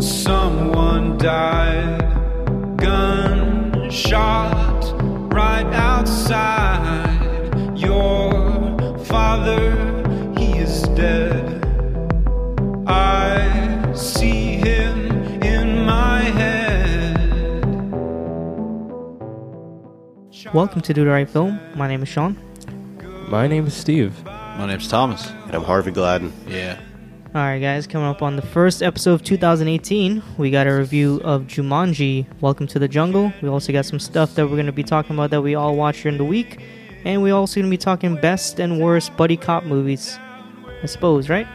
Someone died, gunshot right outside your father. He is dead. I see him in my head. Welcome to Do the Right Film. My name is Sean. My name is Steve. My name's Thomas. And I'm Harvey Gladden. Yeah. All right, guys, coming up on the first episode of 2018, we got a review of Jumanji Welcome to the Jungle. We also got some stuff that we're going to be talking about that we all watch during the week. And we also going to be talking best and worst buddy cop movies, I suppose, right?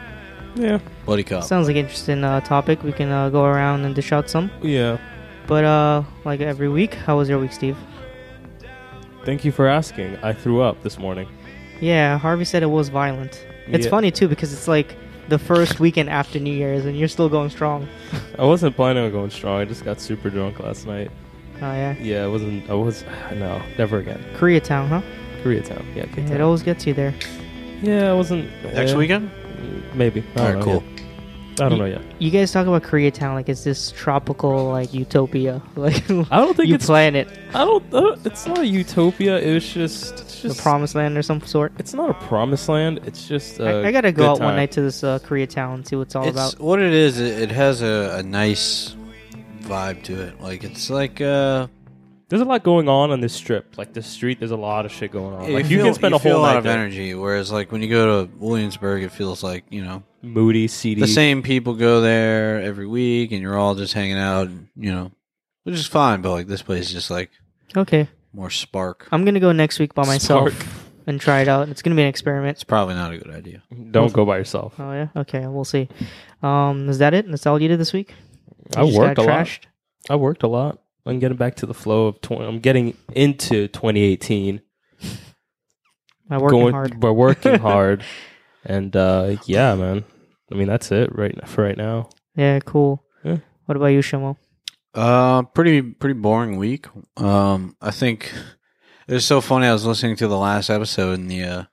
Yeah. Buddy cop. Sounds like an interesting uh, topic. We can uh, go around and dish out some. Yeah. But, uh, like every week, how was your week, Steve? Thank you for asking. I threw up this morning. Yeah, Harvey said it was violent. It's Yeah. funny, too, because it's like the first weekend after New Year's and you're still going strong. I wasn't planning on going strong. I just got super drunk last night. Oh, yeah. Yeah, I wasn't. I was. No, never again. Koreatown, huh? Koreatown. Yeah, Yeah, Cape it Town. always gets you there. Yeah, I wasn't. Next eh, weekend? Maybe. I don't All right, know cool. yet. I don't know yet. You guys talk about Koreatown like it's this tropical like utopia. Like I don't think you it's. plan it, I don't. I don't- It's not a utopia. It was just. It's the just. promised land or some sort. It's not a promised land. It's just. I, I I gotta go out one night to this uh, Koreatown and see what it's all it's about. what it is. It, it has a, a nice vibe to it. Like it's like uh, There's a lot going on on this strip. Like the street, there's a lot of shit going on. you, like feel, you can spend you a whole feel night lot of there. energy. Whereas like when you go to Williamsburg, it feels like you know moody, seedy. the same people go there every week, and you're all just hanging out. and, You know, which is fine. But like this place is just like Okay, more spark. I'm gonna go next week by myself Spark. and try it out. It's gonna be an experiment. It's probably not a good idea. Don't go by yourself. Oh yeah, okay, we'll see. Um, is that it? That's all you did this week? I You just worked a got lot. trashed? I worked a lot. I'm getting back to the flow of. Tw- I'm getting into 2018. I worked going, hard. We're working hard, and uh, yeah, man. I mean, that's it right for right now. Yeah, cool. Yeah. What about you, Shimo? Uh, pretty pretty boring week. Um, I think it was so funny. I was listening to the last episode, and the uh,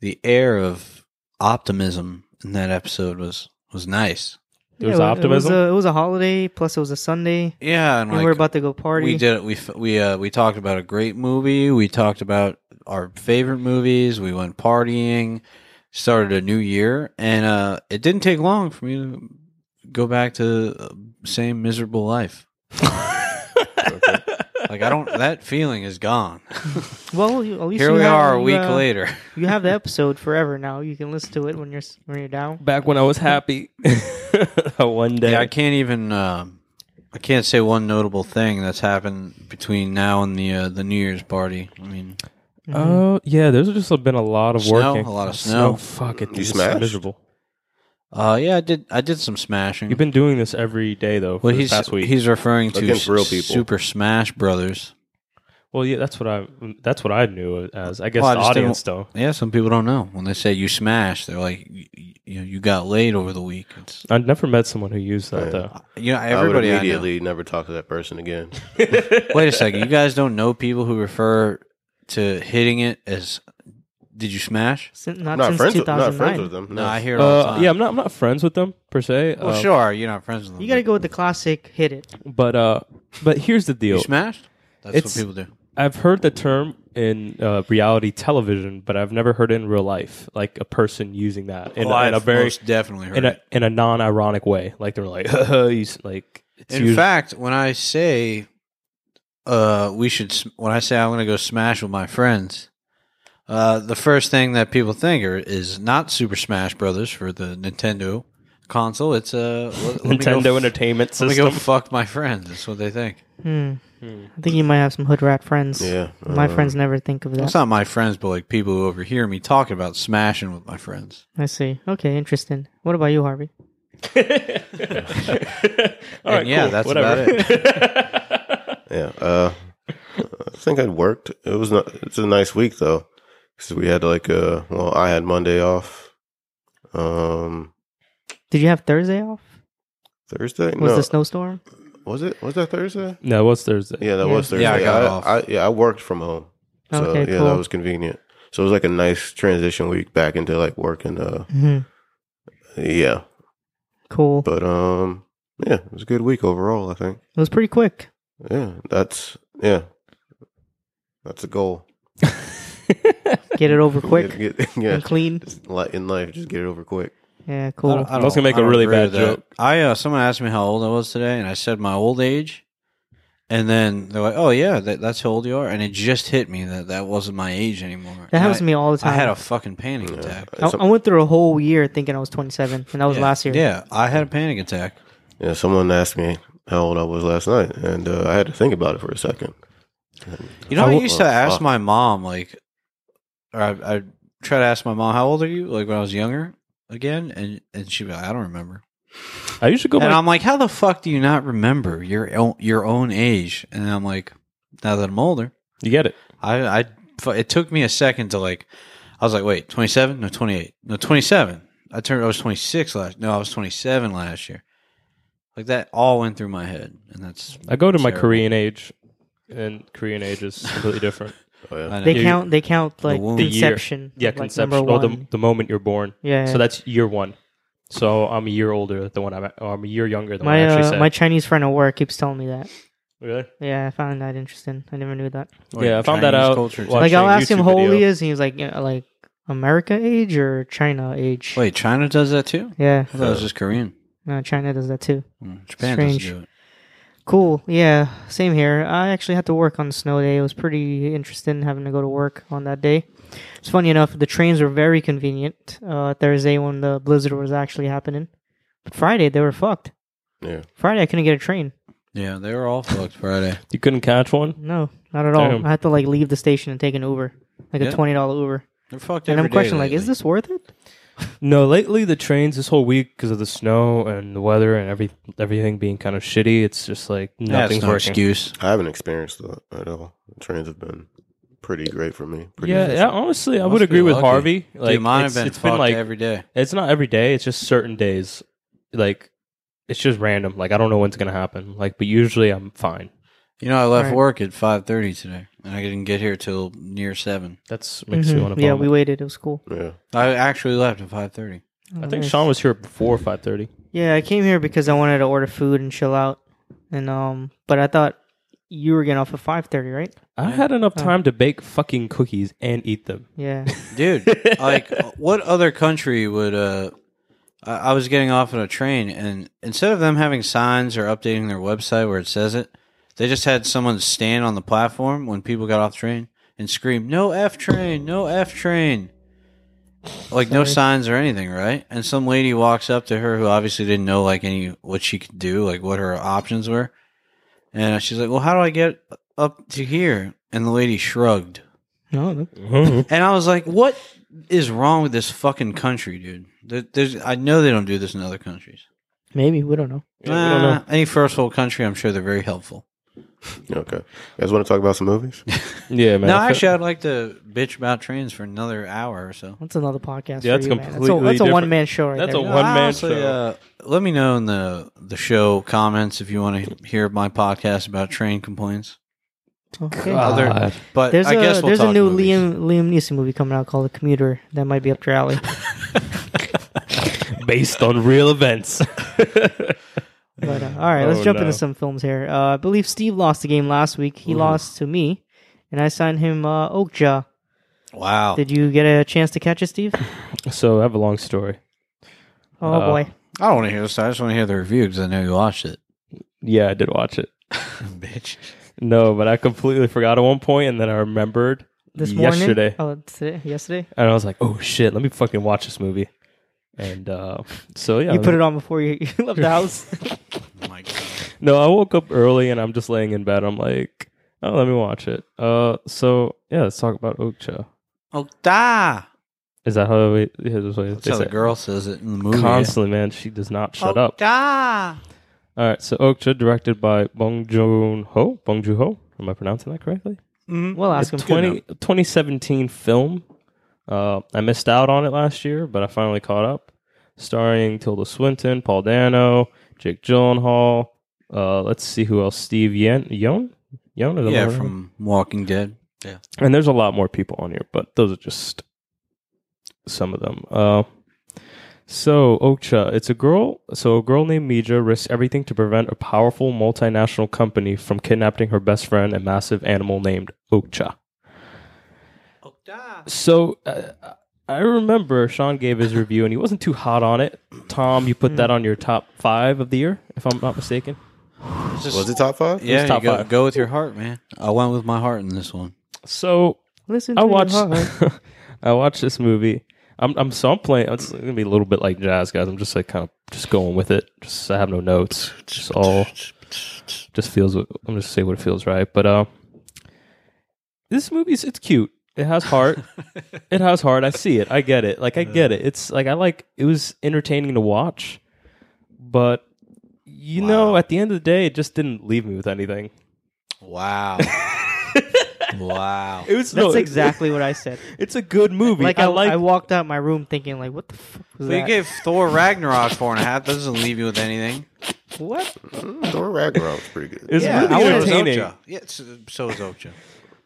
the air of optimism in that episode was was nice. There was Yeah, optimism? It was, a, it was a holiday. Plus, it was a Sunday, Yeah, and, and like, we're about to go party. we did it. We f- we uh, we talked about a great movie. We talked about our favorite movies. We went partying, started a new year, and uh, it didn't take long for me to go back to uh, same miserable life. like I don't. That feeling is gone. Well, you, at least Here you we have- are a you, week uh, later. You have the episode forever now. You can listen to it when you're s- when you're down. Back when I was happy, one day. Yeah, I can't even. um I can't say one notable thing that's happened between now and the uh, the New Year's party. I mean, Mm-hmm. Oh yeah, there's just been a lot of Snow, working. a lot of snow. Fuck it, You dude, it's smashed? miserable. uh, yeah, I did. I did some smashing. You've been doing this every day though. For Well, the he's past week. he's referring to Against real people. Super Smash Brothers. well, yeah, that's what I that's what I knew it as. I guess Well, I the just didn't- audience though. Yeah, some people don't know when they say you smash, they're like, you, you know, you got laid over the week. It's, I never met someone who used that though. you know, I would everybody I know- immediately never talk to that person again. Wait a second, you guys don't know people who refer to hitting it as "Did you smash?" Since, I'm not, not since friends. With, not 2009. friends with them. No, No, I hear it all the Uh, time. yeah, I'm not I'm not friends with them per se. well, uh, sure, you're not friends with them. You gotta but go with the classic. Hit it. But uh, but here's the deal. You smashed? That's It's- what people do. I've heard the term in uh, reality television, but I've never heard it in real life, like a person using that in, Oh, in a I've very most definitely heard in it. a in a non ironic way. Like they're like, he's like it's In used- fact, when I say uh, we should, sm- when I say I'm going to go smash with my friends, uh, the first thing that people think are, is not Super Smash Brothers for the Nintendo console. It's uh, let, let me go Nintendo f- Entertainment Let me go System. fuck my friends. That's what they think. Hmm. I think you might have some hood rat friends. Yeah, My uh, friends never think of It's that. not my friends, but like people who overhear me talking about smashing with my friends. I see. Okay, interesting. What about you, Harvey? All right, and yeah, cool, that's whatever. about it. Yeah. Uh, I think I'd worked. It was not, it's a nice week though, because we had like uh well I had Monday off. Um, Did you have Thursday off? Thursday Was no the snowstorm? was it was that Thursday? No, what's Thursday? Yeah, that Yeah. was Thursday. Yeah, I got I, off. I- yeah I worked from home, so Okay, yeah cool. that was convenient. So it was like a nice transition week back into like working. Uh, hmm yeah, Mm-hmm. Cool. but um, yeah, it was a good week overall. I think. It was pretty quick. Yeah, that's yeah, that's a goal. Get it over quick Get- get- yeah, and clean. just li- in life, just get it over quick. Yeah, cool. I was gonna make a a really bad joke. I uh, someone asked me how old I was today, and I said my old age, and then they're like, "Oh yeah, that, that's how old you are," and it just hit me that that wasn't my age anymore. That And happens I- to me all the time. I had a fucking panic attack. I, I went through a whole year thinking I was 27, and that was Yeah. last year. Yeah, I had a panic attack. Yeah, someone asked me how old I was last night, and uh, I had to think about it for a second. You know, I How- used to oh, ask fuck. my mom, like, or I, I try to ask my mom, "How old are you?" Like when I was younger, again, and and she'd be like, "I don't remember." I usually go and back. I'm like, "How the fuck do you not remember your own, your own age?" And I'm like, "Now that I'm older, You get it. I, I fu- it took me a second to like I was like, wait, 27? No, 28. No, 27. I turned I was 26 last. No, I was 27 last year. Like that all went through my head and that's I go to my Terrible. Korean age, and Korean age is completely different. Oh, yeah. I know. They Yeah, you- count. They count like womb. The year. conception. Yeah, like, conception. Number Oh, Or one. the, the moment you're born. yeah. So that's year one. So I'm a year older than what I'm. Or I'm a year younger than what I my actually uh, said. my Chinese friend at work keeps telling me that. really? Yeah, I found that interesting. I never knew that. Yeah, I found that Chinese out culture too. watching like I'll ask him YouTube how old he video. is, and he's like, yeah, like America age or China age. Wait, China does that too? Yeah, I thought it was just Korean. no, China does that too. Hmm, Japan Strange. doesn't do it. Cool. Yeah, same here. I actually had to work on a snow day. It was pretty interesting having to go to work on that day. It's funny enough, the trains were very convenient uh, Thursday when the blizzard was actually happening, but Friday they were fucked. Yeah. Friday I couldn't get a train. Yeah, they were all fucked Friday. You couldn't catch one. No, not at all. Damn. I had to like leave the station and take an Uber, like Yeah. a twenty dollar Uber. They're fucked And every I'm day questioning like, lately. is this worth it? No, lately the trains this whole week because of the snow and the weather and every everything being kind of shitty. It's just like That's nothing's no working. excuse. I haven't experienced that at all. The trains have been pretty great for me. Pretty Yeah, yeah. efficient. Honestly, I Must would be agree with lucky. Harvey. Like, Dude, mine have it's- been it's fucked been like every day. it's not every day. It's just certain days. Like it's just random. Like I don't know when's gonna happen. Like but usually I'm fine. You know, I left Right. work at 5:30 today and I didn't get here till near 7. That's makes Mm-hmm. Mhm. me want to. yeah, we waited. It was cool. yeah. I actually left at 5:30. I think Sean was here before five thirty. Yeah, I came here because I wanted to order food and chill out, and um, but I thought you were getting off at five thirty, right? I had enough Oh. time to bake fucking cookies and eat them. Yeah, dude like uh, what other country would uh I, I was getting off on a train and instead of them having signs or updating their website where it says it they just had someone stand on the platform when people got off the train and scream no f train no f train like no signs or anything right and some lady walks up to her who obviously didn't know like any what she could do like what her options were and she's like well how do i get up to here and the lady shrugged no, that- Mm-hmm. and I was like, what is wrong with this fucking country, dude? There, there's, I know they don't do this in other countries. maybe we don't know. Uh, Any first world country, I'm sure they're very helpful. Okay. You guys want to talk about some movies? Yeah, man. no, I feel- actually, I'd like to bitch about trains for another hour or so. That's another podcast. Yeah, for that's you, man. That's a, completely that's a different. one man show, right That's there. a one- I man honestly, show. Uh, let me know in the the show comments if you want to hear my podcast about train complaints. Okay. Other- God. But Uh, There's I a guess we'll there's a talk new movies. Liam Liam Neeson movie coming out called The Commuter that might be up your alley. based on real events. But uh, all right, let's Oh, jump no. into some films here. Uh, I believe Steve lost the game last week. He lost to me, and I signed him uh, Oakjaw. Wow. Did you get a chance to catch it, Steve? so I have a long story. Oh Uh, boy, I don't want to hear this. I just want to hear the review because I know you watched it. Yeah, I did watch it. Bitch. No, but I completely forgot at one point, and then I remembered this morning. yesterday, Oh, today, yesterday. and I was like, "Oh shit, let me fucking watch this movie." And uh, so yeah, you put it on before you, you left the house. Oh my God. No, I woke up early and I'm just laying in bed. I'm like, oh, let me watch it. Uh, so yeah, let's talk about Oakja. Oh, da. Is that how we, yeah, that's what That's they how the say. girl says it in the movie. Constantly, man, she does not Oh, shut up. Ah. All right, so Oakja, directed by Bong Joon Ho. Bong Joon Ho. Am I pronouncing that correctly? We'll ask him. It's 20, 2017 film. Uh, I missed out on it last year, but I finally caught up. Starring Tilda Swinton, Paul Dano, Jake Gyllenhaal. Uh, let's see who else. Steve Yen, Yeun? Yeun? Is that Yeah, right? from Walking Dead. and there's a lot more people on here, but those are just some of them. Uh, So, Okcha, it's a girl. So, a girl named Mija risks everything to prevent a powerful multinational company from kidnapping her best friend, a massive animal named Okcha. So, uh, I remember Sean gave his review and he wasn't too hot on it. Tom, you put that on your top five of the year, if I'm not mistaken. Was it top five? Yeah, top you go, five. go with your heart, man. I went with my heart in this one. So, Listen. I to your watched heart. I watched this movie. I'm I'm so I'm playing. It's gonna be a little bit like jazz, guys. I'm just like kind of just going with it. Just I have no notes. Just all just feels. what- I'm just say what it feels right. But uh, this movie's it's cute. It has heart. it has heart. I see it. I get it. Like I get it. It's like I like. It was entertaining to watch, but you know, at the end of the day, it just didn't leave me with anything. Wow. wow. It was That's no, it- exactly what I said. It's a good movie. Like I, I, like. I walked out my room thinking like, what the fuck was We that? gave Thor Ragnarok four and a half. That doesn't leave you with anything. what? Mm, Thor Ragnarok was pretty good. it's Yeah, really I would- was entertaining. Okja. Yeah, so, so is Okja.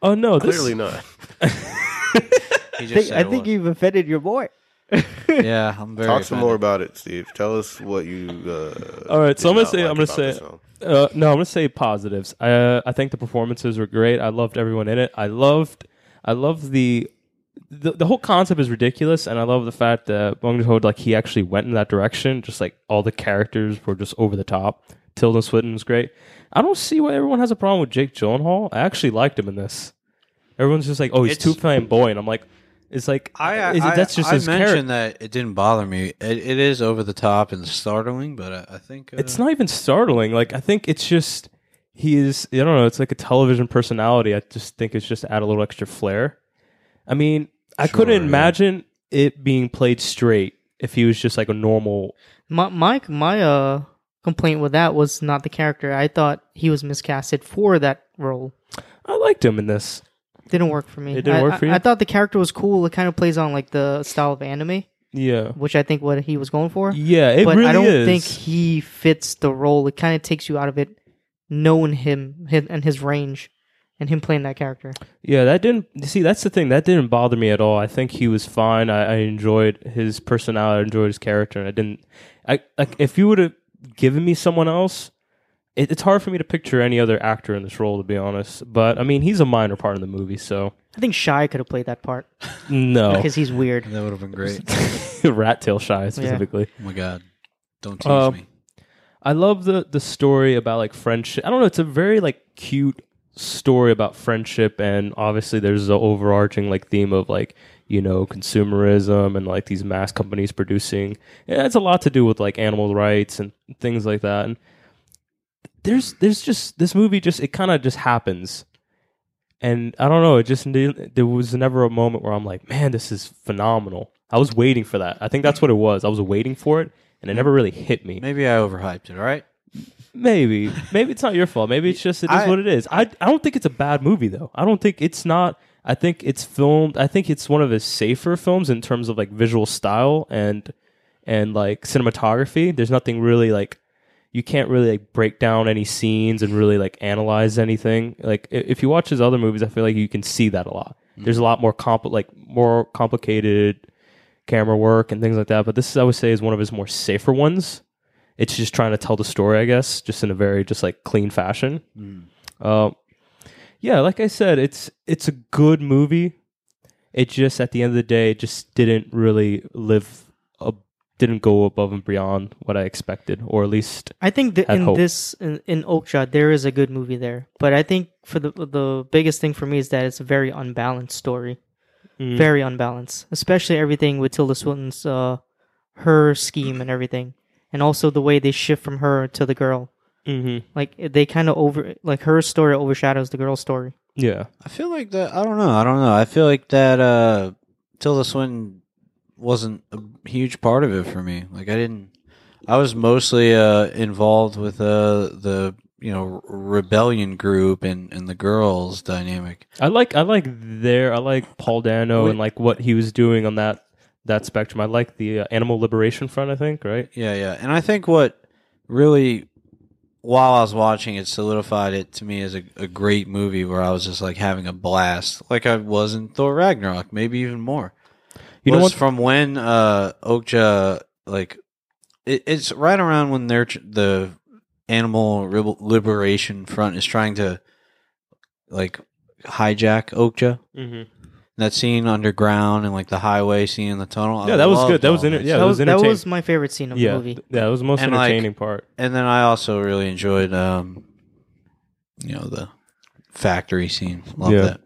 Oh no, this, Clearly not. He just I think, said I it think was. you've offended your boy. Yeah, I'm very. Talk some offended. more about it, Steve. Tell us what you. Uh, All right, so did I'm gonna not say- I'm like gonna about say- this film. Uh, no, I'm gonna say positives. I uh, I think the performances were great. I loved everyone in it. I loved I loved the the, the whole concept is ridiculous, and I love the fact that Bong Joon like he actually went in that direction. Just like all the characters were just over the top. Tilda Swinton was great. I don't see why everyone has a problem with Jake Gyllenhaal. I actually liked him in this. Everyone's just like, oh, he's It's- too flamboyant. I'm like, it's like I, is it- I, that's just I his character. mentioned that it didn't bother me. It, it is over the top and startling, but I, I think uh, it's not even startling. Like I think it's just he is. I don't know. It's like a television personality. I just think it's just to add a little extra flair. I mean, I Sure, couldn't yeah. imagine it being played straight if he was just like a normal. My my my uh complaint with that was not the character. I thought he was miscasted for that role. I liked him in this. Didn't work for me. It didn't I- work I- for you? I thought the character was cool. It kind of plays on like the style of anime, Yeah, which I think what he was going for. yeah. It but really I don't is. think he fits the role. It kind of takes you out of it, knowing him, him and his range, and him playing that character. Yeah, that didn't see. That's the thing that didn't bother me at all. I think he was fine. I, I enjoyed his personality. I enjoyed his character, and I didn't. I like if you would have given me someone else. It, it's hard for me to picture any other actor in this role, to be honest. But I mean, he's a minor part of the movie, so I think Shy could have played that part no. because he's weird. that would have been great. Rat tail shy specifically. Oh my god, don't tease Um, me. I love the the story about like friendship. I don't know. It's a very like cute story about friendship, and obviously there's the overarching like theme of like you know consumerism and like these mass companies producing. Yeah, it's a lot to do with like animal rights and things like that. And there's there's just this movie just it kind of just happens. And I don't know. It just didn't- there was never a moment where I'm like, man, this is phenomenal. I was waiting for that. I think that's what it was. I was waiting for it, and it never really hit me. Maybe I overhyped it. All right, Maybe, maybe it's not your fault. Maybe it's just it is I- what it is. I I don't think it's a bad movie though. I don't think it's not. I think it's filmed. I think it's one of his safer films in terms of like visual style and and like cinematography. There's nothing really like you can't really like break down any scenes and really like analyze anything. Like i- if you watch his other movies, I feel like you can see that a lot. There's a lot more compli like more complicated camera work and things like that. But this I would say is one of his more safer ones. It's just trying to tell the story, I guess, just in a very just like clean fashion. Hmm. Um, yeah, like I said, it's it's a good movie. It just at the end of the day, it just didn't really live, up, didn't go above and beyond what I expected, or at least I think that had in hope. this in, in Oakshot there is a good movie there, but I think for the the biggest thing for me is that it's a very unbalanced story, Mm. very unbalanced, especially everything with Tilda Swinton's uh her scheme and everything, and also the way they shift from her to the girl. Mm-hmm. Like they kind of over like her story overshadows the girl's story. Yeah, I feel like that. I don't know. I don't know. I feel like that. uh Tilda Swinton wasn't a huge part of it for me. Like I didn't. I was mostly uh involved with uh the you know rebellion group and and the girls dynamic. I like I like their I like Paul Dano and like what he was doing on that that spectrum. I like the uh, Animal Liberation Front. I think right. Yeah, yeah. And I think what really, while I was watching it, solidified it to me as a, a great movie where I was just like having a blast, like I was in Thor Ragnarok, maybe even more. You You know know, what- from when uh, Okja like it, it's right around when they're tr- the animal ribble- liberation front is trying to like hijack Okja. Mm-hmm. That scene underground and like the highway scene in the tunnel. I Yeah, that was loved good. That was all inter- yeah, that it was was that was entertain- my favorite scene of the Yeah, movie. th- yeah, that was the most And, like- entertaining part. And then I also really enjoyed, um, you know, the factory scene. Love Yeah. that.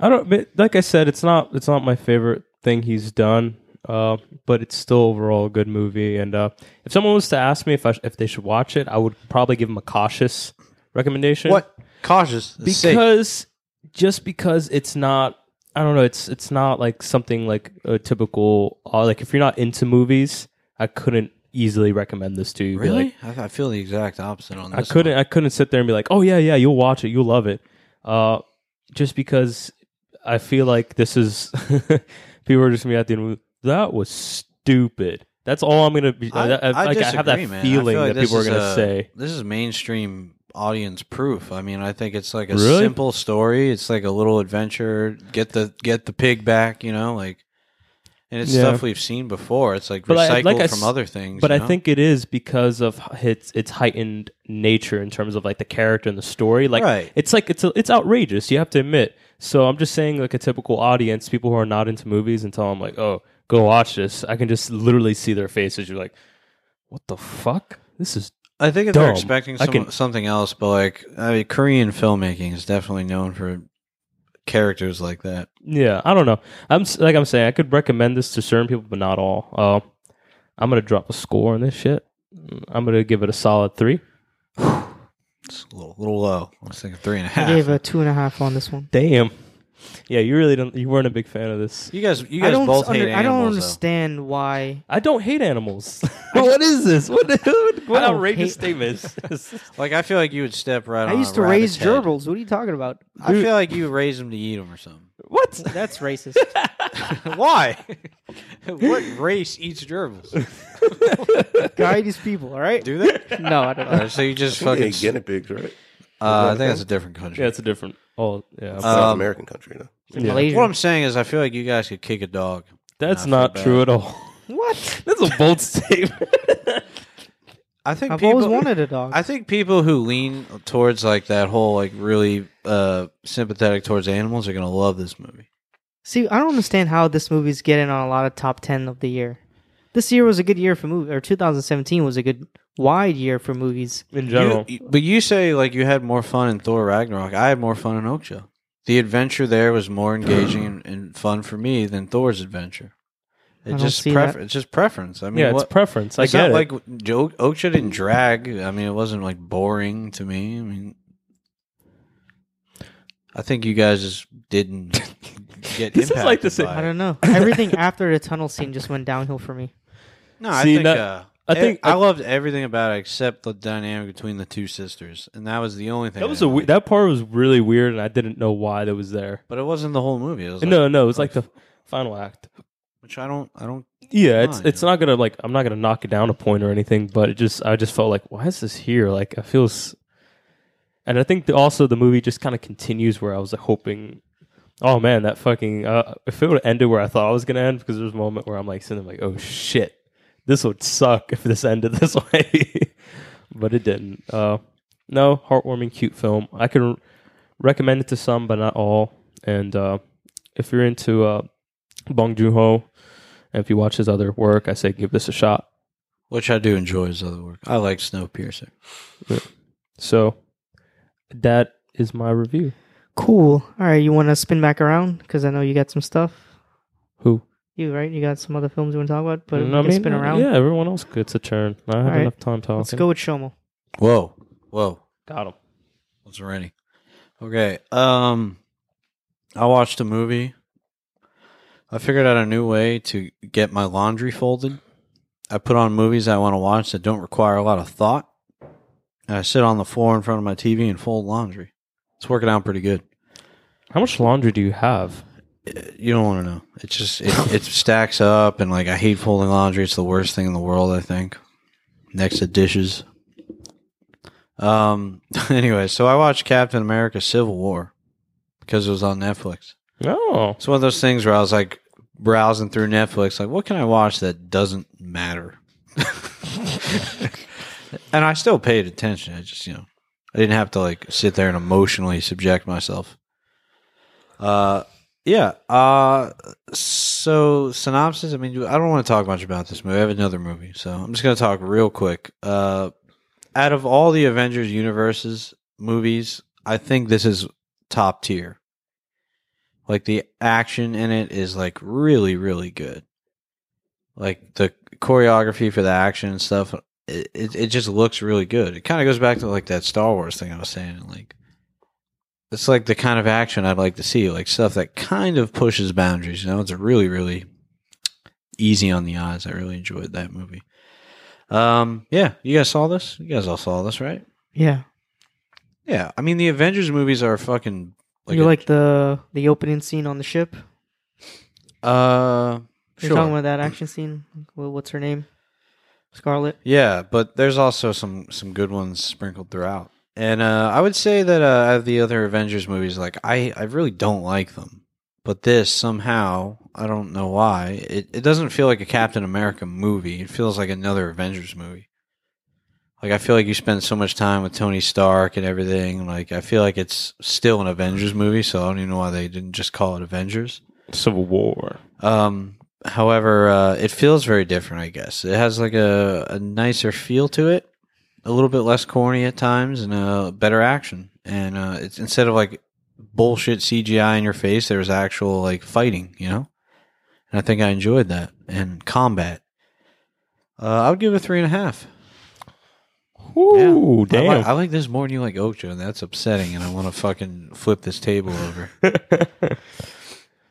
I don't. But like I said, it's not. It's not my favorite thing he's done. Uh, but it's still overall a good movie. And uh, if someone was to ask me if I sh- if they should watch it, I would probably give them a cautious recommendation. What cautious? It's safe. because just because it's not i don't know it's it's not like something like a typical uh, like if you're not into movies i couldn't easily recommend this to you Be really, like- I, I feel the exact opposite on i this. couldn't i couldn't sit there and be like oh yeah yeah you'll watch it you'll love it uh just because i feel like this is people are just gonna be at the end of, that was stupid that's all i'm gonna be I, I, I- like, I have that disagree, man. I feeling feel like that this people are is gonna a- say this is mainstream audience proof. I mean, I think it's like a Really? simple story. It's like a little adventure. Get the get the pig back. You know, like, and it's Yeah. stuff we've seen before. It's like But I- recycled like I from s- other things. But you I know? think it is because of h- its its heightened nature in terms of like the character and the story. Like Right. it's like it's a, it's outrageous. You have to admit. So I'm just saying, like a typical audience, people who are not into movies, and tell them like, "Oh, go watch this." I can just literally see their faces. You're like, "What the fuck? This is I think if they're dumb. expecting I some, can- something else, but like I mean, Korean filmmaking is definitely known for characters like that. yeah." I don't know. I'm s- like I'm saying, I could recommend this to certain people, but not all. Uh, I'm gonna drop a score on this shit. Mm, I'm gonna give it a solid three. It's a little, little low. I was thinking three and a I half. gave a two and a half on this one. Damn. Yeah, you really don't. You weren't a big fan of this. you guys, you I guys don't both under- hate I don't animals. though. understand why. I don't hate animals. what is this? What, what, I don't hate- statement is this? Like I feel like you would step right. I on a Ah, used to rabbit's raise head. gerbils. What are you talking about? I feel like you raise them to eat them or something. What? That's racist. Why? what race eats gerbils? Guide people, all right? Do they? No, I don't know. Uh, so you just They fucking. ain't guinea pigs, right? uh, I think that's a different country. Yeah, it's a different. Oh, yeah. South Um, American country, though. In Yeah. Malaysia. what I'm saying is, I feel like you guys could kick a dog. that's not not so true at all. What? That's a bold statement. I think I've people, always wanted a dog. I think people who lean towards like that whole like really uh sympathetic towards animals are gonna love this movie. See, I don't understand how this movie's getting on a lot of top 10 of the year. This year was a good year for movies, or 2017 was a good wide year for movies. In general, You, but you say like you had more fun in Thor Ragnarok. I had more fun in Okja. The adventure there was more engaging and, and fun for me than Thor's adventure. I It don't just see prefer- that. it's just preference. I mean, yeah, what, it's preference. I it's get not it. like Joe Okja didn't drag. I mean, it wasn't like boring to me. I mean, I think you guys just didn't get. This is like impacted the same- by I it. don't know. Everything after the tunnel scene just went downhill for me. No, I See, think that- uh, I I think- think I loved everything about it except the dynamic between the two sisters, and that was the only thing. that was I a didn't we- like. that part was really weird, and I didn't know why that was there. but it wasn't the whole movie. It was like, no, no, it's like the final act. which I don't, I don't. Yeah, it's Fine. it's not gonna like I'm not gonna knock it down a point or anything, but it just I just felt like why is this here? Like I feel, s- and I think the, also the movie just kind of continues where I was hoping. Oh man, that fucking uh, if it would have ended where I thought I was gonna end because there was a moment where I'm like sitting there like oh shit, this would suck if this ended this way, but it didn't. Uh, no, heartwarming, cute film. I can recommend it to some, but not all. And uh, if you're into uh, Bong Joon Ho, and if you watch his other work, I say give this a shot. Which I do enjoy his other work. I like Snowpiercer. So that is my review. Cool. All right, you want to spin back around? Because I know you got some stuff. Who? You, right? You got some other films you want to talk about? But Mm, we can uh, spin around. Yeah, everyone else gets a turn. I have right. enough time talking. Let's go with Shomo. Whoa, whoa, Got him. that's ready. Okay, um, I watched a movie. I figured out a new way to get my laundry folded. I put on movies I want to watch that don't require a lot of thought, and I sit on the floor in front of my TV and fold laundry. It's working out pretty good. How much laundry do you have? you don't want to know. It just it, it stacks up, and like I hate folding laundry. It's the worst thing in the world. I think next to dishes. Um. Anyway, so I watched Captain America: Civil War because it was on Netflix. No. Oh, It's one of those things where I was like browsing through Netflix, like, what can I watch that doesn't matter? and I still paid attention. I just, you know, I didn't have to like sit there and emotionally subject myself. Uh, yeah. Uh, so synopsis. I mean, I don't want to talk much about this movie. I have another movie, so I'm just going to talk real quick. Uh, out of all the Avengers universes movies, I think this is top tier. Like the action in it is like really, really good. Like the choreography for the action and stuff, it it, it just looks really good. It kind of goes back to like that Star Wars thing I was saying. Like it's like the kind of action I'd like to see, like stuff that kind of pushes boundaries. You know, it's a really, really easy on the eyes. I really enjoyed that movie. Um, yeah, you guys saw this. You guys all saw this, right? Yeah, Yeah, I mean the Avengers movies are fucking like you a- like the the opening scene on the ship. uh You're sure. talking about that action scene. Wh- What's her name? Scarlet. Yeah, but there's also some some good ones sprinkled throughout. And uh, I would say that uh, out of the other Avengers movies, like I, I really don't like them. But this somehow, I don't know why, it, it doesn't feel like a Captain America movie. It feels like another Avengers movie. Like I feel like you spend so much time with Tony Stark and everything. Like I feel like it's still an Avengers movie, so I don't even know why they didn't just call it Avengers. Civil War. Um, however, uh, it feels very different, I guess. It has like a, a nicer feel to it, a little bit less corny at times, and uh, better action. And uh, it's instead of like bullshit CGI in your face, there was actual like fighting, you know? And I think I enjoyed that and combat. Uh, I would give it three and a half. Ooh, I, damn. like, I like this more than you like Ocho, and that's upsetting. And I want to fucking flip this table over.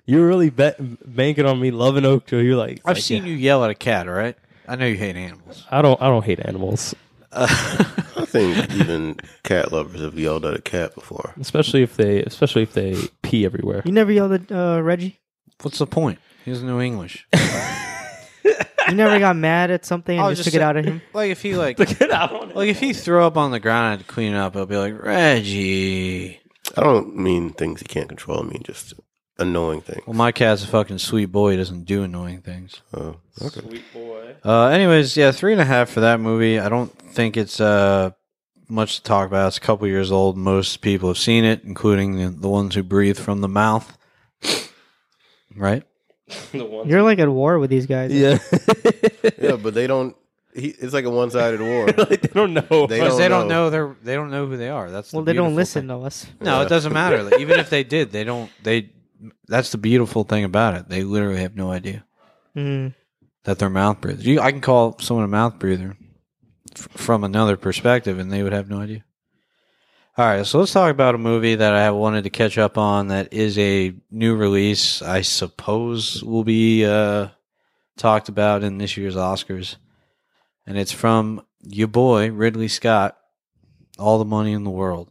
You're really bet- banking on me loving Oakdale. You're like, I've seen you yell at a cat. All right, I know you hate animals. I don't. I don't hate animals, I think even cat lovers have yelled at a cat before. especially if they, especially if they pee everywhere. You never yelled at uh, Reggie. What's the point? He doesn't know English. You never got mad at something I and was just just took it saying- out of him. Like if he like Get out on it. like if he threw up on the ground, I'd clean it up. I'll be like Reggie. I don't mean things he can't control. I mean just annoying things. Well, my cat's a fucking sweet boy. He doesn't do annoying things. Uh, okay. Uh, anyways, yeah, three and a half for that movie. I don't think it's uh much to talk about. It's a couple years old. Most people have seen it, including the, the ones who breathe from the mouth. Right? You're like at war with these guys. Yeah, Yeah, but they don't. He, it's like a one-sided war. like they don't know. They Because don't they don't know. know they're they don't know who they are. That's the Well, they don't beautiful listen thing. to us. No, it doesn't matter. Like, even if they did, they don't. They that's the beautiful thing about it. They literally have no idea Mm. that they're mouth breathers. You, I can call someone a mouth breather f- from another perspective, and they would have no idea. All right, so let's talk about a movie that I wanted to catch up on that is a new release. I suppose will be uh, talked about in this year's Oscars, and it's from your boy Ridley Scott. All the money in the world.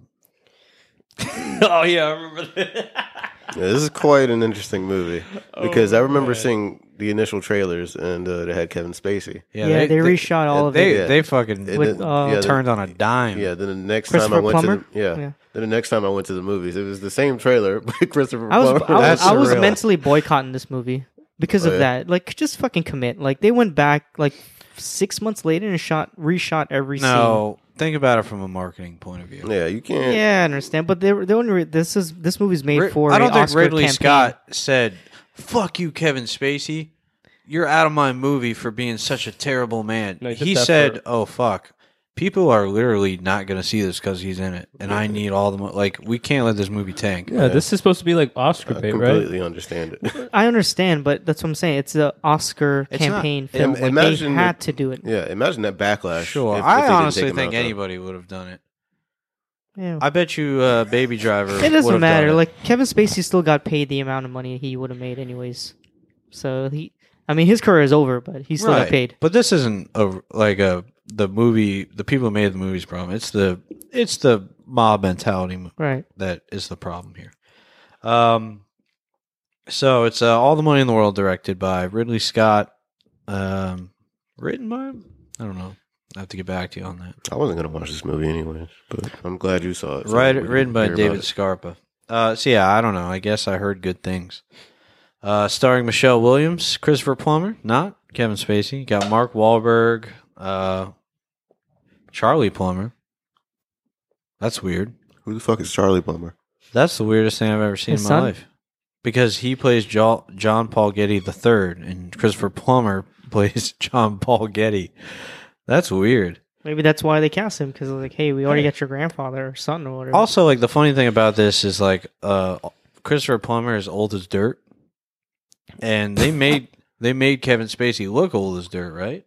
oh yeah, I remember that. Yeah, this is quite an interesting movie because I remember seeing the initial trailers and uh, they had Kevin Spacey. Yeah, they, reshot all of they, it. Yeah. They fucking And With, then- uh, yeah, turned on a dime. Yeah. Then the next time Christopher I went Plummer? to the, yeah, Yeah. Then the next time I went to the movies, it was the same trailer, but Christopher I was Plummer. I was, That's I was surreal. mentally boycotting this movie because of Oh, yeah. that. Like, just fucking commit. Like, they went back like six months later and shot reshot every scene. No, think about it from a marketing point of view. yeah, you can't. Yeah, I understand, but they were- the only re- this is this movie's made Ri- for. I a don't think Oscar Ridley campaign. Scott said, "Fuck you, Kevin Spacey. You're out of my movie for being such a terrible man." No, he did he that said, for- "Oh fuck." People are literally not going to see this because he's in it, and I need all the mo- like. We can't let this movie tank. Yeah, this is supposed to be like Oscar I bait, right? completely understand it. I understand, but that's what I'm saying. It's the Oscar It's not- campaign Im- film. Like, imagine they had that- to do it. yeah, imagine that backlash. Sure, if- if they I didn't honestly take him think out, though. anybody would have done it. Yeah. I bet you, uh, Baby Driver. it would've doesn't done matter. it. Like Kevin Spacey still got paid the amount of money he would have made anyways. So he, I mean, his career is over, but he still got paid. But this isn't a like a the movie. The people who made the movies problem. It's the it's the mob mentality mo- Right. that is the problem here. Um, so it's uh, all the money in the world, directed by Ridley Scott, um, written by I don't know. I have to get back to you on that. I wasn't gonna watch this movie anyways, but I'm glad you saw it. so Right, we can written by hear about David it. Scarpa. Uh, so yeah, I don't know. I guess I heard good things. Uh, starring Michelle Williams, Christopher Plummer, not Kevin Spacey. Got Mark Wahlberg, uh, Charlie Plummer. That's weird. Who the fuck is Charlie Plummer? That's the weirdest thing I've ever seen His in my son? life. Because he plays jo- John Paul Getty the third, and Christopher Plummer plays John Paul Getty. That's weird. Maybe that's why they cast him because like, hey, we already got your grandfather or son or whatever. Also, like the funny thing about this is like uh Christopher Plummer is old as dirt, and they made they made Kevin Spacey look old as dirt, right?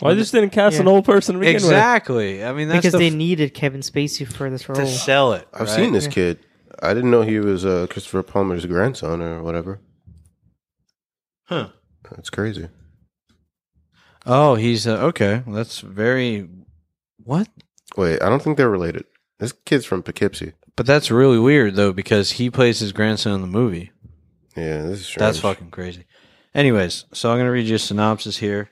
Well, I just didn't cast an Yeah. old person to begin Exactly. I mean, that's because the they f- needed Kevin Spacey for this role. to sell it. I've right? seen this Yeah. kid. I didn't know he was uh, Christopher Plummer's grandson or whatever. Huh. That's crazy. Oh, he's uh, okay. That's very what? Wait, I don't think they're related. This kid's from Poughkeepsie. But that's really weird though because he plays his grandson in the movie. Yeah, this is strange. That's fucking crazy. Anyways, so I'm going to read you a synopsis here.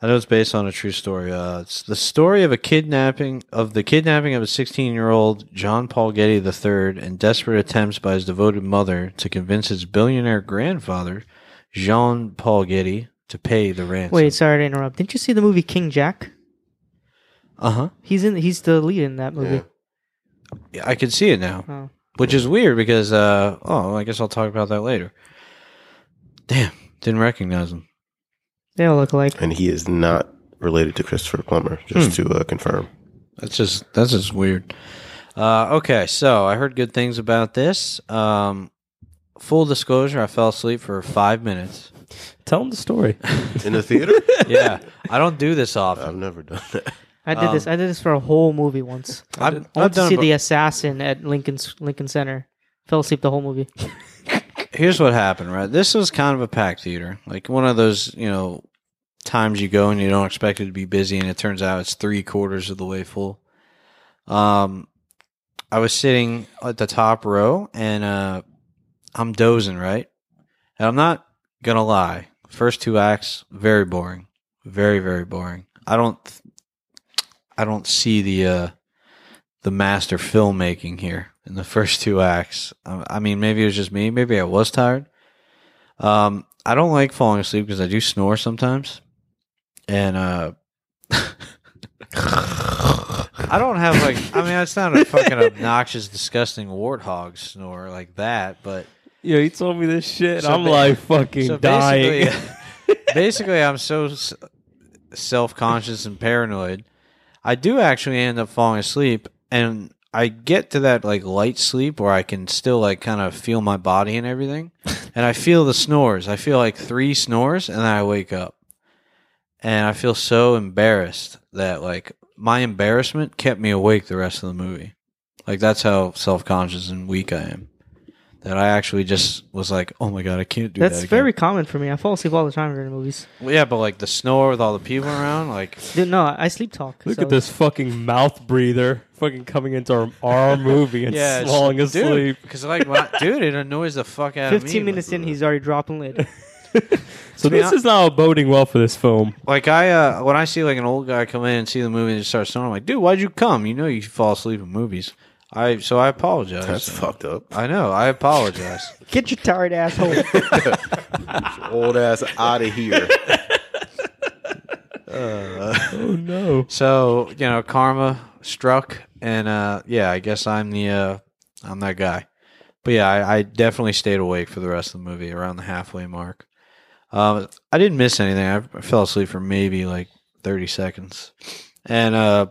I know it's based on a true story. Uh, it's the story of a kidnapping of the kidnapping of a 16 year old John Paul Getty III and desperate attempts by his devoted mother to convince his billionaire grandfather Jean Paul Getty to pay the ransom. Wait, sorry to interrupt. Didn't you see the movie King Jack? uh huh. He's in. He's the lead in that movie. Yeah. I can see it now. Oh. which is weird because uh oh i guess i'll talk about that later damn didn't recognize him They all look alike. And he is not related to Christopher Plummer, just Hmm. to uh, confirm. that's just that's just weird uh okay so i heard good things about this um full disclosure i fell asleep for five minutes with. Tell him the story. In the theater? yeah i don't do this I've often never done that. I did Um, this. I did this for a whole movie once. i've, I went I've to done see it the assassin at Lincoln's Lincoln Center. Fell asleep the whole movie. here's what happened, right? This was kind of a packed theater, like one of those, you know, times you go and you don't expect it to be busy, and it turns out it's three quarters of the way full. Um, I was sitting at the top row, and uh, I'm dozing, right? And I'm not gonna lie, first two acts very boring, very very boring. I don't, I don't see the. Uh, the master filmmaking here in the first two acts. I I mean, maybe it was just me. Maybe I was tired. Um, I don't like falling asleep because I do snore sometimes, and uh, I don't have like. I mean, it's not a fucking obnoxious, disgusting warthog snore like that, but Yo, he told me this shit. So I'm ba- like fucking dying. Basically, basically, I'm so s- self-conscious and paranoid. I do actually end up falling asleep, and I get to that like light sleep where I can still like kind of feel my body and everything, and I feel the snores. I feel like three snores, and then I wake up, and I feel so embarrassed that like my embarrassment kept me awake the rest of the movie. Like that's how self-conscious and weak I am. That I actually just was like, oh my god, I can't do That's that. again." very common for me. I fall asleep all the time during movies. Well, yeah, but like the snore with all the people around, like Dude, no, I sleep talk. Look so- at this fucking mouth breather fucking coming into our, our movie and yeah, falling asleep. Because like, when I- dude, it annoys the fuck out of me. Fifteen minutes in, he's already dropping lid. So this is not boding well for this film. Like I, uh, when I see like an old guy come in and see the movie and just start snoring, I'm like, dude, why'd you come? You know, you fall asleep in movies. I so I apologize. That's fucked up. I know. I apologize. Get your tired asshole. Old ass out of here. Oh no. so you know, karma struck, and uh, yeah, I guess I'm the uh, I'm that guy. But yeah, I, I definitely stayed awake for the rest of the movie, around the halfway mark. Um, I didn't miss anything. I fell asleep for maybe like 30 seconds. And uh,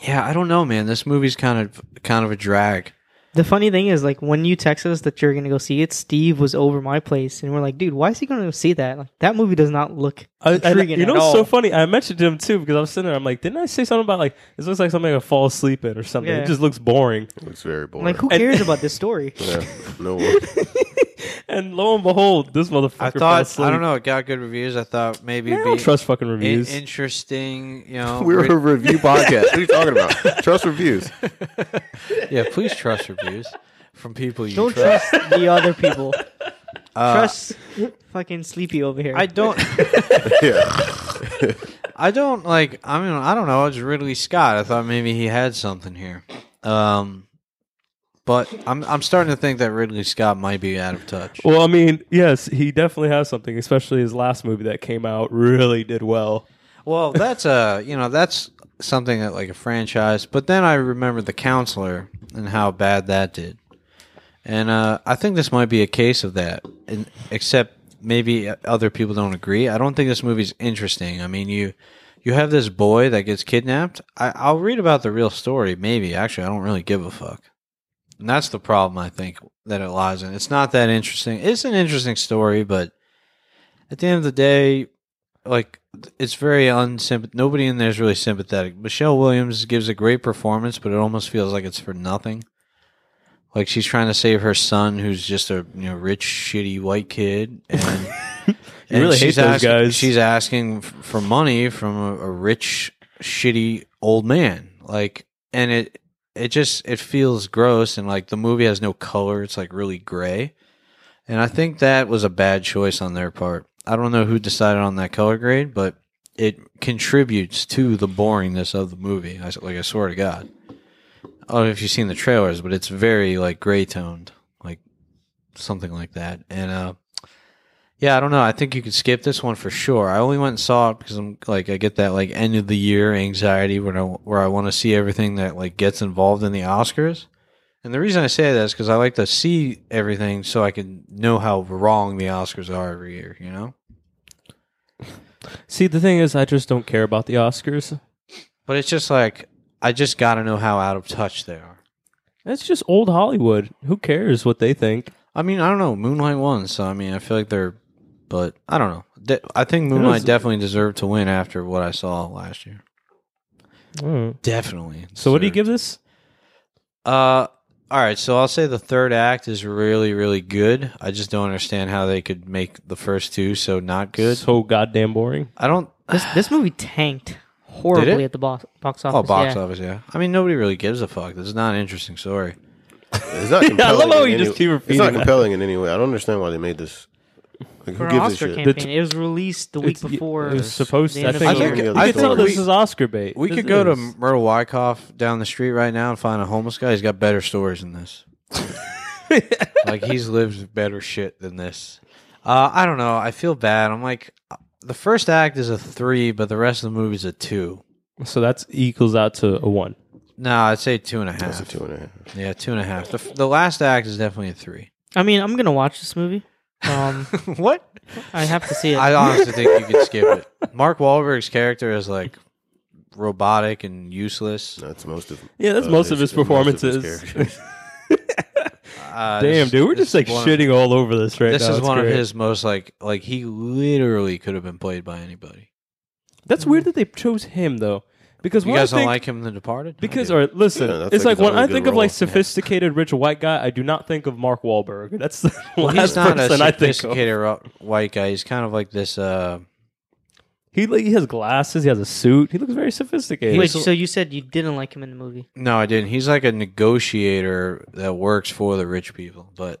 yeah, I don't know, man. This movie's kind of kind of a drag. The funny thing is, like, when you text us that you're gonna go see it, Steve was over my place, and we're like, "Dude, why is he gonna go see that? Like, that movie does not look I, and intriguing you know at what's all." so funny? I mentioned to him too because I was sitting there. I'm like, didn't I say something about like this looks like something I fall asleep in or something? Yeah. It just looks boring. Looks very boring. like, who cares about this story? yeah, no one. And lo and behold, this motherfucker. I fell thought asleep. I don't know. It got good reviews. I thought maybe Man, I it'd don't be trust fucking in- reviews. interesting. You Oh, know, We're a review podcast. What are you talking about? Trust reviews. yeah. Please trust reviews from people you Don't trust. trust the other people. Uh, trust fucking Sleepy over here. I don't. Yeah. I don't like. I mean, I don't know. It's Ridley Scott. I thought maybe he had something here. Um, But I'm I'm starting to think that Ridley Scott might be out of touch. Well, I mean, yes, he definitely has something. Especially his last movie that came out really did well. Well, that's a you know that's something that like a franchise. But then I remember the counselor and how bad that did, and uh, I think this might be a case of that. And except maybe other people don't agree. I don't think this movie's interesting. I mean, you you have this boy that gets kidnapped. I, I'll read about the real story. Maybe actually, I don't really give a fuck. And that's the problem I think that it lies in. It's not that interesting. It's an interesting story, but at the end of the day, like it's very unsympathetic. Nobody in there is really sympathetic. Michelle Williams gives a great performance, but it almost feels like it's for nothing. Like she's trying to save her son, who's just a you know rich, shitty white kid, and, You really hate she's those asking, guys. She's asking f- for money from a, a rich, shitty old man. Like, and it it just it feels gross, and like the movie has no color. It's like really gray. And I think that was a bad choice on their part. I don't know who decided on that color grade, but it contributes to the boringness of the movie. I, s- like I swear to God. I don't know if you've seen the trailers, but it's very like gray toned, like something like that. And uh, yeah, I don't know. I think you could skip this one for sure. I only went and saw it because I'm like I get that like end of the year anxiety where I, where I want to see everything that like gets involved in the Oscars. And the reason I say that is because I like to see everything so I can know how wrong the Oscars are every year. You know. See, the thing is, I just don't care about the Oscars. But it's just like I just got to know how out of touch they are. That's just old Hollywood. Who cares what they think? I mean, I don't know. Moonlight won, so I mean, I feel like they're. But I don't know. De- I think Moonlight was- definitely deserved to win after what I saw last year. Mm. Definitely. So, what do you deserved. give this? Uh, all right. So I'll say the third act is really, really good. I just don't understand how they could make the first two so not good. So goddamn boring. I don't. This this movie tanked horribly at the box box office. Oh, box yeah. office. Yeah. I mean, nobody really gives a fuck. This is not an interesting story. It's not compelling. I love how in you any- just keep It's repeating not that. compelling in any way. I don't understand why they made this. Like, For who an gives a Oscar shit? campaign, The t- it was released the week It's- before. It was supposed. the to. I end of think. the I, year. think, I I think tell we- this is Oscar bait. We This could go to is. Myrtle Wyckoff down the street right now and find a homeless guy. He's got better stories than this. like he's lived better shit than this. Uh, I don't know. I feel bad. I'm like, uh, the first act is a three, but the rest of the movie's a two. So that's equals out to a one. No, I'd say two and a half. That's a two and a half. Yeah, two and a half. The, f- the last act is definitely a three. I mean, I'm gonna watch this movie. Um, what? I have to see it. I uh, honestly think you could skip it. Mark Wahlberg's character is like robotic and useless. That's most of. Yeah, Oh, that's uh, most of his performances. characters. Uh, Damn, this- dude, we're this just like is one shitting all over this right Of, this now. is It's one great. of his most like like he literally could have been played by anybody. That's weird that they chose him though, because You when I guys don't think- like him in The Departed? I Because, do. all right, listen, Yeah, that's it's like like, his when only I good think of role. like sophisticated rich white guy, I do not think of Mark Wahlberg. That's the well, last he's not a person I think of. sophisticated ro- white guy. He's kind of like this. uh He, like, he has glasses, he has a suit, he looks very sophisticated. Wait, so you said you didn't like him in the movie? No, I didn't. He's like a negotiator that works for the rich people, but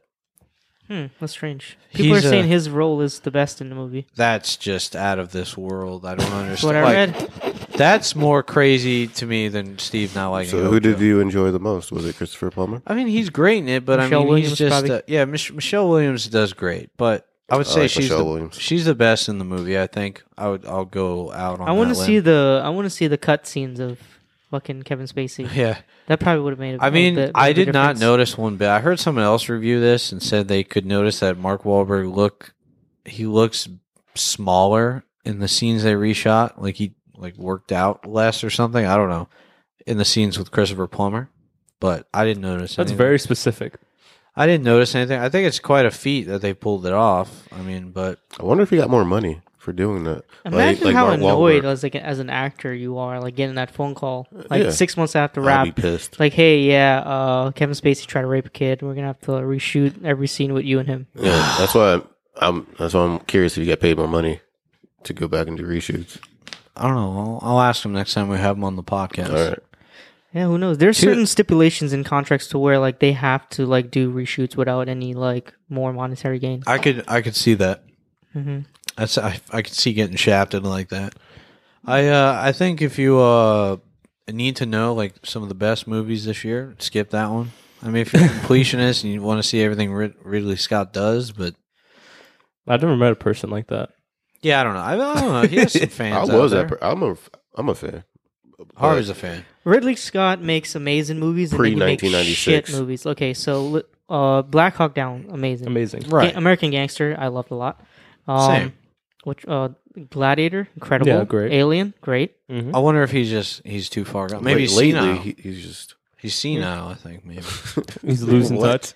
Hmm, that's strange. People He's are saying a- his role is the best in the movie. that's just out of this world. I don't That's what I understand. Like, read. That's more crazy to me than Steve not liking. So who did Ocho. you enjoy the most? Was it Christopher Plummer? I mean, he's great in it, but Michelle I mean, Williams he's just probably- uh, yeah. Mich- Michelle Williams does great, but I would I say like she's Michelle the, Williams. she's the best in the movie. I think I would I'll go out on. I want to that see limb. the I want to see the cut scenes of fucking Kevin Spacey. yeah. That probably would have made. a- I mean, a bit- I bit of a did not difference. notice one bit. I heard someone else review this and said they could notice that Mark Wahlberg look he looks smaller in the scenes they reshot, like he like worked out less or something. I don't know in the scenes with Christopher Plummer, but I didn't notice. That's anything. very specific. I didn't notice anything. I think it's quite a feat that they pulled it off. I mean, but I wonder if he got more money for doing that. Like- Imagine like how Mark annoyed Wahlberg. Uh, as like as an actor you are, like getting that phone call like Yeah. six months after I'd be rap. pissed. Like, hey, yeah, uh, Kevin Spacey tried to rape a kid. We're gonna have to reshoot every scene with you and him. Yeah, that's why I'm, I'm. That's why I'm curious if you got paid more money to go back and do reshoots. I don't know. I'll, I'll ask him next time we have him on the podcast. All right. Yeah, who knows? There's Dude. certain stipulations in contracts to where like they have to like do reshoots without any like more monetary gain. I could I could see that. hmm That's I I could see getting shafted like that. I uh I think if you uh need to know like some of the best movies this year, skip that one. I mean, if you're a completionist and you want to see everything Rid- Ridley Scott does, but I've never met a person like that. yeah, I don't know. I, I don't know. He has some I fans. was out that. there. Per- I'm a I'm a fan. Harvey's a fan. Ridley Scott makes amazing movies. and then he makes shit Pre-1996. movies. Okay, so uh, Black Hawk Down, amazing. Amazing. Right. Ga- American Gangster, I loved a lot. Um, Same. Which uh, Gladiator, incredible. Yeah, great. Alien, great. I wonder if he's just he's too far gone. Maybe Like, he's Mm-hmm. lately senile. he, he's just he's senile. I think maybe. He's losing What? touch.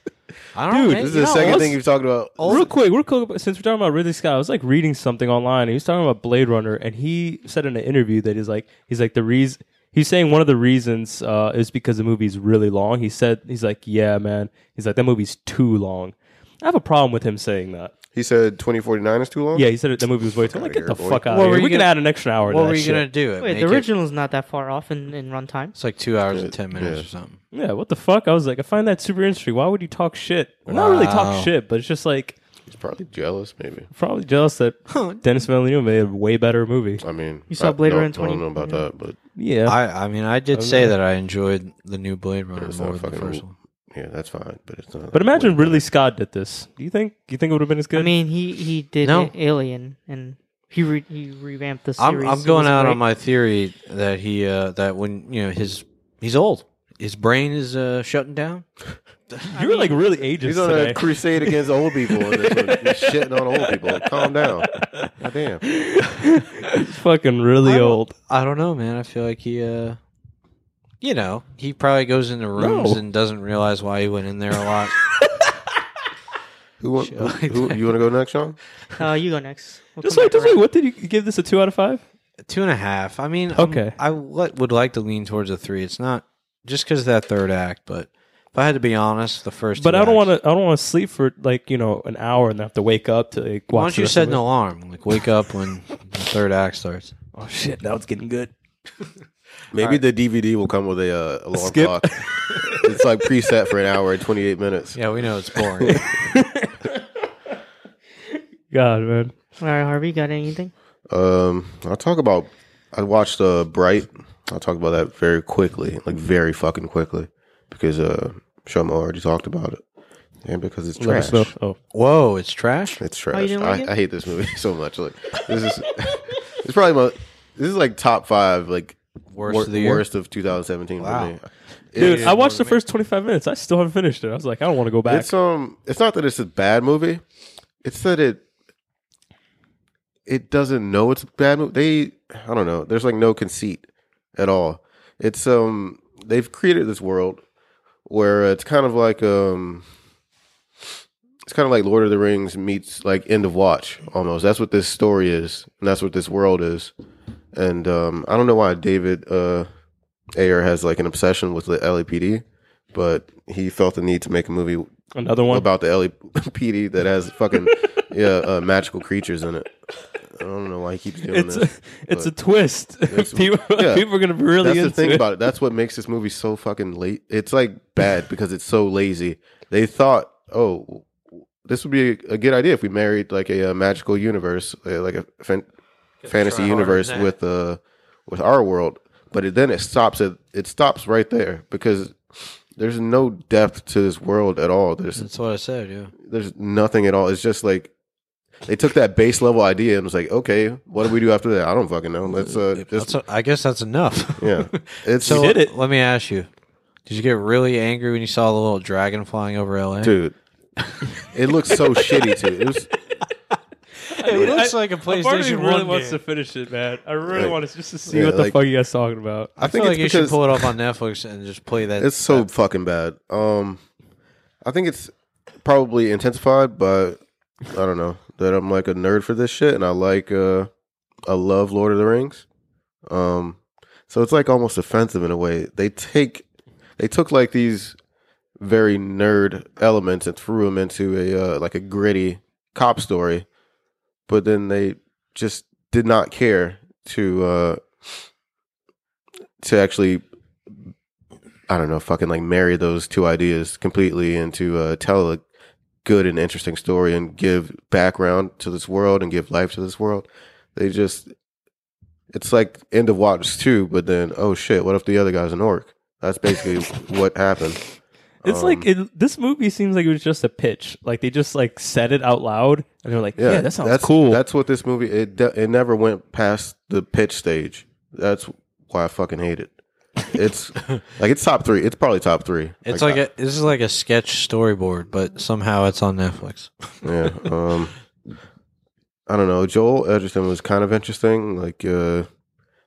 I don't dude. know. This is You the know, second let's- thing you've talked about. Real quick, real quick. Since we're talking about Ridley Scott, I was like reading something online. He was talking about Blade Runner, and he said in an interview that he's like, he's like the reason. He's saying one of the reasons uh, is because the movie's really long. He said, he's like, yeah, man. He's like, that movie's too long. I have a problem with him saying that. He said 2049 is too long. Yeah, he said the movie was way too. I'm like, outta get here, the boy. fuck out What of here. were you We can gonna- add an extra hour. What to were that you gonna shit. do? Wait, It make the it- original's not that far off in, in runtime. It's like two hours and ten minutes yeah. or something. Yeah, what the fuck? I was like, I find that super interesting. Why would you talk shit? Not really Wow. talk shit, but it's just like he's probably jealous. Maybe. probably jealous that Dennis Villeneuve made a way better movie. I mean, You saw I- Blade no, Runner in I don't 20? know about that, but Yeah, I, I mean, I did say that I enjoyed the new Blade Runner it's more not than the fucking. first one. Yeah, that's fine, but it's not. But imagine Ridley Scott did this. Do you think? Do you think it would have been as good? I mean, he, he did No. A- Alien and he re- he revamped the series. I'm, I'm It going was out on great. my theory that he uh, that when you know his he's old, his brain is uh, shutting down. you were like really ages He's on today. a crusade against old people. And this one. He's shitting on old people. Calm down. Goddamn. fucking really I'm- old. I don't know, man. I feel like he, uh, you know, he probably goes into rooms No. and doesn't realize why he went in there a lot. Who, want, who, who you want to go next, Sean? Uh, you go next. We'll Just come back like, just like, around. what did you give this a two out of five? Two and a half. I mean, I'm- Okay. I li- would like to lean towards a three. It's not just because of that third act, but if I had to be honest, the first. But two I don't want acts- to. I don't want to sleep for like you know an hour and have to wake up to like, watch. Why don't the you rest set of an it. alarm? Like wake up when the third act starts. Oh shit! Now it's getting good. Maybe the DVD will come with a uh, alarm Skip. clock. it's like preset for an hour and 28 minutes. Yeah, we know it's boring. God man, All right, Harvey, got anything? Um, I'll talk about. I watched uh, Bright. I'll talk about that very quickly, like very fucking quickly, because uh, Shoma already talked about it, and because it's Let us trash. know. Oh, Whoa, it's trash. It's trash. Oh, you didn't like I, it? I hate this movie so much. Like this is it's probably my this is like top five like Worst wor- of the year? worst of 2017 Wow. for me. dude, It's- I watched the first twenty five minutes. I still haven't finished it. I was like, I don't want to go back. It's um it's not that it's a bad movie. It's that it it doesn't know it's a bad movie. They I don't know. There's like no conceit at all. It's um they've created this world where it's kind of like um it's kind of like Lord of the Rings meets like End of Watch almost. That's what this story is, and that's what this world is. And um I don't know why David uh Ayer has like an obsession with the LAPD, but he felt the need to make a movie Another one. about the LAPD that has fucking yeah uh, magical creatures in it. I don't know why he keeps doing it's a, this. it's a twist. people, yeah. people are gonna be really That's the into thing it. about it. That's what makes this movie so fucking late. It's like bad because it's so lazy. They thought, oh, this would be a, a good idea if we married like a, uh magical universe, uh, like a fan- fantasy try harder universe than that. with uh with our world. But it, then it stops. It it stops right there because there's no depth to this world at all. There's That's what I said. Yeah. there's nothing at all. It's just like they took that base level idea and was like, okay, what do we do after that? I don't fucking know. Let's uh, That's just a, I guess that's enough. yeah. It's so did it. let me ask you: Did you get really angry when you saw the little dragon flying over LA? dude. It looks so shitty too. It was, it looks like a A part of me PlayStation really One wants to game. finish it, man. I really Like- want to just to see Yeah, what the like- fuck you guys talking about. I I feel think like it's you should because pull it up on Netflix and just play that. it's so that- fucking bad. Um, I think it's probably intensified, but I don't know that I'm like a nerd for this shit, and I like uh, I love Lord of the Rings. Um, so it's like almost offensive in a way. They take they took like these very nerd elements and threw them into a uh, like a gritty cop story, but then they just did not care to uh, to actually I don't know, fucking like marry those two ideas completely and to uh, tell a good and interesting story and give background to this world and give life to this world. They just, it's like end of watch two, but then oh shit, what if the other guy's an orc? That's basically what happened. It's Um, like it, this movie seems like it was just a pitch. Like they just like said it out loud, and they're like, "Yeah, that sounds that's, cool." That's what this movie it de- it never went past the pitch stage. That's why I fucking hate it. It's like it's top three. It's probably top three. It's like, a, this is like a sketch storyboard, but somehow it's on Netflix. yeah. Um, I don't know. Joel Edgerton was kind of interesting. Like, uh,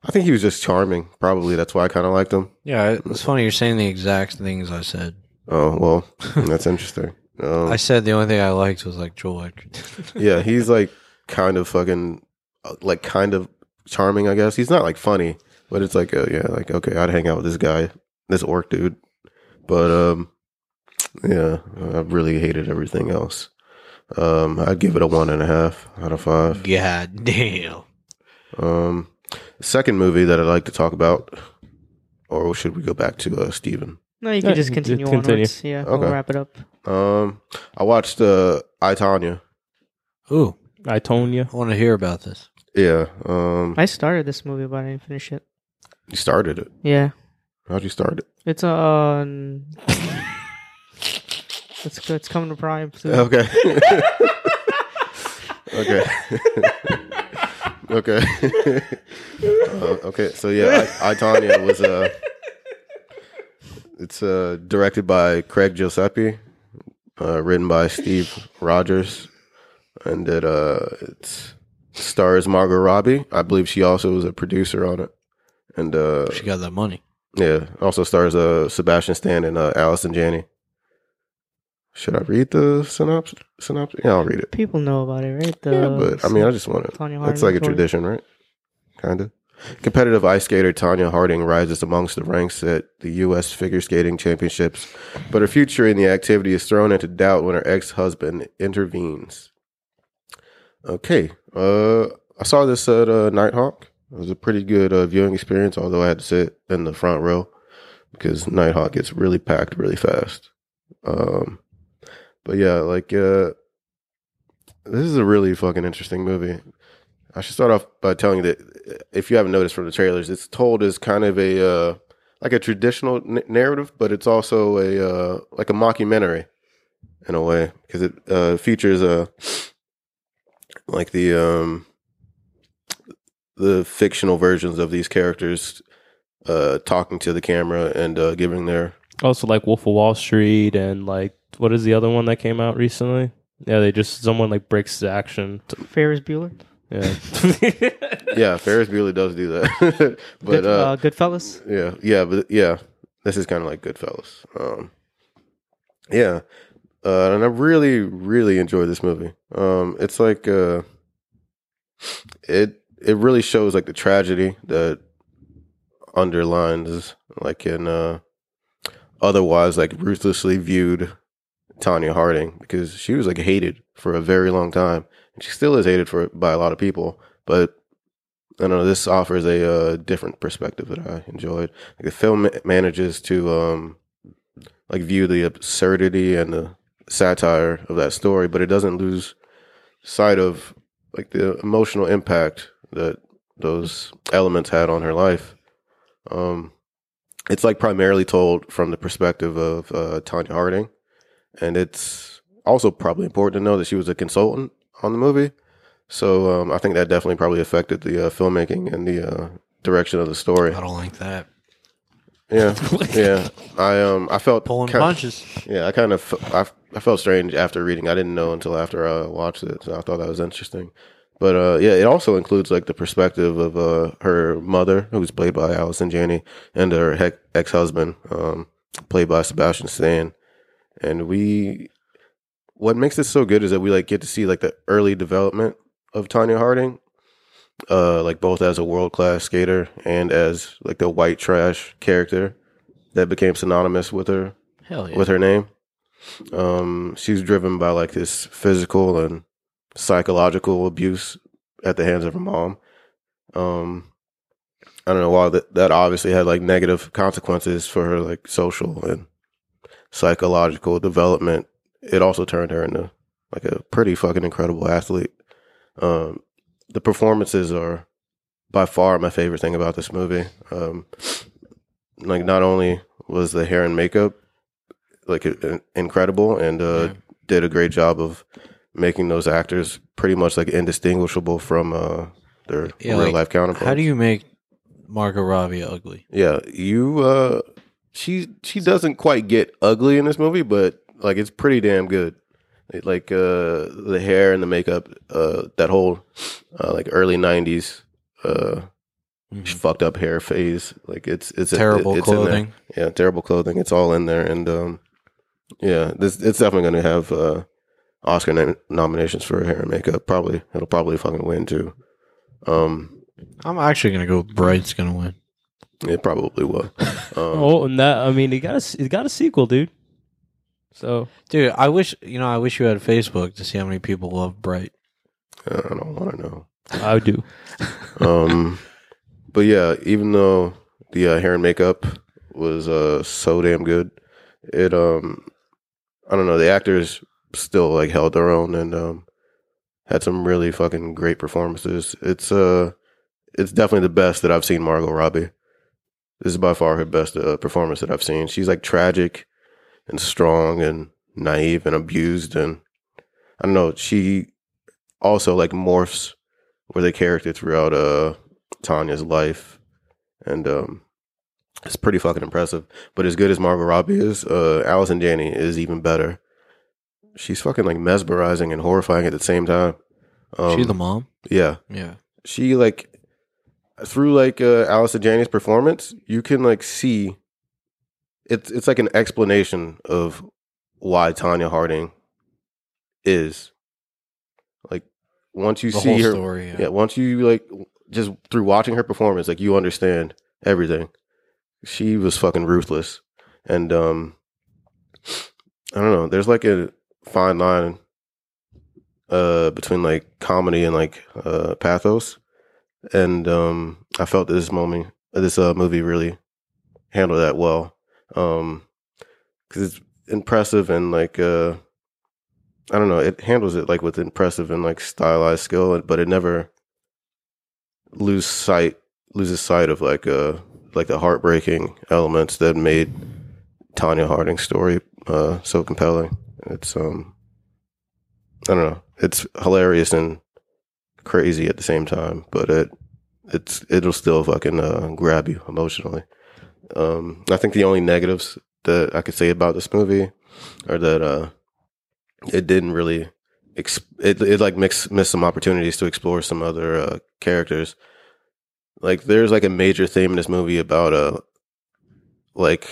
I think he was just charming. Probably that's why I kind of liked him. Yeah, it's funny you're saying the exact things I said. Oh well, that's interesting. Um, I said the only thing I liked was like Joel Edgerton. yeah, he's like kind of fucking, uh, like kind of charming. I guess he's not like funny, but it's like, uh, yeah, like okay, I'd hang out with this guy, this orc dude. But um, yeah, I really hated everything else. Um, I'd give it a one and a half out of five. God damn. Um, second movie that I'd like to talk about, or should we go back to uh, Steven? No, you Yeah, can just you can continue, continue. onwards. Yeah, we'll Okay. wrap it up. Um, I watched uh, I Tanya. Ooh, I Tonya. I want to hear about this. Yeah. Um, I started this movie, but I didn't finish it. you started it. Yeah, How'd you start it? it's on. it's it's coming to Prime soon. Okay. okay. okay. Uh, okay. So yeah, I, I Tanya was uh, it's uh directed by Craig Giuseppe, uh, written by Steve Rogers, and it uh it's stars Margot Robbie. I believe she also was a producer on it, and uh She got that money. yeah, also stars uh Sebastian Stan and uh, Allison Janney. Should I read the synopsis? Synopsis? Yeah, I'll read it. People know about it, right? The, yeah, but I mean, I just want it. Tonya It's like a Harding story. tradition, right? Kind of. Competitive ice skater Tanya Harding rises amongst the ranks at the U.S. Figure Skating Championships, but her future in the activity is thrown into doubt when her ex-husband intervenes. Okay, uh, I saw this at uh, Nighthawk. It was a pretty good uh, viewing experience, although I had to sit in the front row because Nighthawk gets really packed really fast. Um, but yeah, like uh, this is a really fucking interesting movie. I should start off by telling you that uh, if you haven't noticed from the trailers, it's told as kind of a uh, like a traditional n- narrative, but it's also a uh, like a mockumentary in a way because it uh, features uh, like the um, the fictional versions of these characters uh, talking to the camera and uh, giving their Also, like Wolf of Wall Street, and like what is the other one that came out recently? Yeah, they just someone like breaks the action. t- Ferris Bueller. Yeah, yeah Ferris Bueller does do that, but Good, uh, uh, Goodfellas. Yeah, yeah, but yeah, this is kind of like Goodfellas. Um, yeah, uh, and I really, really enjoyed this movie. Um, it's like uh, it it really shows like the tragedy that underlines like in uh, otherwise like ruthlessly viewed Tanya Harding because she was like hated for a very long time, and she still is hated for by a lot of people, but I don't know. This offers a uh, different perspective that I enjoyed. Like the film ma- manages to um, like view the absurdity and the satire of that story, but it doesn't lose sight of like the emotional impact that those elements had on her life. Um, it's like primarily told from the perspective of uh, Tanya Harding, and it's also probably important to know that she was a consultant on the movie. So um, I think that definitely probably affected the uh, filmmaking and the uh, direction of the story. I don't like that. Yeah, yeah. I um I felt Pulling kin- punches. Yeah, I kind of f- I, f- I felt strange after reading. I didn't know until after I watched it, so I thought that was interesting. But uh, yeah, it also includes like the perspective of uh, her mother, who's played by Allison Janney, and her hec- ex-husband, um, played by Sebastian Stan. And we, what makes this so good is that we like get to see like the early development of Tanya Harding, uh, like both as a world-class skater and as like the white trash character that became synonymous with her Hell yeah. with her name. Um, she's driven by like this physical and psychological abuse at the hands of her mom. Um, I don't know why that that obviously had like negative consequences for her like social and psychological development. It also turned her into like a pretty fucking incredible athlete. Um, the performances are by far my favorite thing about this movie. Um, like not only was the hair and makeup like in- incredible and uh, did a great job of making those actors pretty much like indistinguishable from uh, their Yeah, real like, life counterparts. How do you make Margot Robbie ugly? Yeah, you. uh She she doesn't quite get ugly in this movie, but like it's pretty damn good. It, like uh the hair and the makeup, uh that whole uh, like early '90s uh fucked up hair phase. Like it's it's Mm-hmm. Terrible it's in there. clothing. Yeah, terrible clothing. It's all in there, and um yeah, this it's definitely going to have uh Oscar nom- nominations for hair and makeup. Probably it'll probably fucking win too. Um, I'm actually gonna go. Bright's gonna win. it probably will. Um, Oh, and that I mean, it got a, it got a sequel, dude. So Dude, I wish you know. I wish you had Facebook to see how many people love Bright. I don't want to know. I do. Um, but yeah, even though the uh, hair and makeup was uh, so damn good, it um, I don't know, the actors still like held their own and um, had some really fucking great performances. It's uh, it's definitely the best that I've seen Margot Robbie. This is by far her best uh, performance that I've seen. She's like tragic and strong and naive and abused and I don't know. She also like morphs with a character throughout uh Tanya's life, and um, it's pretty fucking impressive. But as good as Margot Robbie is, uh, Allison Janney is even better. She's fucking like mesmerizing and horrifying at the same time. Um, She's the mom. yeah Yeah. she like through like uh Alyssa Janney's performance, you can like see it's it's like an explanation of why Tanya Harding is like once you The see whole her story. yeah, once you like just through watching her performance, like you understand everything. She was fucking ruthless. And um I don't know, there's like a fine line uh between like comedy and like uh pathos. And um I felt that this moment this uh movie really handled that well. Um cuz it's impressive and like uh I don't know. It handles it like with impressive and like stylized skill, but it never lose sight loses sight of like uh like the heartbreaking elements that made Tanya Harding's story uh so compelling. It's um I don't know. It's hilarious and crazy at the same time, but it it's it'll still fucking uh, grab you emotionally. Um I think the only negatives that I could say about this movie are that uh it didn't really ex- it, it like mix, missed some opportunities to explore some other uh, characters like there's like a major theme in this movie about uh like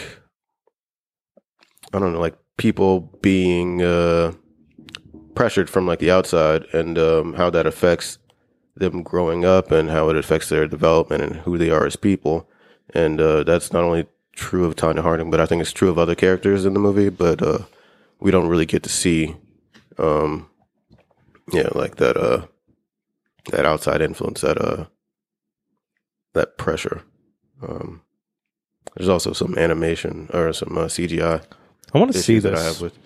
i don't know like people being uh pressured from like the outside and um how that affects them growing up and how it affects their development and who they are as people and uh that's not only true of tanya harding but i think it's true of other characters in the movie but uh we don't really get to see um yeah like that uh that outside influence that uh that pressure um there's also some animation or some uh, cgi I want to issues see that i have this. with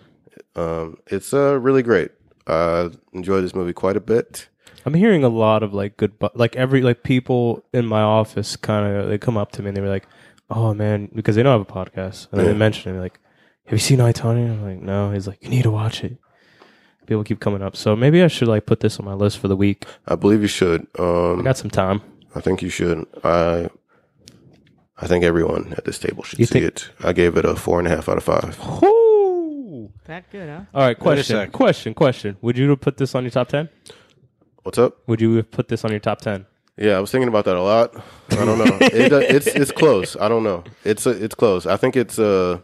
um it's uh really great i enjoyed this movie quite a bit I'm hearing a lot of like good, bu- like every like people in my office kind of they come up to me and they were like, "Oh man," because they don't have a podcast, and I Yeah. didn't mention it. Like, have you seen Itania? I'm like, no. He's like, you need to watch it. People keep coming up, so maybe I should like put this on my list for the week. i believe you should I um got some time. i think you should i i think everyone at this table should You see think- it i gave it a four and a half out of five Whoo! That good, huh? All right, question, sec. question, question. Would you have put this on your top ten? what's up Would you have put this on your top ten? Yeah, I was thinking about that a lot. I don't know. it, uh, it's it's close. I don't know. It's uh, it's close. I think it's uh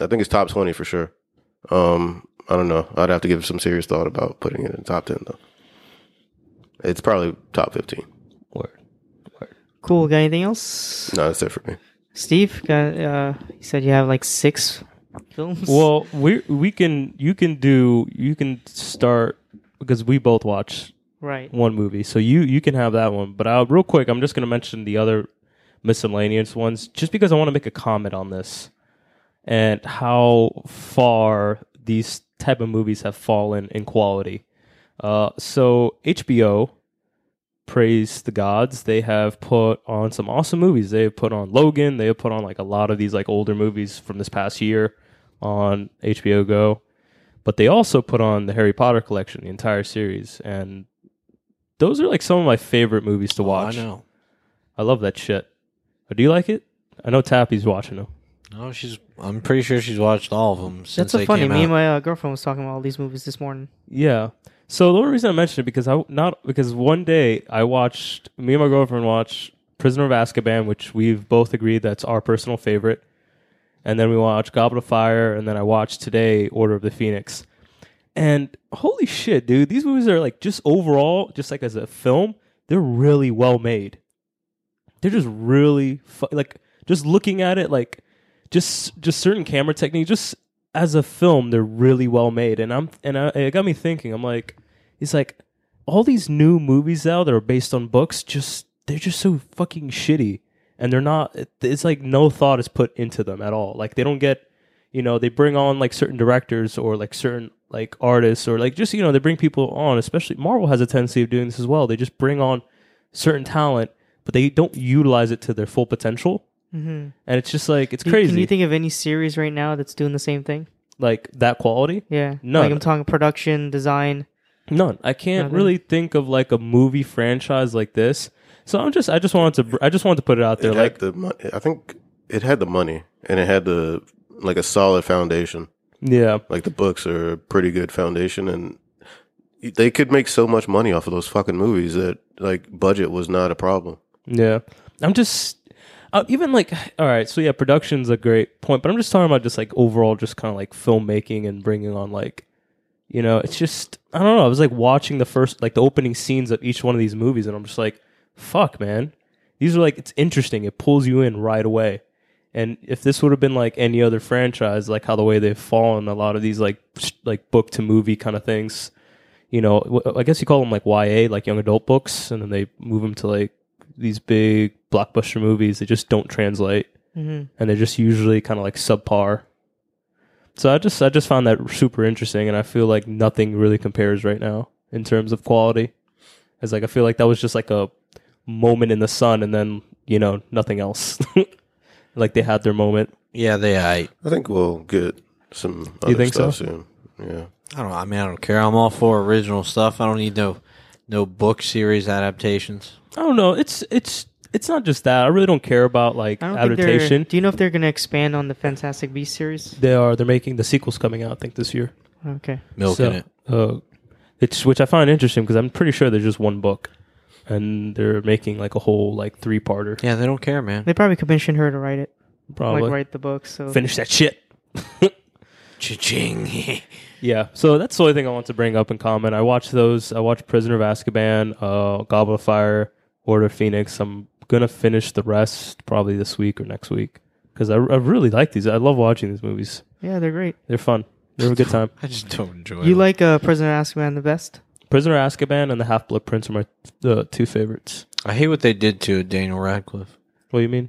I think it's top twenty for sure. Um, I don't know. I'd have to give it some serious thought about putting it in the top ten though. It's probably top fifteen. Word. Cool. Got anything else? No, that's it for me. Steve, got, uh, you said you have like six films. Well, we we can you can do you can start because we both watch right. one movie. So you you can have that one. But I'll, real quick, I'm just going to mention the other miscellaneous ones, just because I want to make a comment on this and how far these type of movies have fallen in quality. Uh, so HBO, praise the gods, they have put on some awesome movies. They have put on Logan. They have put on like a lot of these like older movies from this past year. on HBO Go. But they also put on the Harry Potter collection, the entire series, and those are like some of my favorite movies to watch. Oh, I know. I love that shit. But do you like it? I know Tappy's watching them. No, she's. I'm pretty sure she's watched all of them since That's so they funny. came Me and out. my uh, girlfriend was talking about all these movies this morning. Yeah. So the only reason I mentioned it because I not because one day I watched me and my girlfriend watched Prisoner of Azkaban, which we've both agreed that's our personal favorite, and then we watched Goblet of Fire, and then I watched today Order of the Phoenix, and holy shit, dude, these movies are like just overall, just like as a film, they're really well made. They're just really fu- like just looking at it like just just certain camera techniques just as a film they're really well made and i'm and I, it got me thinking i'm like it's like all these new movies out that are based on books just they're just so fucking shitty and they're not it- it's like no thought is put into them at all like they don't get you know they bring on like certain directors or like certain like artists or like just you know they bring people on especially marvel has a tendency of doing this as well they just bring on certain talent but they don't utilize it to their full potential Mm-hmm. and it's just like it's Can- crazy Can you think of any series right now that's doing the same thing? like that quality Yeah. None. Like I'm talking production, design. None. I can't Nothing. really think of like a movie franchise like this. So I'm just I just wanted to br- I just wanted to put it out there it like had the mon- I think it had the money and it had the like a solid foundation. yeah. Like the books are a pretty good foundation, and they could make so much money off of those fucking movies that like budget was not a problem. Yeah. I'm just uh, even like all right, so yeah, production's a great point, but I'm just talking about just like overall just kind of like filmmaking and bringing on like you know, it's just I don't know, I was like watching the first like the opening scenes of each one of these movies and I'm just like fuck, man. These are like it's interesting. It pulls you in right away. And if this would have been like any other franchise, like how the way they've fallen, a lot of these like sh- like book to movie kind of things, you know, wh- I guess you call them like YA, like young adult books, and then they move them to like these big blockbuster movies. They just don't translate, Mm-hmm. and they're just usually kind of like subpar. So I just I just found that super interesting, and I feel like nothing really compares right now in terms of quality. It's like I feel like that was just like a moment in the sun, and then you know nothing else. like they had their moment. Yeah, they. I. I think we'll get some. Other think so? stuff soon. Yeah, I don't. I mean, I don't care. I'm all for original stuff. I don't need no, no book series adaptations. I don't know. It's it's it's not just that. I really don't care about like I don't think they're- adaptation. Do you know if they're going to expand on the Fantastic Beasts series? They are they're making the sequels coming out. I think this year. Okay. Milking So, it. Uh, it's which I find interesting because I'm pretty sure there's just one book, and they're making like a whole like three parter. Yeah, they don't care, man. They probably commissioned her to write it, Probably like write the book. So finish that shit. Cha-ching. Yeah, so that's the only thing I want to bring up in comment. I watched those. I watched Prisoner of Azkaban, uh, Goblet of Fire, Order of Phoenix. I'm gonna finish the rest probably this week or next week because I, I really like these. I love watching these movies. yeah, they're great. They're fun. They're a good time. I just don't enjoy. You them. like uh, Prisoner of Azkaban the best? Prisoner of Azkaban and the Half Blood Prince are my uh, two favorites. I hate what they did to Daniel Radcliffe. What do you mean?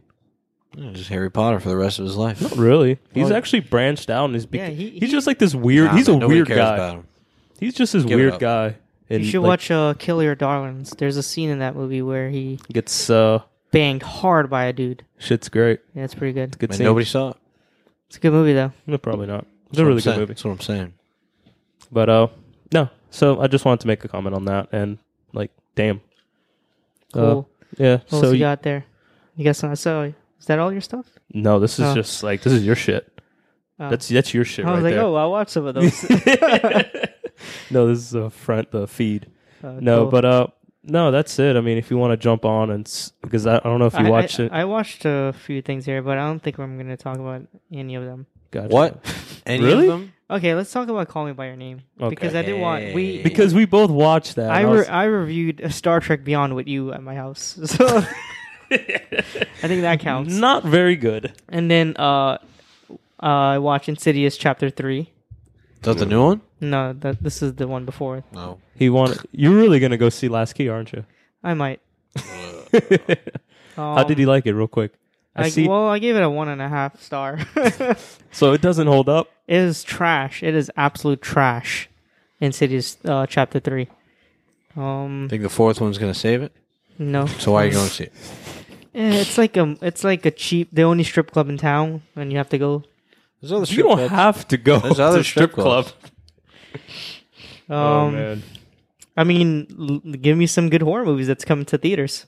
Yeah, Just Harry Potter for the rest of his life. Not really. He's Well, actually branched out and he's bec- Oh. yeah, he- he's he- just like this weird. Nah, he's a man, nobody weird cares guy. about him. He's just this Give it weird up. guy. And You should like, watch uh, Kill Your Darlings. There's a scene in that movie where he Gets uh, banged hard by a dude. shit's great. Yeah, it's pretty good. Good Man, scene. nobody saw it. It's a good movie though. No, probably not. It's That's a what I'm really good saying. movie. That's what I'm saying. But uh, no. So I just wanted to make a comment on that and like, damn. Cool. Uh, yeah. what so else you you- got there? You got some? So is that all your stuff? no, this is Oh. just like this is your shit. Oh. That's that's your shit I was right like, there. oh, I watched some of those. no, this is a front the feed. Uh, No, cool. but uh, no, that's it. I mean, if you want to jump on and s- because I, I don't know if you I- watched I, it. I watched a few things here, but I don't think I'm going to talk about any of them. Gotcha. What? Any Really? of them? Okay, let's talk about Call Me by Your Name because I did want we Hey. Because we both watched that. I and re- was- I reviewed Star Trek Beyond with you at my house, so I think that counts. not very good. And then uh, uh, I watched Insidious Chapter Three. Is that the new one? No, that this is the one before. No. He wanted. You're really gonna go see Last Key, aren't you? I might. How did he like it, real quick? I, Um, I, see. Well, I gave it a one and a half star. it so it doesn't hold up. is trash. It is absolute trash. Insidious uh, Chapter Three. Um, Think the fourth one's gonna save it? no, So why are you going to see it? Eh, it's like a it's like a cheap the only strip club in town, and you have to go There's other You strip don't clubs. have to go There's to other other strip, strip club. clubs. Um, oh man. I mean, l- give me some good horror movies that's coming to theaters.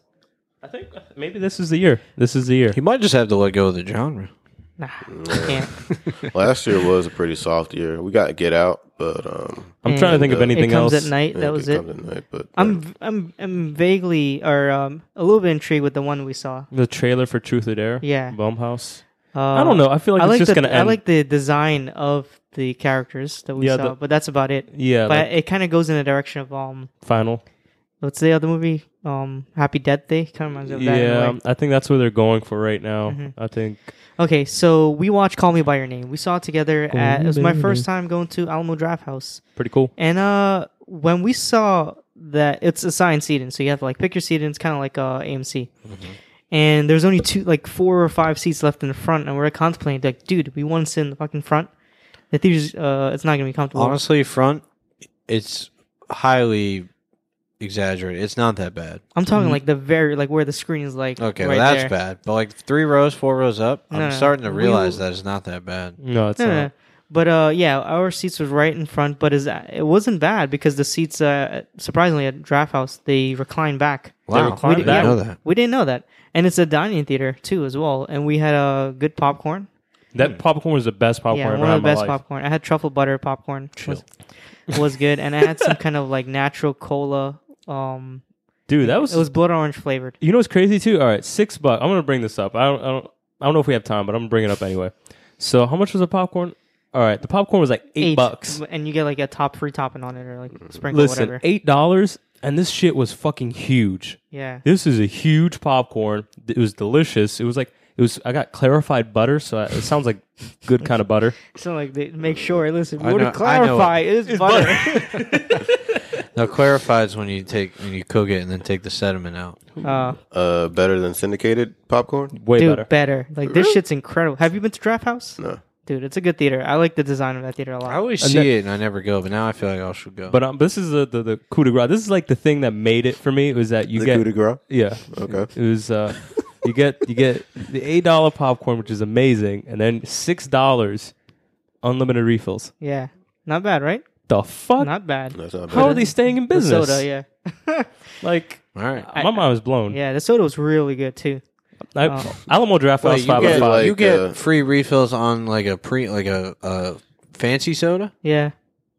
I think uh, maybe this is the year. This is the year. You might just have to let go of the genre. Nah, I can't. Last year was a pretty soft year. We got Get Out, but um, I'm trying to think of It anything it comes else. at night. yeah, That was Get it. Out tonight, but I'm v- I'm I'm vaguely or um, a little bit intrigued with the one we saw. The trailer for Truth or Dare. Yeah. Blumhouse. Uh, I don't know. I feel like I it's like just the gonna I end. like the design of the characters that we Yeah, saw, the- but that's about it. yeah. but like, it kind of goes in the direction of um, final. what's the other movie? Um, Happy Death Day. Kind of reminds me of that. in a Yeah. um, way. I think that's where they're going for right now. Mhm. I think. Okay, so we watched Call Me by Your Name. We saw it together. Call At, it Me was by my Your first Name. time going to Alamo Draft House, Pretty cool. and uh, when we saw that, it's assigned seating, so you have to like pick your seat, and it's kind of like uh AMC. Mm-hmm. And there's only two, like four or five seats left in the front, and we're contemplating like, dude, we want to sit in the fucking front. The theater's, uh, it's not gonna be comfortable. Honestly, front, it's highly exaggerated. It's not that bad. I'm talking Mm-hmm. like the very like where the screen is like Okay, right well, that's there. bad. But like three rows, four rows up, No, I'm no, starting to we realize will- that it's not that bad. No, it's No, no, not. no. But uh, yeah, our seats was right in front, but is it wasn't bad because the seats uh, surprisingly at Draft House they recline back. Wow, reclined I didn't back. know that. We didn't know that, and it's a dining theater too as well. And we had a uh, good popcorn. That popcorn was the best popcorn yeah, I've one had of in the my best life. popcorn. I had truffle butter popcorn. Was, was good, and I had some kind of like natural cola. Um, Dude, that was, it was blood orange flavored. You know what's crazy too? All right, six bucks. I'm gonna bring this up. I don't, I don't, I don't know if we have time, but I'm gonna bring it up anyway. So, how much was the popcorn? All right, the popcorn was like eight, bucks. and you get like a top free topping on it or like sprinkle Listen, whatever. eight dollars, and this shit was fucking huge. Yeah, This is a huge popcorn. It was delicious. It was like it was. I got clarified butter, so I, it sounds like good kind of butter. so like they make sure. Listen, we I want know- to I know clarify. It is butter. Now, clarifies when you take when you cook it and then take the sediment out. Uh, uh, better than syndicated popcorn. Way dude, better. better. Like this shit's incredible. Have you been to Draft House? No. Dude, it's a good theater. I like the design of that theater a lot. I always And see that- it and I never go, but now I feel like I should go. But um, this is the, the the coup de grace. This is like the thing that made it for me. Was that you The get coup de grace. Yeah. Okay. It was uh you get you get the eight dollar popcorn, which is amazing, and then six dollars unlimited refills. yeah, not bad, right? The fuck? Not bad. That's not How bad. are they staying in The business? soda, yeah, Like all right, my mind was blown. yeah. The soda was really good too. I, Oh. Alamo Draft House Wait, you five out get, of five. like, you get uh, free refills on like a pre like a, a fancy soda, Yeah,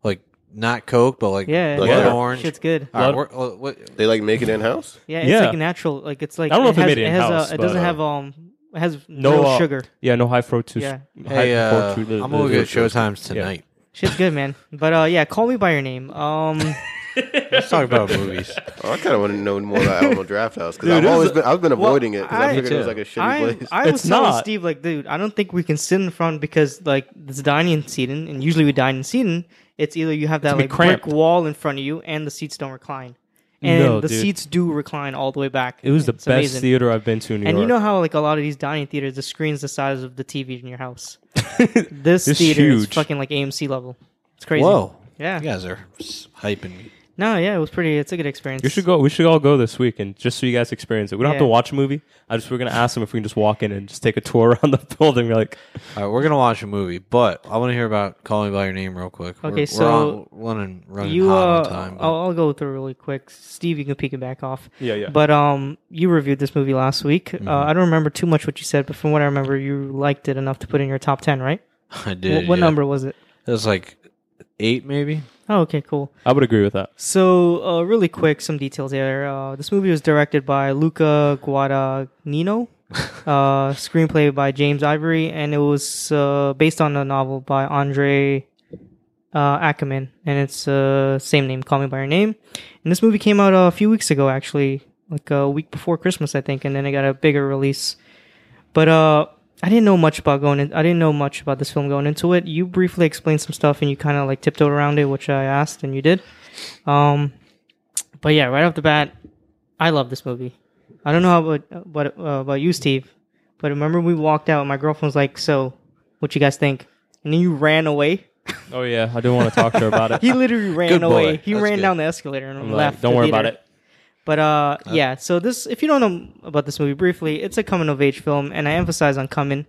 like not Coke, but like yeah. Like blood that. orange. Shit's good. All right, Blood- we're- uh, what- They like make it in house. Yeah, it's Yeah. like natural. Like it's like I don't know if they has, made it has in-house, a, it doesn't but, uh, have um it has no, no uh, sugar. Yeah, no high fructose. Yeah. High hey, uh, fructose- I'm gonna get Showtimes Yeah. tonight. Shit's good, man. But uh, yeah, call me by your name. Um, Let's talk about movies. Oh, I kind of want to know more about Alamo Draft House because Dude, I've this always is- been I've been avoiding it because I, I- figured it was too. like a shitty I place. I was It's telling not. Steve like, dude, I don't think we can sit in front because like it's dining and seating, and usually we dine and seating. It's either you have that gonna be like cramped. brick wall in front of you, and the seats don't recline, and No, the dude. seats do recline all the way back. It was the It's best amazing. theater I've been to in New And York. you know how like a lot of these dining theaters, the screen's the size of the TV in your house. This It's theater is huge. fucking like AMC level. It's crazy. Whoa, Yeah. you guys are s- hyping me. No, yeah, it was pretty. It's a good experience. you should go. We should all go this week, and just so you guys experience it. We don't have to Yeah. watch a movie. I just we're gonna ask them if we can just walk in and just take a tour around the building. We're like, All right, we're gonna watch a movie, but I want to hear about "Call Me by Your Name" real quick. Okay, we're, we're so on- running running You hot uh, on time. but- I'll, I'll go through really quick. Steve, you can peek it back off. yeah, yeah. But um, you reviewed this movie last week. Uh, Mm-hmm. I don't remember too much what you said, but from what I remember, you liked it enough to put in your top ten, right? I Wh- did. what yeah. number was it? It was like eight, maybe. Oh, okay, cool. I would agree with that. So, uh, really quick, some details here. Uh, this movie was directed by Luca Guadagnino, uh, screenplay by James Ivory, and it was uh, based on a novel by Andre uh, Ackerman, and it's uh, same name, Call Me by Your Name. And this movie came out uh, a few weeks ago, actually, like a week before Christmas, I think, and then it got a bigger release. But uh, I didn't know much about going. In- I didn't know much about this film going into it. You briefly explained some stuff, and you kind of like tiptoed around it, which I asked, and you did. Um, but yeah, right off the bat, I love this movie. I don't know about about, uh, about you, Steve, but remember we walked out. and My girlfriend was like, "So, what you guys think?" And then you ran away. Oh yeah, I do want to talk to her about it. He literally ran Good boy. away. He That's ran good. down the escalator and I'm like, left. don't the worry theater. about it. But uh, yeah, so this if you don't know about this movie briefly, it's a coming of age film, and I emphasize on coming.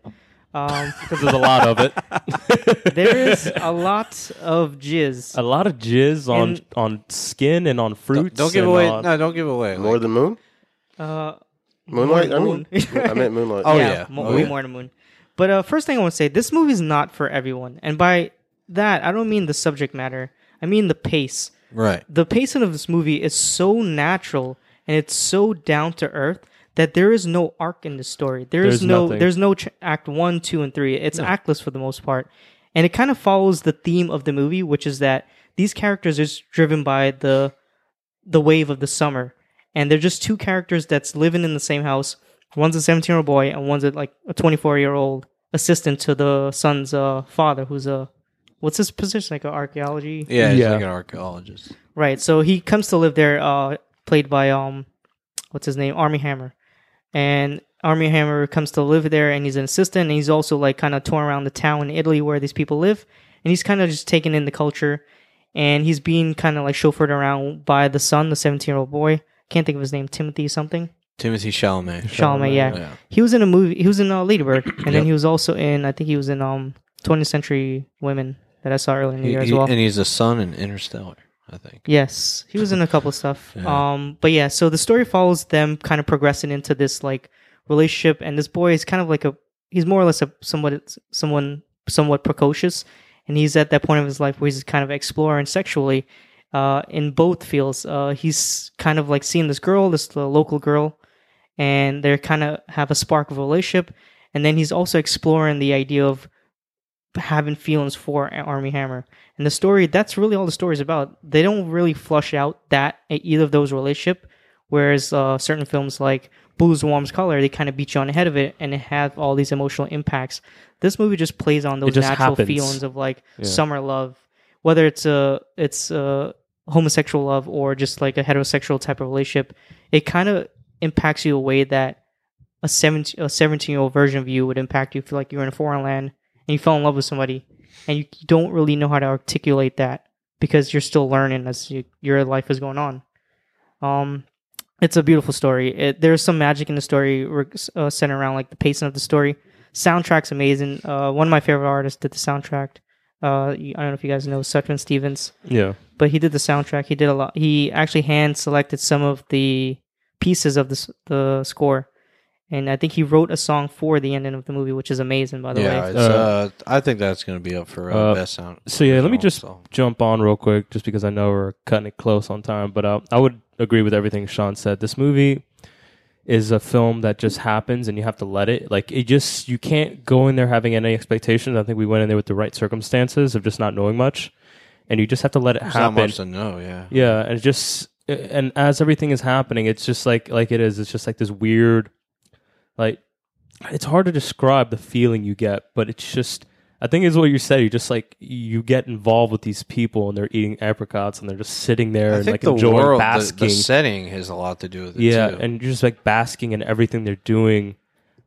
Um, because there's a lot of it. there is a lot of jizz. a lot of jizz on And- on skin and on fruits. Don't give and away. on- No, don't give away. More Like, than moon? Uh, Moonlight? More than I mean, Moon. I meant moonlight. Oh, yeah, yeah. mo- Oh, way yeah. more than moon. But uh, first thing I want to say, this movie's not for everyone, and by that I don't mean the subject matter. I mean the pace. right. The pacing of this movie is so natural and it's so down to earth that there is no arc in the story. There is There's no nothing. there's no ch- act 1, 2 and 3. It's actless for the most part. And it kind of follows the theme of the movie, which is that these characters is driven by the the wave of the summer. And they're just two characters that's living in the same house. One's a 17 year old boy, and one's a, like a 24 year old assistant to the son's uh, father, who's a what's his position? Like an archaeology. Yeah, he's Yeah. like an archaeologist. Right. So he comes to live there, uh, played by um, what's his name, Army Hammer, and Army Hammer comes to live there, and he's an assistant, and he's also like kind of touring around the town in Italy where these people live, and he's kind of just taking in the culture, and he's being kind of like chauffeured around by the son, the seventeen-year-old boy. Can't think of his name, Timothy something. Timothy Chalamet. Chalamet, yeah. Yeah. He was in a movie. He was in uh, Ladybird, and then he was also in. I think he was in um, 20th Century Women that I saw earlier in the He- year as he- well. And he's a son in Interstellar, I think. Yes, he was in a couple of stuff. Um, but yeah, so the story follows them kind of progressing into this like relationship, and this boy is kind of like a he's more or less a somewhat someone somewhat precocious, and he's at that point of his life where he's kind of exploring sexually, uh, in both fields. Uh, he's kind of like seeing this girl, this uh, local girl, and they're kind of have a spark of a relationship, and then he's also exploring the idea of having feelings for Army Hammer. And the story, that's really all the story's about. They don't really flush out that e- either of those relationship. Whereas uh, certain films like Blues Warms Color, they kind of beat you on the head of it and have all these emotional impacts. This movie just plays on those just natural happens. feelings of like summer love, whether it's a it's a homosexual love or just like a heterosexual type of relationship. It kind of impacts you a way that a 17 a 17 year old version of you would impact you if like you were in a foreign land and you fell in love with somebody and you don't really know how to articulate that because you're still learning as you, your life is going on um it's a beautiful story it, there's some magic in the story re- uh, centered around like the pacing of the story soundtrack's amazing uh one of my favorite artists did the soundtrack uh i don't know if you guys know Sutton stevens Yeah. but he did the soundtrack. He did a lot. He actually hand selected some of the pieces of the s- the score, and I think he wrote a song for the ending of the movie, which is amazing, by the Yeah, way. it's, uh, I think that's going to be up for uh, Uh, best sound. So yeah, let me original, just so. jump on real quick, just because I know we're cutting it close on time. But uh, I would agree with everything Sean said. This movie is a film that just happens, and you have to let it. Like it just you can't go in there having any expectations. I think we went in there with the right circumstances of just not knowing much, and you just have to let it There's not happen. much to know. Yeah, Yeah, and it just and as everything is happening, it's just like like it is. It's just like this weird, like it's hard to describe the feeling you get, but it's just. I think is what you said. You just like you get involved with these people, and they're eating apricots, and they're just sitting there I and think like the enjoying world, the, basking. the setting has a lot to do with it. yeah, too. and you're just like basking in everything they're doing.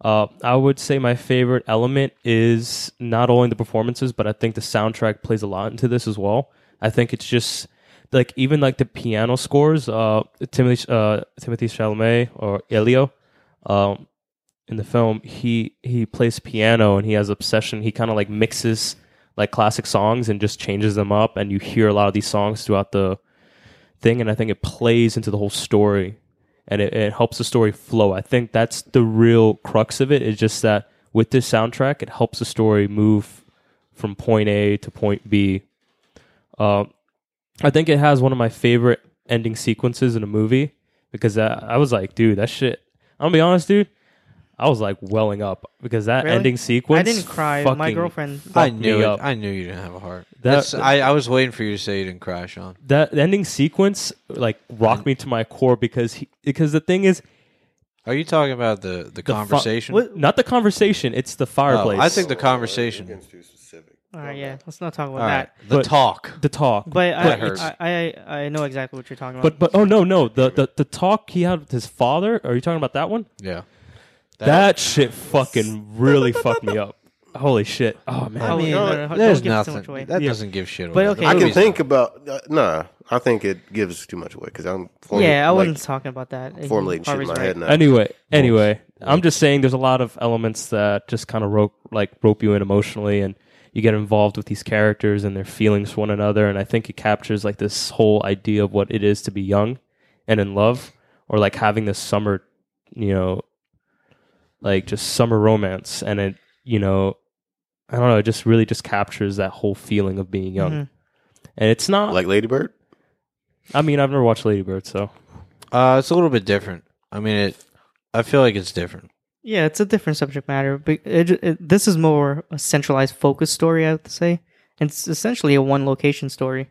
Uh, I would say my favorite element is not only the performances, but I think the soundtrack plays a lot into this as well. I think it's just like even like the piano scores, uh, Timothy uh, Timothy Chalamet or Elio, um, in the film, he he plays piano and he has obsession. He kind of like mixes like classic songs and just changes them up, and you hear a lot of these songs throughout the thing. And I think it plays into the whole story, and it, it helps the story flow. I think that's the real crux of it. Is just that with this soundtrack, it helps the story move from point A to point B. Um, I think it has one of my favorite ending sequences in a movie because I, I was like, dude, that shit. I'm gonna be honest, dude. I was like welling up because that Really? ending sequence. I didn't cry. My fucking- girlfriend. I fucked me knew it. up. I knew you didn't have a heart. That- That's, I, I was waiting for you to say you didn't cry, Sean. That the ending sequence like rocked me to my core because he, because the thing is Are you talking about the, the the, fu- conversation? what- not the conversation. It's the Oh, fireplace. I think the conversation. It's too specific. All right, yeah. Let's not talk about All right, that. the But- talk. the talk. But That hurts. I, I, I I know exactly what you're talking about. but but oh no no the, the the talk he had with his father. Are you talking about that one? Yeah, That, shit fucking really fucked me up. Holy shit! Oh man, I mean, no, no, no, uh, there's don't give too nothing. much away. That Yeah. doesn't give shit away. But The okay. I can movie's- think about uh, nah. I think it gives too much away because I'm formula- yeah, I like, wasn't talking about that. formulating shit in Harvey's my right. head now. Anyway, anyway, I'm just saying there's a lot of elements that just kind of rope like rope you in emotionally and you get involved with these characters and their feelings for one another and I think it captures like this whole idea of what it is to be young and in love or like having this summer, you know, like just summer romance and it, you know, I don't know, it just really just captures that whole feeling of being young. Mhm. And it's not like like Ladybird. I mean, I've never watched Lady Bird, so Uh, it's a little bit different. I mean, it. I feel like it's different. Yeah, it's a different subject matter. But it, it, this is more a centralized focus story, I would say. It's essentially a one location story.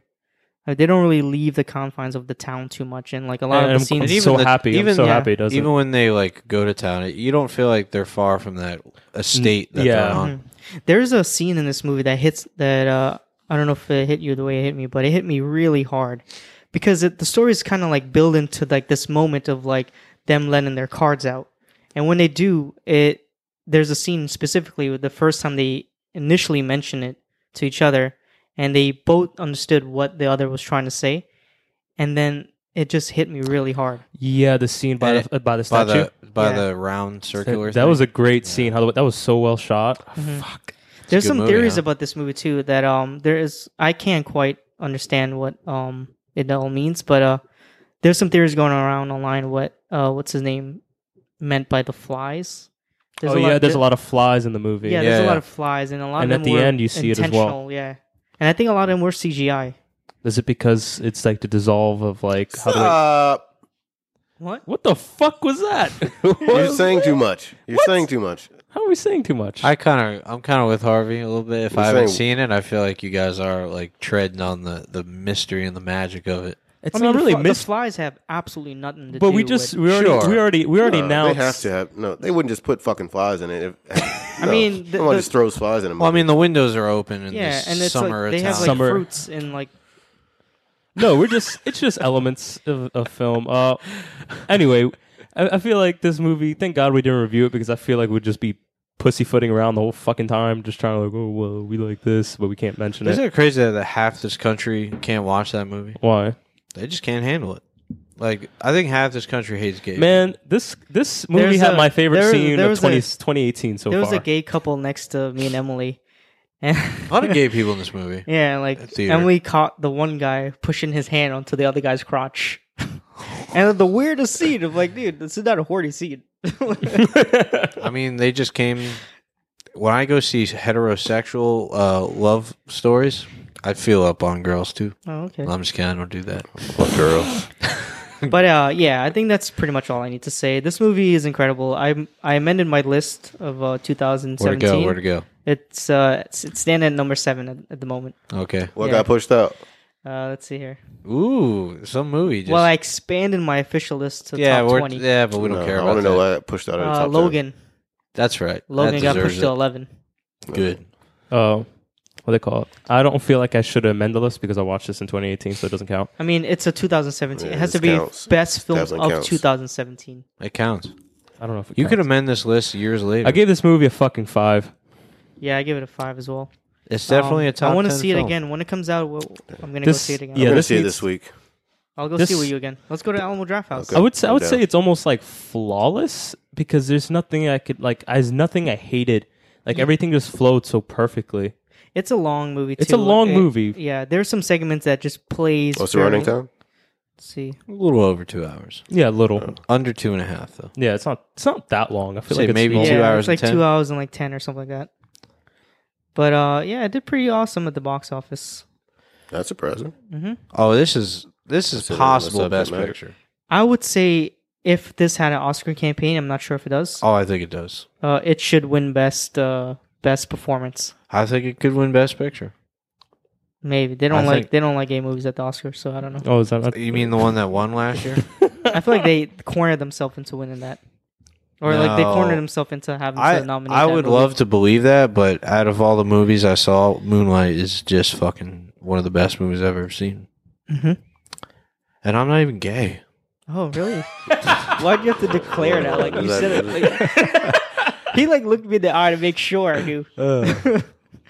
Like, they don't really leave the confines of the town too much, and like a lot And of I'm, the scenes. I'm even so the- happy. even- I'm so yeah, happy it doesn't. Even when they like go to town, it, you don't feel like they're far from that estate that yeah. they're on. Mm-hmm. There's a scene in this movie that hits that uh, I don't know if it hit you the way it hit me, but it hit me really hard because it, the story is kind of like built into like this moment of like them letting their cards out, and when they do it, there's a scene specifically with the first time they initially mention it to each other, and they both understood what the other was trying to say, and then it just hit me really hard. Yeah, the scene by And the, uh, by the By statue. the by Yeah. the round that circular. that was a great scene. How the, that was so well shot. Mm-hmm. Fuck. There's good some movie, theories huh? about this movie too that um there is I can't quite understand what um it all means, but uh there's some theories going around online what uh what's his name meant by the flies. oh yeah, there's a lot of flies in the movie. yeah, there's a Yeah, lot yeah. of flies and a lot And of at them the were end, you see it as well. intentional, Yeah, and I think a lot of them were CGI. Is it because it's like the dissolve of like how do I, Stop. What? what the fuck was that? What You're was saying that? too much. You're What? saying too much. How are we saying too much? I kind of, I'm kind of with Harvey a little bit. If You're I haven't saying- seen it, I feel like you guys are like treading on the the mystery and the magic of it. it's I mean, not the really fl- missed. The flies have absolutely nothing to do. But we just with- we already Sure. we already we already No, now Uh, they have to have no. They wouldn't just put fucking flies in it. If, I mean, the- someone the- just throws flies in them. Well, I mean, the windows are open in yeah, this and it's summer like they town. have like Summer. fruits and like No, we're just it's just elements of, of film. Uh, anyway, I, I feel like this movie. Thank God we didn't review it because I feel like we'd just be pussyfooting around the whole fucking time, just trying to like, oh well, we like this, but we can't mention Isn't it. it crazy that half this country can't watch that movie? Why, They just can't handle it. Like, I think half this country hates gay. man? This this movie There's had a- my favorite there- scene there of was 20, a- 2018 so there was far. a gay couple next to me and Emily, and a lot of gay people in this movie. Yeah, like At theater. Emily caught the one guy pushing his hand onto the other guy's crotch. and the weirdest scene of like, dude, this is not a horny scene. I mean, they just came. When I go see heterosexual uh, love stories, I feel up on girls too. oh, okay. I'm just kidding. I don't do that. girls. But uh, yeah, I think that's pretty much all I need to say. This movie is incredible. I I amended my list of uh, 2017. Where to go? Where to go? It's uh, it's, it's standing at number seven at, at the moment. Okay. What Yeah. got pushed out? Uh, let's see here. Ooh, some movie. Just, well, I expanded my official list to yeah, top we're, 20. yeah, but we don't No, care I about want to know that. why it pushed out of the uh, top Logan. That's right. Logan that got deserves pushed it. to 11. Good. Oh, what they call it? I don't feel like I should amend the list because I watched this in 2018, so it doesn't count. I mean, it's a 2017. Yeah, it has to this be counts. best films Definitely of counts. 2017. It counts. I don't know if it You could counts. amend this list years later. I gave this movie a fucking five. Yeah, I give it a five as well. it's definitely Um, a top. I want to 10 see it film. again when it comes out. We'll, I'm gonna This- go see it again. yeah, I'm gonna this see it needs- this week. I'll go this- see it with you again. Let's go to Alamo Draft House. Okay. I would say, I I'm would down. say it's almost like flawless because there's nothing I could like. There's nothing I hated. Like everything just flowed so perfectly. It's a long movie. Too. It's a long It- movie. Yeah, there's some segments that just plays. What's the Oh, running very- time? Let's see, A little over two hours. Yeah, a little. Under two and a half, though. Yeah, it's not. It's not that long. I feel Oh. Say like it's maybe normal. two yeah, It's hours like and 10? two hours and like ten or something like that. But uh, yeah, it did pretty awesome at the box office. That's surprising. Oh, this is this is Considering the possible subject best matter. picture. I would say if this had an Oscar campaign, I'm not sure if it does. Oh, I think it does. Uh, it should win best uh, best performance. I think it could win best picture. Maybe they don't I like think- they don't like gay movies at the Oscars, so I don't know. Oh, is that? Not, You mean the one that won last year? I feel like they cornered themselves into winning that, or like they No. cornered themselves into having I to nominate. I that would movie. love to believe that, but out of all the movies I saw, Moonlight is just fucking one of the best movies I've ever seen. Mhm. And I'm not even gay. Oh really? Why'd you have to declare that? Like you Is that- said it. Like, he like looked me in the eye to make sure I knew.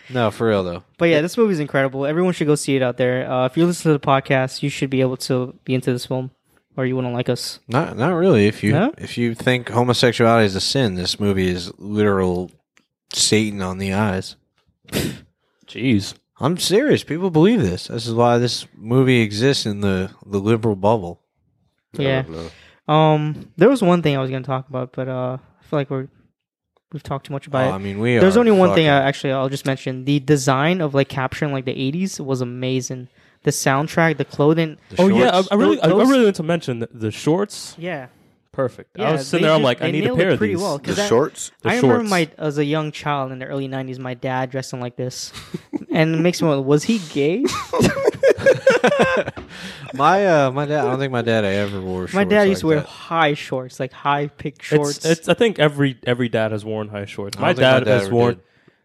No, for real though. But yeah, this movie's incredible. Everyone should go see it out there. Uh, if you listen to the podcast, you should be able to be into this film, or you wouldn't like us. Not not really. If you No? if you think homosexuality is a sin, this movie is literal Satan on the eyes. Jeez. I'm serious. People believe this. This is why this movie exists in the the liberal bubble. Yeah. No. Um, there was one thing I was gonna talk about, but uh, I feel like we're we've talked too much Oh, about it. I mean, we. There's are only one thing I, fucking- actually I'll just mention. The design of like capturing like the 80s was amazing. The soundtrack, the clothing. The Oh shorts. yeah, I, I really, I, I Those- really wanted to mention the, the shorts. Yeah. Perfect. yeah I was sitting they there. I'm just- like, I they need a nailed it pair of pretty these. well, 'cause The that- shorts. The I shorts. remember my as a young child in the early 90s, my dad dressing like this, and it makes me wonder, was he gay? My uh, my dad. I don't think my dad ever wore. Shorts my dad used to like wear that. high shorts, like high pick shorts. It's, it's, I think every every dad has worn high shorts. I don't My think my dad, dad has ever worn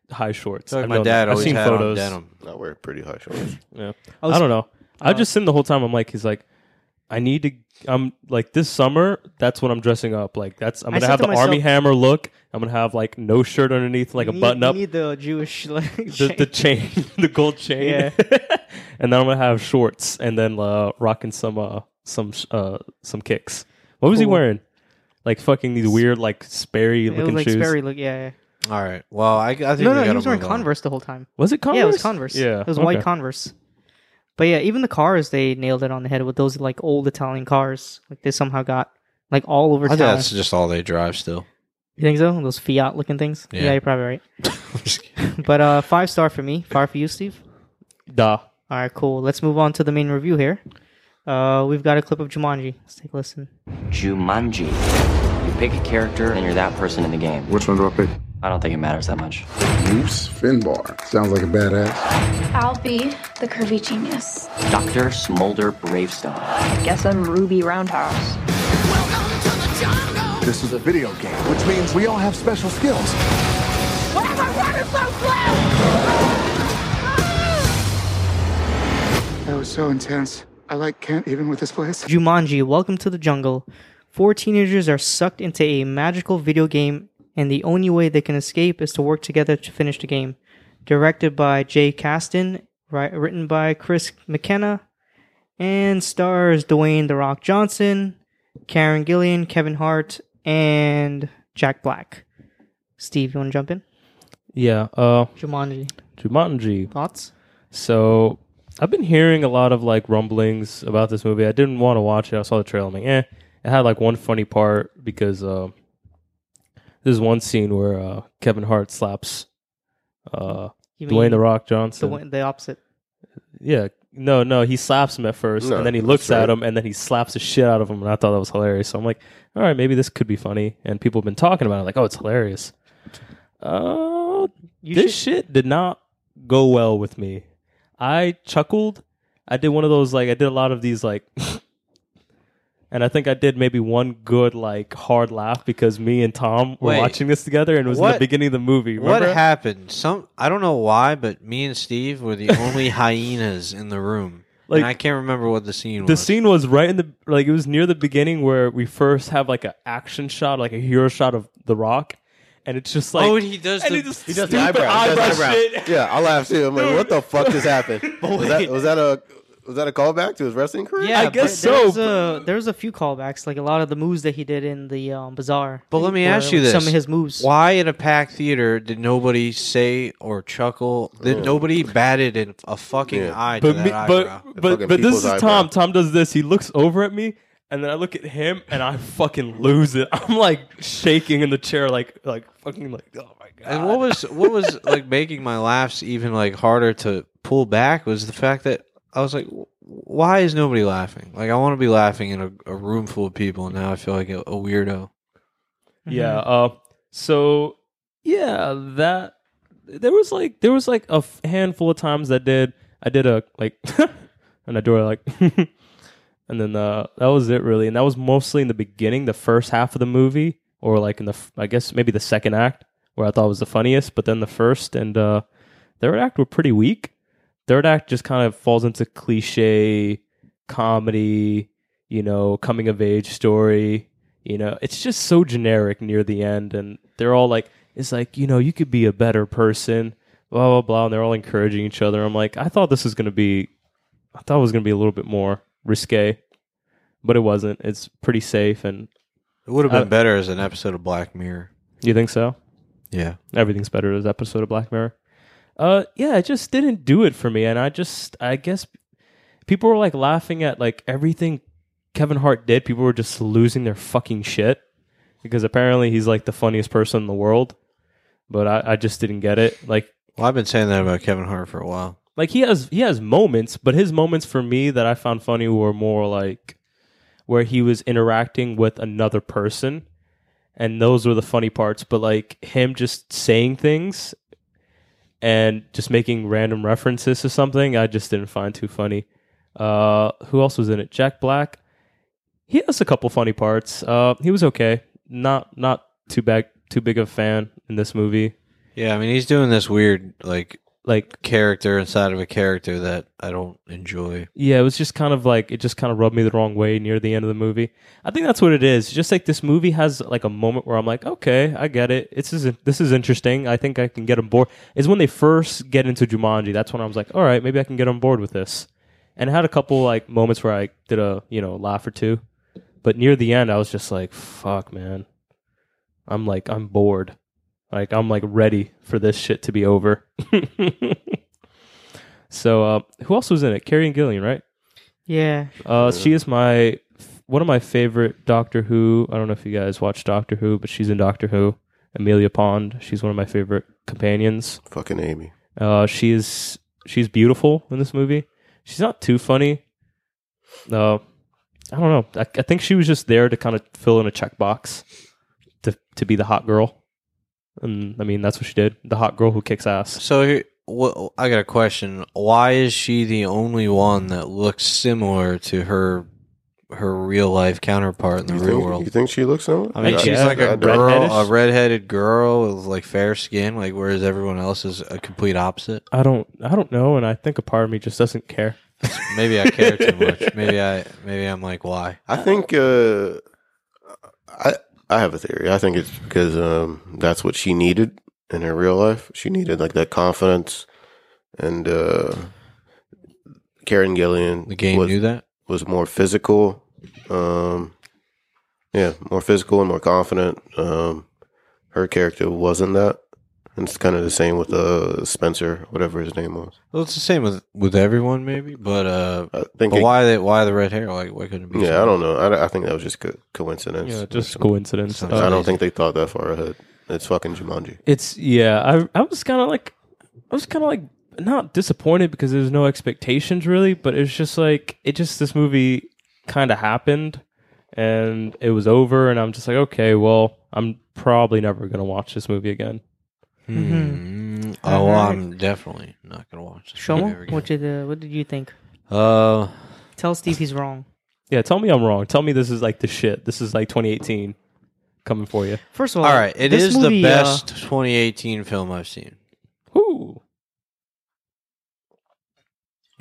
did. high shorts. I feel like I've my known dad that. I've always seen had photos. on denim. I wear pretty high shorts. Yeah. I was- uh, I don't know. I just sitting the whole time. I'm like, he's like, I need to. I'm like this summer. That's what I'm dressing up. Like that's. I'm I gonna said have to the army myself- hammer look. I'm gonna have like no shirt underneath, like You a need- button up, You need the Jewish like, the, the chain, the gold chain, and then I'm gonna have shorts, and then uh, rocking some uh, some sh- uh, some kicks. What was he Cool. wearing? Like fucking these weird like Sperry It was looking like shoes. Sperry look. Yeah. yeah. All right. Well, I, I No, think we no, he gotta was wearing move on. Converse the whole time. Was it Converse? Yeah, it was Converse. Yeah, it was okay. white Converse. But yeah, even the cars they nailed it on the head with those like old Italian cars. Like they somehow got like all over I think town. that's just all they drive still. You think so? Those Fiat looking things. Yeah, Yeah. you're probably right. I'm just kidding. But uh, five star for me, five for you, Steve. Duh. All right, cool. Let's move on to the main review here. Uh, we've got a clip of Jumanji. Let's take a listen. Jumanji. You pick a character and you're that person in the game. Which one do I pick? I don't think it matters that much. Oops, Finbar. Sounds like a badass. I'll be the curvy genius. Dr. Smolder Bravestone. Guess I'm Ruby Roundhouse. This is a video game, which means we all have special skills. Why am I running so slow? That was so intense. I like Kent even with this place. Jumanji, Welcome to the Jungle. Four teenagers are sucked into a magical video game, and the only way they can escape is to work together to finish the game. Directed by Jay Caston, ri- written by Chris McKenna, and stars Dwayne The Rock Johnson, Karen Gillian, Kevin Hart, and Jack Black. Steve, you want to jump in? Yeah. Uh, Jumanji, Jumanji. thoughts? So I've been hearing a lot of like rumblings about this movie. I didn't want to watch it. I saw the trailer. I'm like, eh. It had like one funny part because uh, there's one scene where uh, Kevin Hart slaps uh, You Dwayne the Rock the, Johnson. one- the opposite. Yeah. No, no, he slaps him at first, No, and then he that's looks at right. him, and then he slaps the shit out of him, and I thought that was hilarious. So I'm like, all right, maybe this could be funny, and people have been talking about it, like, oh, it's hilarious. Uh, You this shit did not go well with me. I chuckled. I did one of those like I did a lot of these like, and I think I did maybe one good like hard laugh because me and Tom were Wait. watching this together, and it was in the What- beginning of the movie. What Remember? happened? Some I don't know why, but me and Steve were the only hyenas in the room. Like- and I can't remember what the scene The was. scene was right in the like it was near the beginning where we first have like an action shot, like a hero shot of The Rock, and it's just like Oh, and he does and the- he does He does the stupid eyebrow. he does the eyebrow eyebrow. shit. Yeah, I laughed too. I'm like, what the fuck just happened? Was that, was that a was that a callback to his wrestling career? Yeah, I guess so. but- There's a, there's a few callbacks, like a lot of the moves that he did in the um, bazaar. But let me Or, ask you like, this: some of his moves. Why in a packed theater did nobody say or chuckle? That nobody batted an, a fucking Yeah. eye to but that me, eyebrow? but fucking but but this is people's eyebrow. Tom. Tom does this. He looks over at me, and then I look at him, and I fucking lose it. I'm like shaking in the chair, like like fucking like oh my god. and what was what was like making my laughs even like harder to pull back was the fact that I was like, "Wh- why is nobody laughing? Like I want to be laughing in a, a room full of people, and now I feel like a, a weirdo. Yeah. Uh, so yeah, that there was like there was like a f- handful of times I did I did a like and I do it like and then uh, that was it really, and that was mostly in the beginning, the first half of the movie, or like in the f- I guess maybe the second act where I thought was the funniest, but then the first and uh, third act were pretty weak. Third act just kind of falls into cliche comedy, you know, coming of age story. You know, it's just so generic near the end, and they're all like, is like, you know, you could be a better person, blah blah blah, and they're all encouraging each other. I'm like, I thought this was gonna be, I thought it was gonna be a little bit more risque, but it wasn't. It's pretty safe, and It would have been Uh, better as an episode of Black Mirror. you think so? Yeah. Everything's better as episode of Black Mirror. Uh, yeah, it just didn't do it for me, and I just, I guess, people were like laughing at like everything Kevin Hart did. People were just losing their fucking shit because apparently he's like the funniest person in the world, but I, I just didn't get it. Like, Well, I've been saying that about Kevin Hart for a while. like he has he has moments, but his moments for me that I found funny were more like where he was interacting with another person, and those were the funny parts. But like him just saying things and just making random references to something, I just didn't find too funny. Uh, who else was in it? Jack Black. He has a couple funny parts. Uh, he was okay. Not not too bad. Too big of a fan in this movie. Yeah, I mean he's doing this weird like Like character inside of a character that I don't enjoy. Yeah, it was just kind of like it just kind of rubbed me the wrong way near the end of the movie. I think that's what it is. Just like this movie has like a moment where I'm like, okay, I get it. This is this is interesting. I think I can get on board. Is when they first get into Jumanji. That's when I was like, all right, maybe I can get on board with this. And I had a couple like moments where I did a you know laugh or two, but near the end I was just like, fuck, man, I'm like I'm bored. Like I'm like ready for this shit to be over. so uh, who else was in it? Carrie and Gillian, right? Yeah. Uh, she is my one of my favorite Doctor Who. I don't know if you guys watch Doctor Who, but she's in Doctor Who. Amelia Pond. She's one of my favorite companions. Fucking Amy. Uh, she is she's beautiful in this movie. She's not too funny. Uh, I don't know. I, I think she was just there to kind of fill in a checkbox to to be the hot girl. And I mean, that's what she did. The hot girl who kicks ass. So here, wh- I got a question. Why is she the only one that looks similar to her her real life counterpart in the You real think, world? you think she looks similar? I mean, Yeah. she's like I a don't. girl, a Redheadish? redheaded girl with like fair skin, like whereas everyone else is a complete opposite. I don't I don't know, and I think a part of me just doesn't care. Maybe I care too much. Maybe I maybe I'm like why? I think uh, I I have a theory. I think it's because um, that's what she needed in her real life. She needed like that confidence, and uh, Karen Gillian The game was, knew that. was more physical. Um, yeah, more physical and more confident. Um, her character wasn't that. And it's kind of the same with uh, Spencer, whatever his name was. Well, it's the same with with everyone, maybe. But uh, I think. but it- why the why the red hair? Like why couldn't it be? yeah, I don't know. I, I think that was just co- coincidence. Yeah, just coincidence. I Uh, don't think they thought that far ahead. It's fucking Jumanji. It's yeah. I I was kind of like I was kind of like not disappointed because there's no expectations really, but it's just like it just this movie kind of happened and it was over, and I'm just like okay, well I'm probably never gonna watch this movie again. Hmm. Oh, well, I'm definitely not gonna watch this. movie ever Shomo, again. what did uh, what did you think? Uh, Tell Steve he's wrong. Yeah, tell me I'm wrong. Tell me this is like the shit. This is like 2018 coming for you. First of all, all right. It this is movie, the uh, best 2018 film I've seen. Whoo!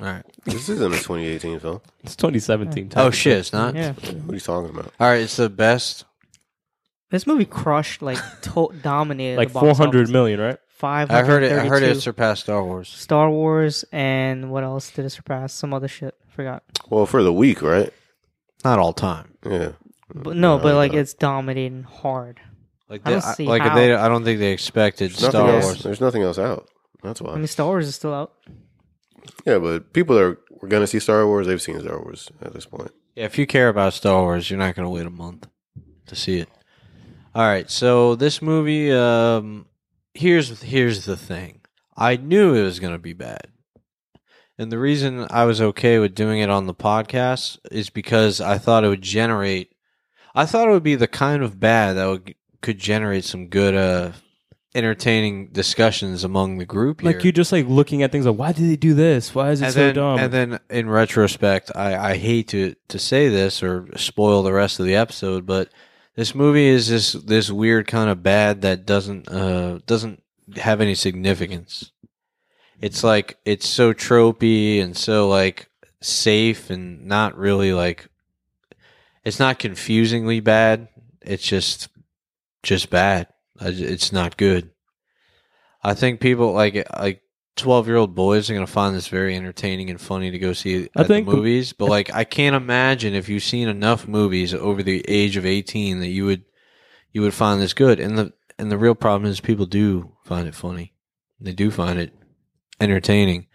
All right. This isn't a 2018 film. It's 2017. Oh shit, it's not. yeah, What are you talking about? All right, it's the best. this movie crushed like to- dominated Like the box 400 million, right? Five. I heard it. I heard it surpassed Star Wars. Star Wars and what else did it surpass? Some other shit. Forgot. Well, for the week, right? Not all time. Yeah. But no, No, but like no. it's dominating hard. Like I they, don't I see like how. they. I don't think they expected There's Star nothing else- Wars. There's nothing else out. That's I mean, why. Star Wars is still out. Yeah, but people that are were gonna see Star Wars, they've seen Star Wars at this point. Yeah, if you care about Star Wars, you're not going to wait a month to see it. All right, so this movie, um, here's here's the thing. I knew it was going to be bad, and the reason I was okay with doing it on the podcast is because I thought it would generate. I thought it would be the kind of bad that would, could generate some good, uh, entertaining discussions among the group. Here. Like you just like looking at things like why did they do this? Why is it and so then, dumb? And then in retrospect, I, I hate to, to say this or spoil the rest of the episode, but this movie is this this weird kind of bad that doesn't uh doesn't have any significance. It's like it's so tropey and so like safe and not really like it's not confusingly bad. It's just just bad. I j- it's not good. I think people like like twelve year old boys are gonna find this very entertaining and funny to go see I at the think- movies. But like, I can't imagine if you've seen enough movies over the age of eighteen that you would you would find this good. And the and the real problem is people do find it funny. They do find it entertaining,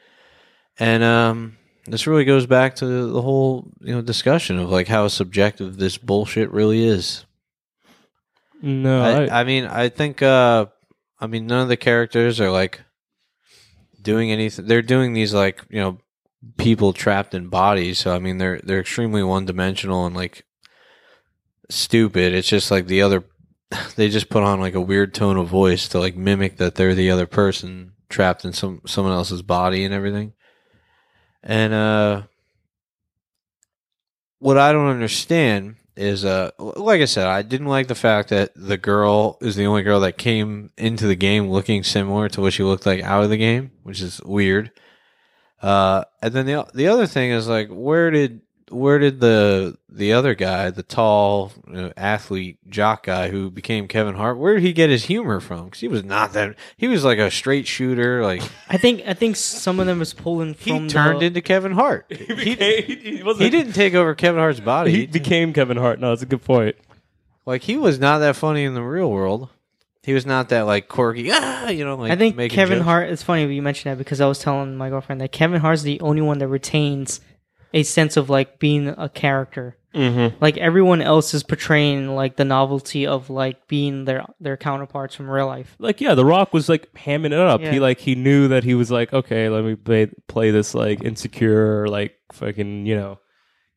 and um. This really goes back to the whole, you know, discussion of like how subjective this bullshit really is. No, I, I, I mean, I think, uh, I mean, none of the characters are like doing anything. They're doing these like you know people trapped in bodies. So I mean, they're they're extremely one dimensional and like stupid. It's just like the other. They just put on like a weird tone of voice to like mimic that they're the other person trapped in some someone else's body and everything. And uh, what I don't understand is uh l- like I said, I didn't like the fact that the girl is the only girl that came into the game looking similar to what she looked like out of the game, which is weird. Uh and then the o- the other thing is like where did where did the the other guy, the tall you know, athlete jock guy who became Kevin Hart, where did he get his humor from? Cuz he was not that he was like a straight shooter like I think I think some of them is pulling he from turned the, into Kevin Hart. he, he wasn't- He didn't take over Kevin Hart's body. He became Kevin Hart. No, that's a good point. Like he was not that funny in the real world. He was not that like quirky. Ah, you know. Like I think making Kevin jokes. Hart. It's funny you mentioned that because I was telling my girlfriend that Kevin Hart's the only one that retains a sense of like being a character. Mm-hmm. Like everyone else is portraying like the novelty of like being their their counterparts from real life. Like, yeah, The Rock was like hamming it up. Yeah. He like he knew that he was like, okay, let me play play this like insecure, like fucking you know,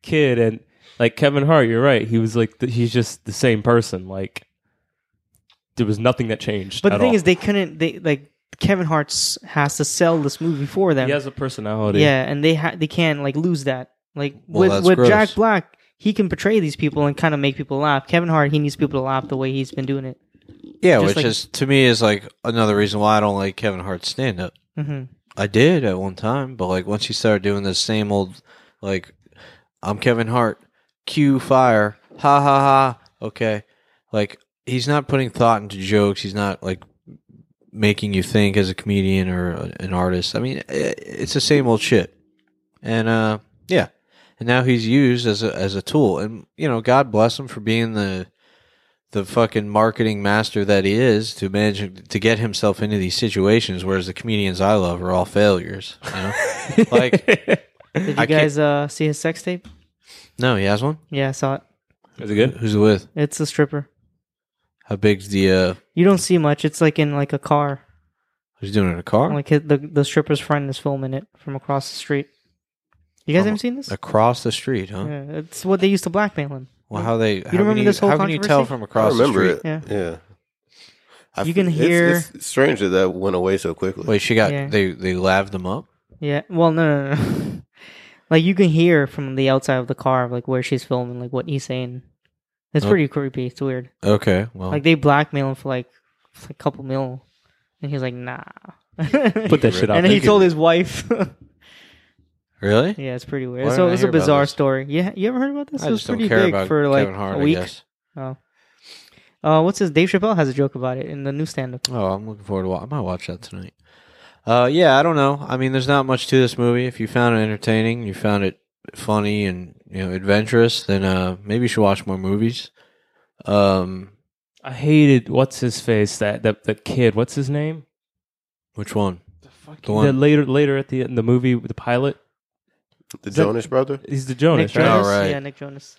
kid. And like Kevin Hart, you're right. He was like th- he's just the same person. Like there was nothing that changed. But the at thing all. is, they couldn't. They like Kevin Hart's has to sell this movie for them. he has a personality. Yeah, and they ha- they can't like lose that. Like Well, that's with with gross. Jack Black, he can portray these people and kind of make people laugh. Kevin Hart, he needs people to laugh the way he's been doing it. Yeah, just which like- is to me is like another reason why I don't like Kevin Hart's stand up. hmm I did at one time, but like once he started doing the same old like I'm Kevin Hart, cue fire, ha ha ha. Okay, like he's not putting thought into jokes. He's not like making you think as a comedian or a- an artist. I mean, i it's the same old shit. And uh, yeah, and now he's used as a as a tool. And you know, God bless him for being the the fucking marketing master that he is to manage to get himself into these situations. Whereas the comedians I love are all failures. You know, like Did you I can't- guys uh, see his sex tape? no, he has one. Yeah, I saw it. Is it good? Who's it with? It's a stripper. How big's the? uh You don't see much. It's like in like a car. Who's doing it in a car? Like his, the the stripper's friend is filming it from across the street. You guys From haven't seen this? across the street, huh? Yeah, it's what they used to blackmail him. Well, how they? how remember can this you, whole How can you tell controversy? from I across? remember the it. street? Yeah. Yeah. I You f- can it's- hear- It's, strange that that went away so quickly. Wait, she got Yeah. they they laved them up. Yeah. Well, no, no, no. like you can hear from the outside of the car, like where she's filming, like what he's saying. It's Oh. pretty creepy. It's weird. Okay, well, Oh. Like they blackmail him for like for a couple mil, and he's like, nah. and Put that shit out. then he there. told his wife. really? yeah, it's pretty Why weird. didn't So I it was a hear about bizarre this? story. Yeah, you ever heard about this? I it was just don't pretty care big about for like Kevin Hart. a I week. guess. Oh. Uh, what's his? Dave Chappelle has a joke about it in the new stand-up. Oh, I'm looking forward to. Wa- I might watch that tonight. Uh, yeah, I don't know. I mean, there's not much to this movie. If you found it entertaining, you found it funny and you know adventurous, then uh, maybe you should watch more movies. Um, I hated what's his face that that that kid. What's his name? which one? The The one. later later at the in the movie with the pilot. the that- Jonas brother. He's the Jonas. Nick Jonas. Oh, right. Yeah, Nick Jonas.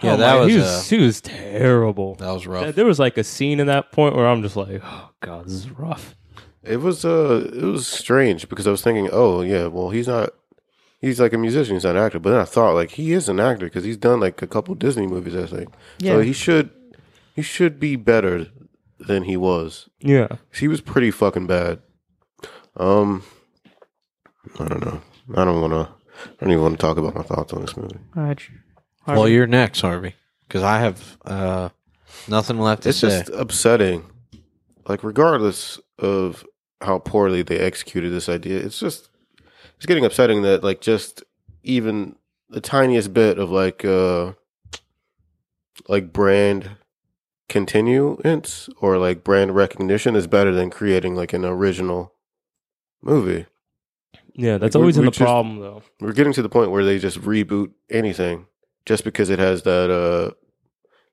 Yeah, Oh that my- was, he uh, was, he was terrible. that was Uh, rough. There was like a scene in that point where I'm just like, oh god, this is rough. It was uh, it was strange because I was thinking, oh yeah, well he's not, he's like a musician, he's not an actor. But then I thought like he is an actor because he's done like a couple Disney movies. I think so Yeah. he should, he should be better than he was. Yeah, She was pretty fucking bad. Um, I don't know. I don't want to. I don't even want to talk about my thoughts on this movie. Uh, J- Well, you're next, Harvey, because I have uh, nothing left to It's say. just upsetting. Like, regardless of how poorly they executed this idea, it's just it's getting upsetting that like just even the tiniest bit of like uh like brand continuance or like brand recognition is better than creating like an original movie. Yeah, that's Like, we- always in we the just- problem though. We're getting to the point where they just reboot anything just because it has that uh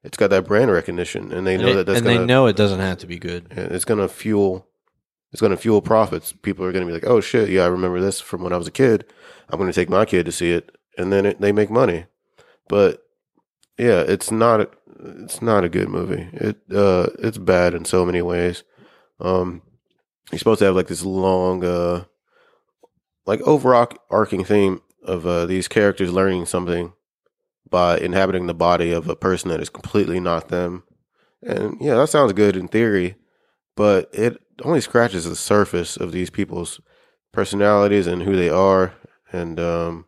it's got that brand recognition and they know and that it- that's and gonna they know it doesn't have to be good. and it's gonna fuel it's gonna fuel profits. People are gonna be like, Oh shit, yeah, I remember this from when I was a kid. I'm gonna take my kid to see it and then it, they make money. But yeah, it's not a- it's not a good movie. It uh it's bad in so many ways. Um you're supposed to have like this long uh like overarching theme of uh these characters learning something by inhabiting the body of a person that is completely not them. And yeah, that sounds good in theory, but it only scratches the surface of these people's personalities and who they are. And um,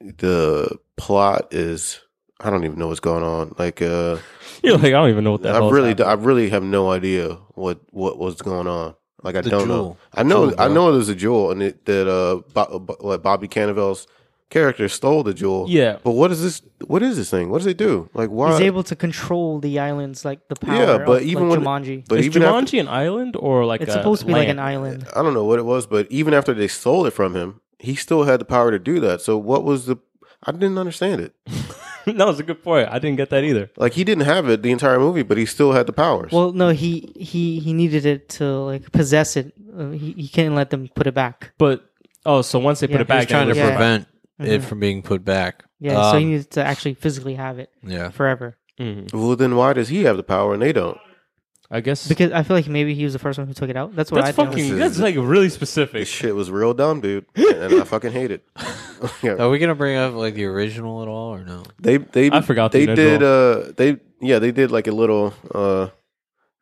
the plot is I don't even know what's going on. Like uh, You're like, I don't even know what that. I really, I really have no idea what what was going on. Like I The don't know. jewel. I know, Jewel, I bro. know there's a jewel, and it, that uh, Bo- Bo- like Bobby Cannavale's character stole the jewel. Yeah. but what is this? What is this thing? What does it do? Like why? He's able to control the islands, like the power. Uh, yeah, but of, even like, when Jumanji, but is even after- Jumanji an island or like it's a supposed to be like an land? island. I don't know what it was, but even after they stole it from him, he still had the power to do that. So what was the? I didn't understand it. that was a good point. I didn't get that either. Like he didn't have it the entire movie, but he still had the powers. Well, no, he he he needed it to like possess it. Uh, he he can't let them put it back. But oh, so once they put Yeah, it he was back, He's trying then to it was- Yeah. prevent it Mhm. from being put back. Yeah, so he Um, needed to actually physically have it yeah. forever. Mhm. well, then why does he have the power and they don't? I guess Because I feel like maybe he was the first one who took it out. That's what that's I think. fucking. is- That's like really This specific. shit was real dumb, dude, and I fucking hate it. Yeah. Are we gonna bring up like the original at all or no? They they I forgot the they original. did uh they yeah they did like a little uh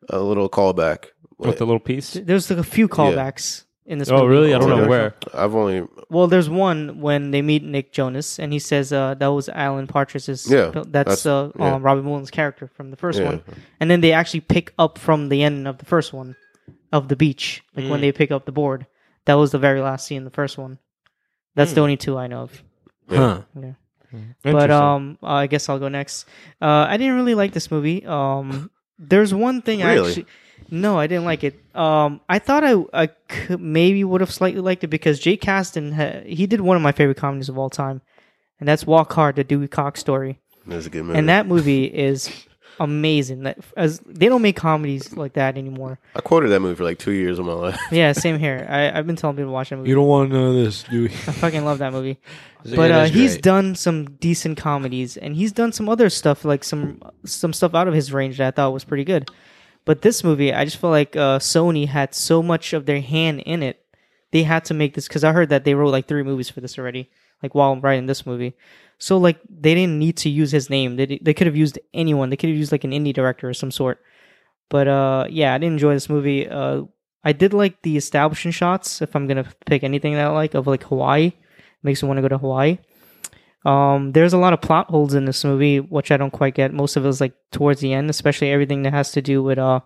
a little callback. With the little piece. There's like a few callbacks in this. Oh, movie. really? I don't Oh, know yeah. where. I've only Well, there's one when they meet Nick Jonas, and he says uh, that was Alan Partridge's. Yeah, that's, that's- uh, yeah. um, Robbie Mullen's character from the first Yeah. one. And then they actually pick up from the end of the first one, of the beach, like when they pick up the board. That was the very last scene in the first one. That's the only two I know of. Huh. But Interesting. um, I guess I'll go next. Uh, I didn't really like this movie. Um, there's one thing I Really? actually. No, I didn't like it. Um, I thought I, I could, maybe would have slightly liked it because Jay Caston ha- he did one of my favorite comedies of all time, and that's Walk Hard: The Dewey Cox Story. that's a good movie. And that movie is amazing. That as they don't make comedies like that anymore. I quoted that movie for like two years of my life. Yeah, same here. I, I've been telling people to watch that movie. don't want to know this, do I fucking love that movie but uh, he's done some decent comedies and he's done some other stuff like some some stuff out of his range that I thought was pretty good. But this movie, I just felt like uh, Sony had so much of their hand in it. They had to make this because I heard that they wrote like three movies for this already, like while writing this movie. So like they didn't need to use his name. They di- they could have used anyone. They could have used like an indie director or some sort. But uh, yeah, I did enjoy this movie. Uh, I did like the establishing shots. If I'm gonna pick anything that I like of like Hawaii, makes me want to go to Hawaii. Um, there's a lot of plot holes in this movie, which I don't quite get. Most of it is like towards the end, especially everything that has to do with uh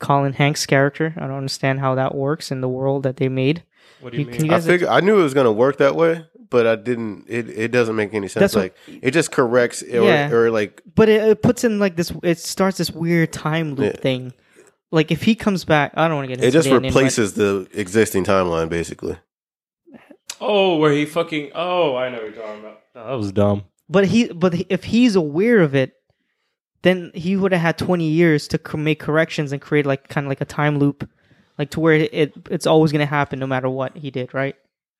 Colin Hanks' character. I don't understand how that works in the world that they made. What You- can you I guys- figured I knew it was gonna work that way, but I didn't. It, it doesn't make any sense. That's what- like it just corrects or, Yeah. or like but it, it puts in like this. It starts this weird time loop thing. Like if he comes back, I don't want to get. it into just the ending, but- replaces the existing timeline basically. Oh, where he fucking. Oh, I know what you're talking about. No, that was dumb. But he, but he- if he's aware of it, then he would have had twenty years to co- make corrections and create like kind of like a time loop, like to where it, it it's always going to happen no matter what he did, right?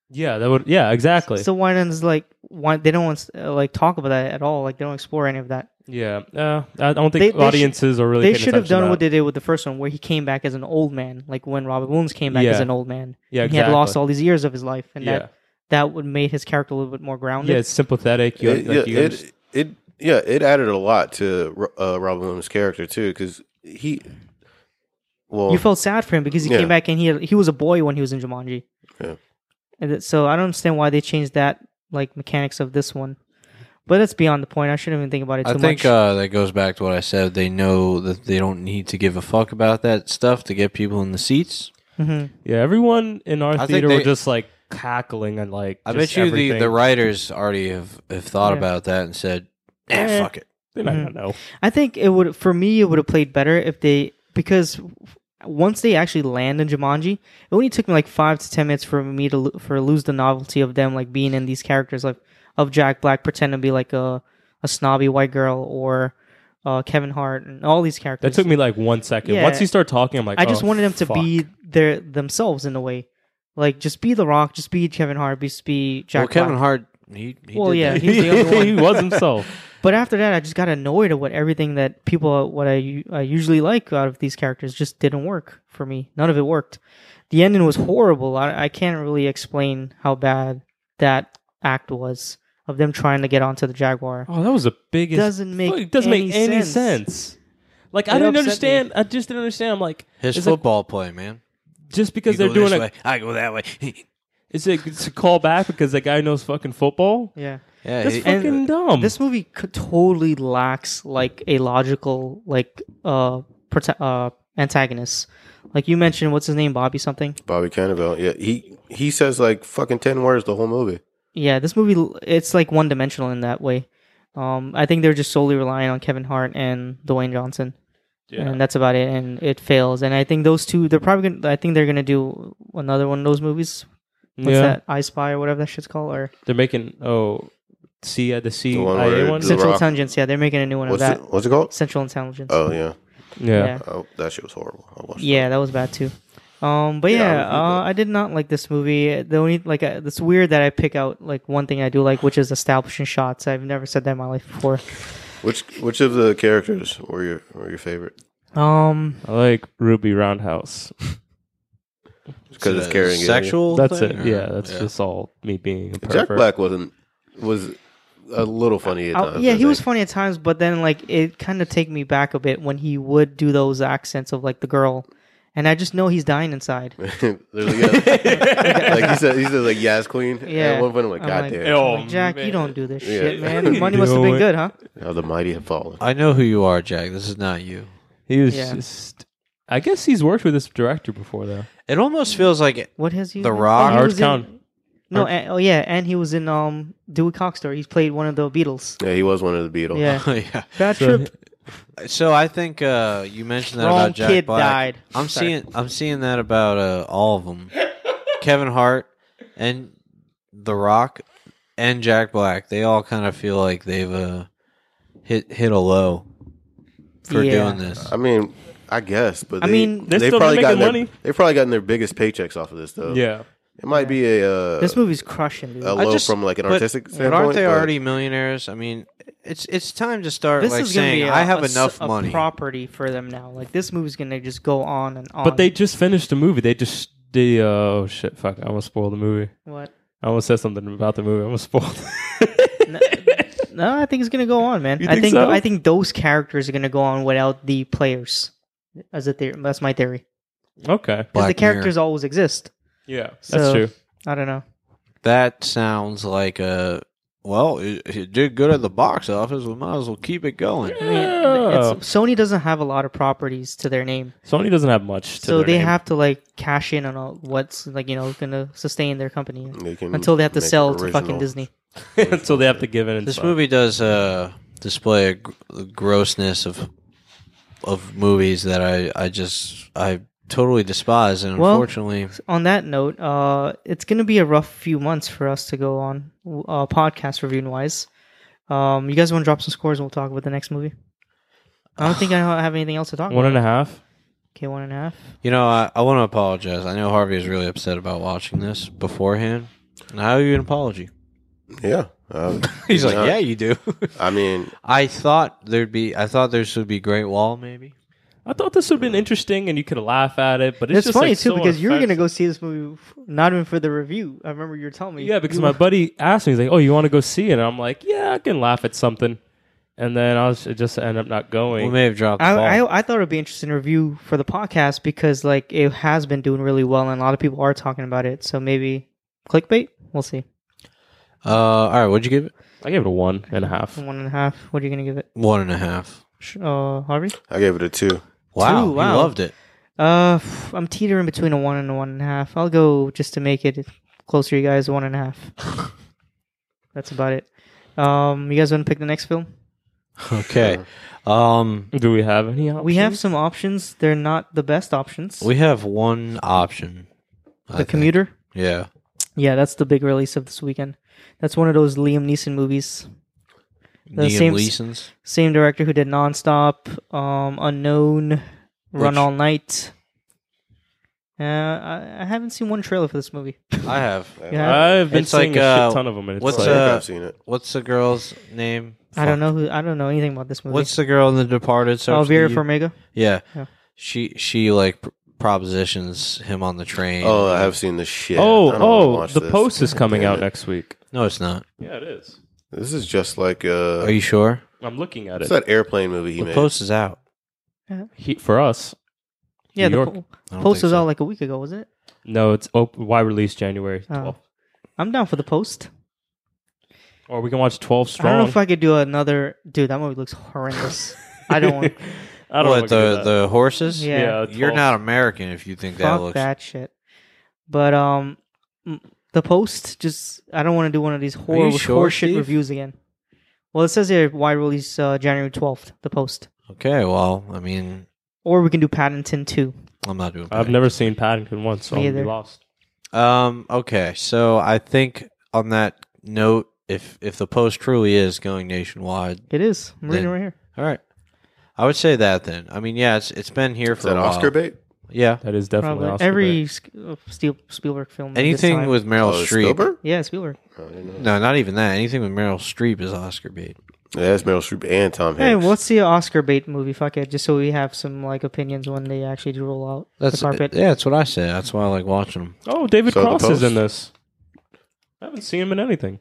Yeah, that would. Yeah, exactly. So why not just like why they don't want to, uh, like talk about that at all? Like they don't explore any of that. yeah, uh, I don't They- think they should- audiences are really. they paying should have attention to done what that. they did with the first one, where he came back as an old man, like when Robert Williams came back Yeah. as an old man. Yeah, And He had exactly. lost all these years of his life, and Yeah, that that would made his character a little bit more grounded. yeah, it's sympathetic. You, it, like, yeah, you understand- it, it yeah it added a lot to Ro- uh, Robin Williams' character too because he well you felt sad for him because he Yeah. came back and he had, he was a boy when he was in Jumanji. Yeah. And that, so I don't understand why they changed that like mechanics of this one. But that's beyond the point. I shouldn't even think about it I too think much. uh, that goes back to what I said. They know that they don't need to give a fuck about that stuff to get people in the seats. Mhm. yeah, everyone in our think theater were they- just like cackling and like. I just bet you the, everything. the writers already have, have thought Yeah. about that and said, "Nah, Eh. fuck it." They're not gonna know. I think it would for me it would have played better if they because once they actually land in Jumanji, it only took me like five to ten minutes for me to lo- for lose the novelty of them like being in these characters like of Jack Black pretend to be like a a snobby white girl or uh, Kevin Hart and all these characters. That took me like one second. Yeah. Once you start talking, I'm like, I just oh, wanted them to fuck. be their themselves in a way, like just be The Rock, just be Kevin Hart, just be Jack. well, Kevin Black. Hart, he, he Well, did yeah, that. he's the only one. he was himself. But after that, I just got annoyed at what everything that people, what I, u- I usually like out of these characters, just didn't work for me. None of it worked. The ending was horrible. I, I can't really explain how bad that act was of them trying to get onto the Jaguar. Oh, that was the biggest. Doesn't make it doesn't make any any sense. sense. Like It I upset didn't me. understand. I just didn't understand. I'm like His it's like- football play, man. just because You they're go doing this a way, I go that way. it's a it's a call back because that guy knows fucking football. Yeah. yeah, That's he- fucking and dumb. Mm. This movie c- totally lacks like a logical like uh, prota- uh antagonist. Like you mentioned, what's his name, Bobby something? Bobby Cannavale. Yeah, he he says like fucking ten words the whole movie. Yeah, this movie it's like one dimensional in that way. Um, I think they're just solely relying on Kevin Hart and Dwayne Johnson, and that's about it. And it fails. And I think those two, they're probably. Gonna, I think they're gonna do another one of those movies. What's yeah. that? I Spy or whatever that shit's called, or They're making oh, C uh, the C The one I A where one. the- Central Rock. Intelligence. Yeah, they're making a new one What's of that. it, what's it called? Central Intelligence. Oh yeah, yeah. yeah. oh, that shit was horrible. I watched. Yeah, that was bad too. Um, but Yeah, yeah, I would do uh, that. I did not like this movie. The only like uh, it's weird that I pick out like one thing I do like, which is establishing shots. I've never said that in my life before. it. Which which of the characters were your were your favorite? Um, I like Ruby Roundhouse. Because Is it's it carrying it. sexual. That's thing, it. or- Yeah, that's just all me being a Jack pervert. Black wasn't was a little funny at I- times. Oh, yeah, I he was think. funny at times, but then like it kind of take me back a bit when he would do those accents of like the girl, and I just know he's dying inside. There's like, a, like he said, he said like yes, queen. Yeah, At one point, I'm like, I'm God like- damn, Oh, Like, Jack, you man. don't do this Yeah. shit, man. What are The you money must have been doing? good, huh? how the mighty have fallen. I know who you are, Jack. This is not you. He was Yeah. just. I guess he's worked with this director before though. It almost feels like it. What has he? The been- Rock. Oh, he Howard was in- County. No, and, oh yeah, and he was in um Dewey Cox story. He's played one of the Beatles. Yeah, he was one of the Beatles. Yeah, yeah. bad trip. So I think uh, you mentioned that Wrong about Jack kid Black. died. I'm Sorry. seeing I'm seeing that about uh, all of them. Kevin Hart and The Rock and Jack Black. They all kind of feel like they've uh, hit hit a low for Yeah. doing this. I mean, I guess, but I they, mean, They're they've still probably making gotten their, money. they've probably gotten their biggest paychecks off of this though. Yeah. it might be a uh, This movie's crushing, dude. a I low just- from like an but- artistic But standpoint. aren't they already millionaires? I mean, it's it's time to start this like is gonna saying be a- I have a s- enough a money. property for them now. Like this movie's gonna just go on and on. But they just finished the movie. They just they oh shit fuck! I almost spoiled the movie. what? I almost said something about the movie. I almost spoiled. no, no, I think it's gonna go on, man. You I think think so? I think those characters are gonna go on without the players. As a theory, that's my theory. okay. Because the Black Mirror. characters always exist. Yeah, that's So- true. I don't know. That sounds like a well. It, it did good at the box office. We might as well keep it going. I mean, Yeah. it's, Sony doesn't have a lot of properties to their name, Oh, Sony doesn't have much. To so their they name. have to like cash in on all what's like you know gonna sustain their company Mm, They can until they have to make sell to fucking original- Disney. so they have to give in. And This stuff. movie does uh, display a gr- a grossness of of movies that I, I just I totally despise, and Well- unfortunately, On that note, uh, it's gonna be a rough few months for us to go on uh, podcast reviewing wise. Um, you guys want to drop some scores? and We'll talk about the next movie. I don't think I have anything else to talk one about. and a half. Okay, one and a half. you know I, I want to apologize. I know Harvey is really upset about watching this beforehand, and I owe you an apology. Yeah, uh, He's like, not- yeah, you do. I mean, I thought there'd be. I thought there should be Great Wall, maybe. I thought this would have been interesting, and you could laugh at it. But it's, It's, just, funny like, too so because you were gonna offensive. go see this movie f- not even for the review. I remember you were telling me. Yeah, because You- my buddy asked me, he's like, "Oh, you want to go see it?" And I'm like, "Yeah, I can laugh at something." And then I was it just end up not We going. may have dropped the I, ball. I, I thought it'd be interesting to review for the podcast because like it has been doing really well and a lot of people are talking about it. So maybe clickbait. We'll see. uh, all right, what'd you give it? I gave it a one and a half. One and a half. What are you gonna give it, One and a half. Sh- uh, Harvey? I gave it a two. Wow, Two, you wow. loved it. Uh, f- I'm teetering between a one and a one and a half. I'll go just to make it closer, you guys. One and a half. That's about it. Um, you guys want to pick the next film? Okay. Um, Mm. Do we have any options? We have some options. They're not the best options. we have one option. I the think. commuter. Yeah. Yeah, that's the big release of this weekend. That's one of those Liam Neeson movies. The Liam same- Leeson's. Same director who did Nonstop, um, Unknown, Run Which- All Night. Uh, I, I haven't seen one trailer for this movie. I have. Yeah, I've been It's seeing like, a uh, shit ton of them. And it's what's, like, I uh, think I've seen it. What's the girl's name? I don't know who. I don't know anything about this movie. What's the girl in The Departed? oh, starts Vera with a U? Farmiga. Yeah. Yeah. She she like pr- propositions him on the train. Oh, I have seen this shit. I oh, don't wanna oh, watch the this. post is coming Damn out it. next week. no, it's not. Yeah, it is. This is just like Oh, Are uh, you sure? I'm looking at what's it. that airplane movie he The made? post is out. He, for us, Yeah, New the York. po- I don't post think was so. out like a week ago, wasn't it? no, it's op- wide release January Oh. 12th. I'm down for the post. Or we can watch 12 strong. I don't know if I could do another. Dude, that movie looks horrendous. I don't want. I don't know what if I can do the that. the horses? Yeah. Yeah, You're 12. not American if you think that Fuck looks. that shit. But um, m- the post just I don't want to do one of these horror you sure, horror shit Steve? reviews again. Well, it says here wide release uh, January twelfth. The post, Okay, well, I mean, or we can do Paddington two. I'm not doing. I've bad. never seen Paddington once, so Me I'm either. lost. Um. Okay. So I think on that note, if if the post truly is going nationwide, It is. I'm reading Then- right here. all right, I would say that then. I mean, yeah, it's it's been here Is for that a while. Oscar bait? Yeah. That is definitely Probably Oscar every bait. Sc- uh, Steel- Spielberg film. at this Anything time. with Meryl Oh, Streep. Spielberg? yeah Spielberg. Oh, I didn't No, know. not even that. Anything with Meryl Streep is Oscar bait. Yeah, that's Meryl Streep and Tom Hey, Hanks. what's the Oscar bait movie? Fuck it, just so we have some like opinions when they actually do roll out That's eh, the carpet. yeah. That's what I say. That's why I like watching them. Oh, David So the Cross is in Post? this. I haven't seen him in anything.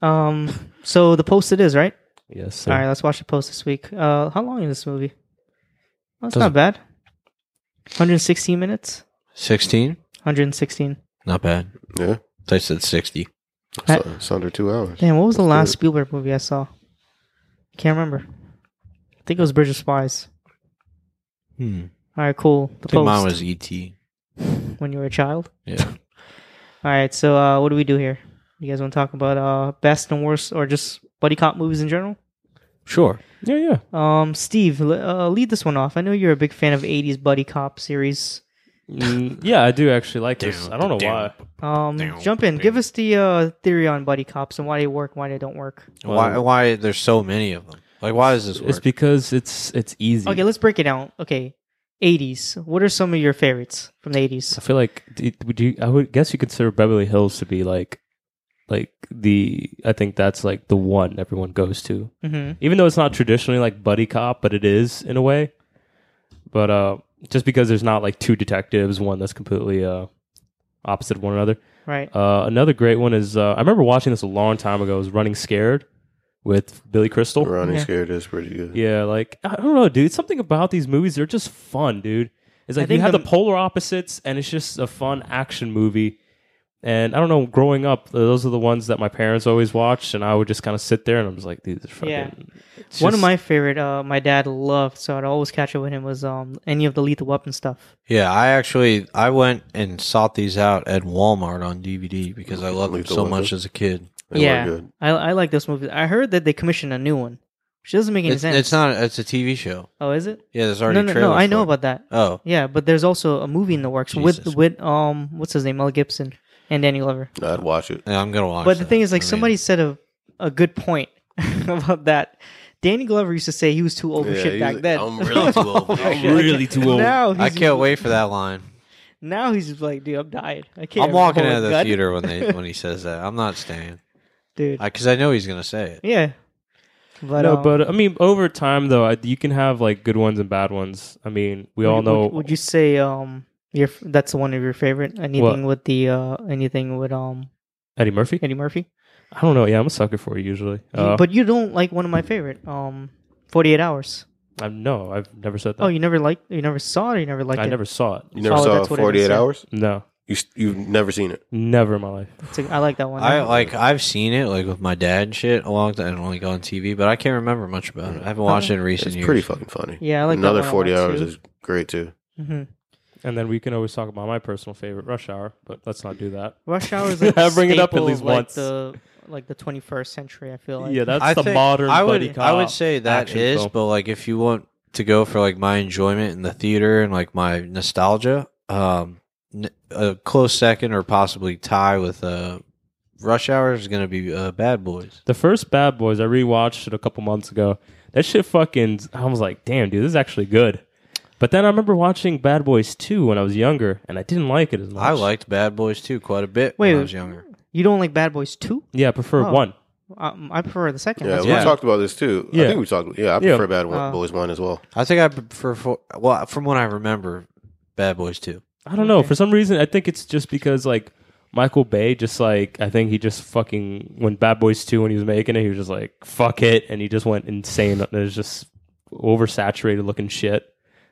Um, so the post it is right. Yes. All right, let's watch the post this week. Uh, how long is this movie? Well, it's Doesn't- not bad. 116 minutes. Sixteen. 116. Not bad. Yeah, I said sixty. I- so, it's under two hours. Damn, what was the Let's do last it. Spielberg movie I saw? Can't remember. I think it was Bridge of Spies. Hmm. All right, cool. The I think mine post was ET. when you were a child. Yeah. All right, so uh, what do we do here? You guys want to talk about uh, best and worst, or just buddy cop movies in general? sure. Yeah, yeah. Um, Steve, le- uh, lead this one off. I know you're a big fan of '80s buddy cop series. Mm, yeah, I do actually like this. Damn, I don't know damn. why. Um, Damn, jump in. damn. Give us the uh, theory on buddy cops and why they work, why they don't work. Why? Why there's so many of them? Like, why does this work? It's because it's it's easy. Okay, let's break it down. Okay, eighties. What are some of your favorites from the eighties? I feel like d- would you? I would guess you consider Beverly Hills to be like, like the. I think that's like the one everyone goes to, Mm-hmm. even though it's not traditionally like buddy cop, but it is in a way. But uh, just because there's not like two detectives, one that's completely uh, opposite of one another. Right. Uh, another great one is uh, I remember watching this a long time ago. It was Running Scared with Billy Crystal. Ronnie Yeah. Scared is pretty good. Yeah, like I don't know, dude. Something about these movies, they're just fun, dude. It's I like you think have the, the- polar opposites, and it's just a fun action movie. And I don't know, growing up, those are the ones that my parents always watched, and I would just kind of sit there and I'm just like, dude, this fucking. Yeah. it's One of just- my favorite. Uh, my dad loved, so I'd always catch up with him. Was um any of the Lethal Weapon stuff? Yeah, I actually I went and sought these out at Walmart on DVD because I loved them Lethal so Weapon. much as a kid. They were yeah, good. I I like those movies. I heard that they commissioned a new one, which doesn't make any It's, sense. it's not. It's a TV show. Oh, is it? Yeah, there's already No, no, no. trailers I know for it. about that. Oh, Yeah, but there's also a movie in the works Jesus. with with um what's his name Mel Gibson and Danny Glover. No, I'd watch it. yeah, I'm gonna watch. But the that. thing is, like I mean, somebody said a a good point about that. Danny Glover used to say he was too old for Yeah, shit he's back like, then. "I'm really too old for Oh, shit." shit. really too old. Now he's I can't wait for that line. now he's just like, dude, I'm dying. I can't. I'm walking hold out of a the gun." theater when they when he says that. I'm not staying dude. because I, know he's gonna say it. yeah, but no, um, but uh, I mean, over time though, I, you can have like good ones and bad ones. I mean, we all would- know. Would, you say um your f- that's one of your favorite? Anything with the uh anything with um Eddie Murphy. Eddie Murphy? I don't know. Yeah, I'm a sucker for it usually. Uh, but you don't like one of my favorite um. 48 hours. I no, I've never said that. Oh, you never liked you never saw it, or you never liked I it. never saw it. You never Oh, saw that's what it is, 48 yeah. Hours? No, You, s- you've never seen it. never in my life. It's a- I like that one. I like I've seen it like with my dad and shit a long time, like on TV, but I can't remember much about it. I haven't Uh, watched it in recent It's years. pretty fucking funny. Yeah, I like that Another one a 40 lot, Hours too. is great too. hmm And then we can always talk about my personal favorite, Rush Hour, but let's not do that. Rush Hour is like Bring it up at staple of, least like, once. The like the 21st century. I feel like yeah, that's I the think- modern. I would buddy I would cop say that action is, film. but like if you want to go for like my enjoyment in the theater and like my nostalgia, um, n- a close second or possibly tie with uh, Rush Hour is going to be uh, Bad Boys. The first Bad Boys, I rewatched it a couple months ago. That shit fucking, I was like, damn, dude, this is actually good. But then I remember watching Bad Boys 2 when I was younger, and I didn't like it as much. I liked Bad Boys too quite a bit Wait, when I was younger. you don't like Bad Boys Two. Yeah, I prefer Oh. 1. Um, I prefer the second. Yeah, That's we Yeah. talked about this too. Yeah. I think we talked. Yeah, I Yeah. prefer Bad One, Uh, Boys One as well. I think I prefer for, well from what I remember, Bad Boys too. I don't know. For some reason, I think it's just because, like, Michael Bay just, like, I think he just fucking, when Bad Boys 2, when he was making it, he was just like, fuck it. And he just went insane. It was just oversaturated looking shit.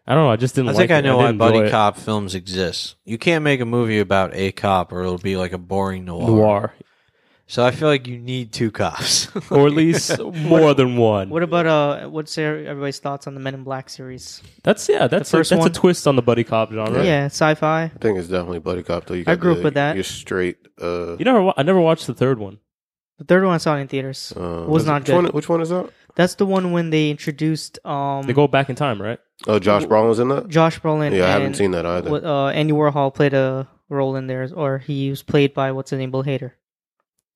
I don't know. I just didn't I like think I it. know why didn't enjoy buddy it. cop films exist. You can't make a movie about a cop or it'll be like a boring noir. Noir. So I feel like you need two cops. Or at least more than one. What about uh? What's their, everybody's thoughts on the Men in Black series? That's yeah. That's first a, that's one? a twist on the buddy cop genre. Yeah, sci-fi. I think it's definitely Buddy Cop though. You I got grew up the- with that. You're straight. Uh, You never. Wa- I never watched the third one. The third one I saw in theaters uh, was not which good. One, which one is that? That's the one when they introduced um They go back in time, right? Oh, Josh Brolin's in that. Josh Brolin. Yeah, I haven't and seen that either. what- Uh, Andy Warhol played a role in there, or he was played by what's his name, Bill Hader.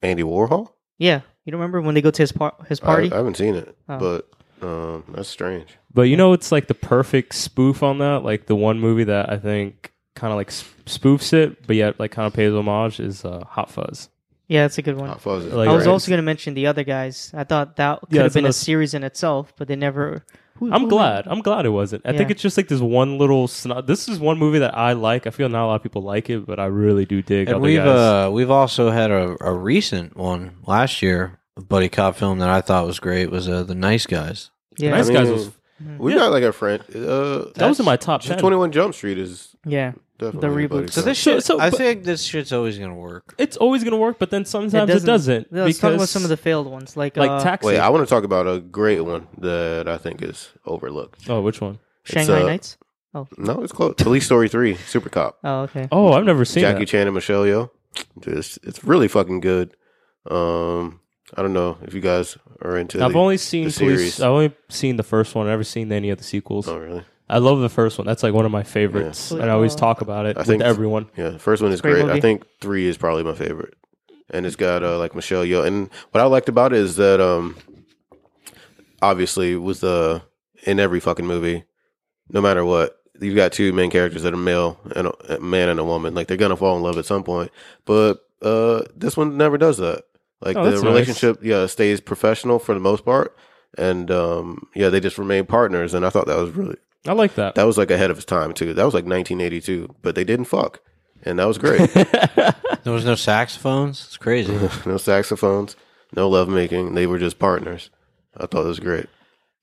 Andy Warhol. Yeah, you don't remember when they go to his par- his I- party? I, haven't seen it, Oh. but um, that's strange. But you know, it's like the perfect spoof on that. Like the one movie that I think kind of like s- spoofs it, but yet like kind of pays homage is uh, Hot Fuzz. yeah, that's a good one. Hot Fuzz. is Like- I was great. Right. also going to mention the other guys. I thought that could Yeah, have it's been a another- series in itself, but they never. who- I'm who- glad. I'm glad it wasn't. I think Yeah. it's just like this one little. Sno- this is one movie that I like. I feel not a lot of people like it, but I really do dig. and other we've guys. uh, we've also had a, a recent one last year, a buddy cop film that I thought was great was uh, The Nice Guys. Yeah, Nice I guys mean, was. We Yeah. got like a friend. Uh, That was in my top ten. Twenty One Jump Street is yeah. definitely a reboot. buddy So cop. this shit- so- I but- think this shit's always gonna work. It's always gonna work, but then sometimes it doesn't. Yeah, Let's talk about because- some of the failed ones, like like uh, Taxi. Wait, I want to talk about a great one that I think is overlooked. oh, which one? Shanghai uh, Nights. No, it's close. Police Story Three, Super Cop. Oh, okay. Oh, I've never seen Jackie that. Chan and Michelle Yeoh. Dude, It's, it's really fucking good. Um, I don't know if you guys are into. I've the- only seen the police. series. I've only seen the first one. I've never seen any of the sequels. Oh, really? I love the first one. That's like one of my favorites, Yeah. and I always Uh, talk about it I with think- everyone. Yeah, the first one is Great great. movie. I think three is probably my favorite, and it's got uh, like Michelle Yeoh. And what I liked about it is that um, obviously with uh in every fucking movie, no matter what, you've got two main characters that are male and a, a man and a woman. Like they're gonna fall in love at some point, but uh, this one never does that. Like Oh, the that's nice. relationship, yeah, stays professional for the most part, and um, yeah, they just remain partners. And I thought that was really I like that. that was like ahead of its time too. That was like 1982, but they didn't fuck, and that was great. There was no saxophones. It's crazy. no saxophones, no lovemaking. They were just partners. I thought it was great.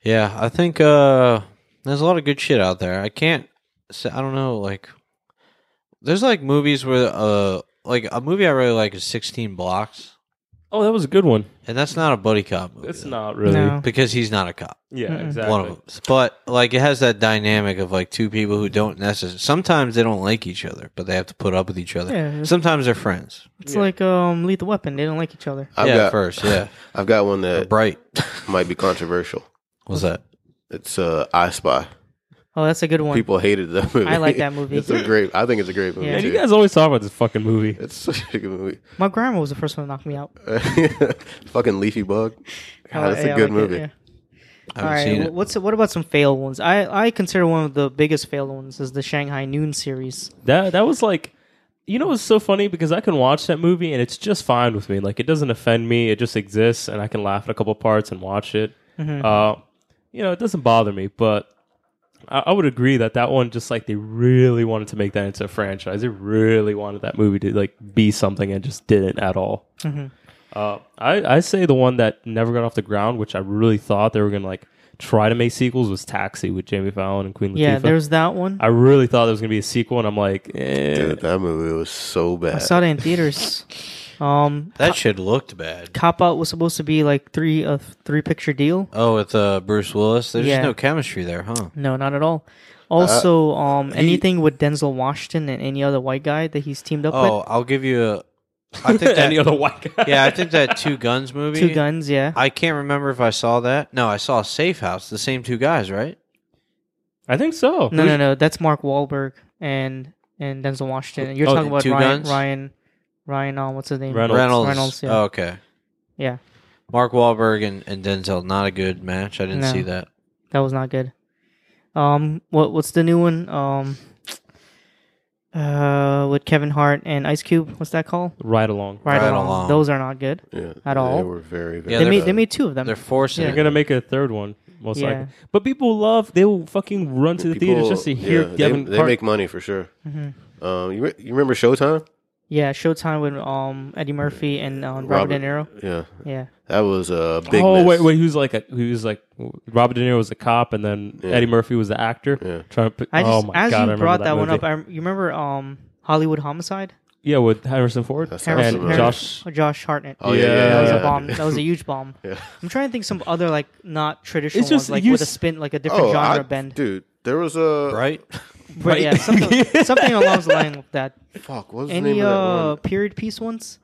yeah, I think uh, there's a lot of good shit out there. I can't. Say, I don't know. Like, there's like movies where uh, like a movie I really like is 16 Blocks, oh, that was a good one. and that's not a buddy cop movie. It's though, not really. No. because he's not a cop. Yeah, Mm-mm. exactly. One of them. But like it has that dynamic of like two people who don't necessarily sometimes they don't like each other, but they have to put up with each other. Yeah. Sometimes they're friends. It's like um, Lethal Weapon. They don't like each other. I've yeah, got Uh, at first, yeah. I've got one that Bright. might be controversial. What's that? It's uh, I Spy. Oh, that's a good one. People hated that movie. I like that movie. it's a great. I think it's a great movie. Yeah. And Too. you guys always talk about this fucking movie. it's such a good movie. My grandma was the first one to knock me out. Fucking Leafy Bug. God, that's Oh, Yeah, a I like good it, movie. yeah. I All haven't right. seen wh- it. What's what about some failed ones? I I consider one of the biggest failed ones is the Shanghai Noon series. That that was like, you know, it's so funny because I can watch that movie and it's just fine with me. Like it doesn't offend me. It just exists, and I can laugh at a couple parts and watch it. Mm-hmm. Uh, you know, it doesn't bother me. But I, I would agree that that one just like they really wanted to make that into a franchise. They really wanted that movie to like be something and just didn't at all. Mm-hmm. Uh, I I say the one that never got off the ground, which I really thought they were gonna like try to make sequels, was Taxi with Jamie Fallon and Queen Latifah. Yeah, there's that one. I really thought there was gonna be a sequel, and I'm like, eh. Dude, that movie was so bad. I saw it in theaters. Um, That shit looked bad. Cop Out was supposed to be like three a three picture deal. Oh, with uh, Bruce Willis. There's Yeah. just no chemistry there, huh? No, not at all. Also, Uh, um, anything with Denzel Washington and any other white guy that he's teamed up Oh, with. I'll give you a I think Any that, other white guy? yeah, I think that Two Guns movie. Two guns, yeah. I can't remember if I saw that. No, I saw Safe House. The same two guys, right? I think so. no, Who's- no, no. That's Mark Wahlberg and and Denzel Washington. And You're Oh, talking about Two Ryan, Guns? Ryan, Ryan. Um, what's his name? Reynolds. Reynolds. Reynolds, yeah. Oh, okay. Yeah, Mark Wahlberg and, and Denzel. Not a good match. I didn't No. see that. that was not good. Um, what what's the new one? Um, uh, with Kevin Hart and Ice Cube. What's that called? Right along. Right, Right along. Along. Those are not good. Yeah, At they all. were very, very. Yeah, they they're made bad. they made two of them. They're forcing Yeah. it. They're gonna make a third one, most Yeah. likely. But people love. They will fucking run to the theaters People- just to hear yeah, Kevin. They, they Hart. make money for sure. Mm-hmm. Um, you, re- you remember Showtime? Yeah, Showtime with um Eddie Murphy and um, Robert, De Niro. Yeah, Yeah, that was a big. oh miss. wait, wait. Who's like a, who's like Robert De Niro was the cop, and then Yeah. Eddie Murphy was the actor. Yeah. Trying to. Put, I just oh my as god! I you remember brought that, one movie. up, I, rem- you remember um Hollywood Homicide. yeah, with Harrison Ford That's and Harrison- Harrison- Josh. Oh, Josh Hartnett. Oh yeah, yeah, Yeah, yeah, that was yeah. a bomb. That was a huge bomb. Yeah. I'm trying to think some other like not traditional It's just ones, like you with a s- spin, like a different Oh, genre I- bend. dude. There was a right. But yeah, something, something along the line with that. fuck. What was the Any name of that uh one? period piece ones?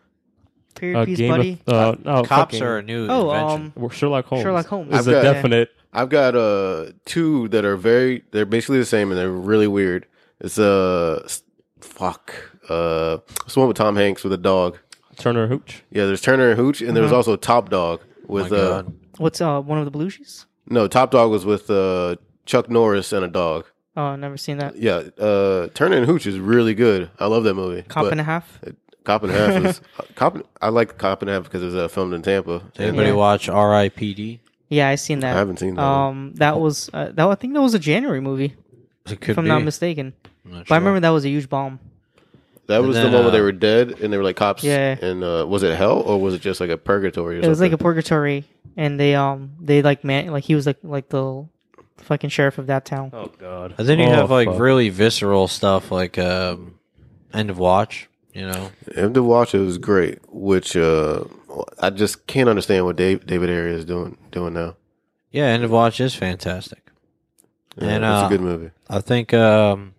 Period Uh, piece, Game buddy. of uh, no, Cops fucking- are a new oh, invention. um, Well, Sherlock Holmes. Sherlock Holmes. is I've a got- definite. I've got uh two that are very. They're basically the same and they're really weird. It's uh s- fuck. Uh, it's the one with Tom Hanks with a dog. Turner Hooch. Yeah, there's Turner and Hooch, and there was Mm-hmm. also Top Dog My with uh God. What's uh one of the Belushi's? no Top Dog was with uh Chuck Norris and a dog. Oh, I've never seen that. Yeah, uh Turner and Hooch is really good. I love that movie. Cop but- and a half. Cop and a Half is Cop. and- I like Cop and a Half because it was uh, filmed in Tampa. Did anybody Yeah. watch R.I.P.D.? Yeah, I seen that. haven't seen that one. Um, that was uh, that. I think that was a January movie, It could if I'm be. not mistaken. I'm not But I sure. remember that was a huge bomb. That was then, the one where they uh, were dead and they were like cops. Yeah. And uh, was it hell or was it just like a purgatory? Or It was like something? a purgatory, and they um they like man like he was like like the fucking sheriff of that town. Oh god. And then you Oh, have like fuck. really visceral stuff like um, End of Watch, you know. End of Watch is great, which uh, I just can't understand what Dave, David Area is doing doing now. Yeah, End of Watch is fantastic. Yeah, And, it's uh, a good movie. I think um,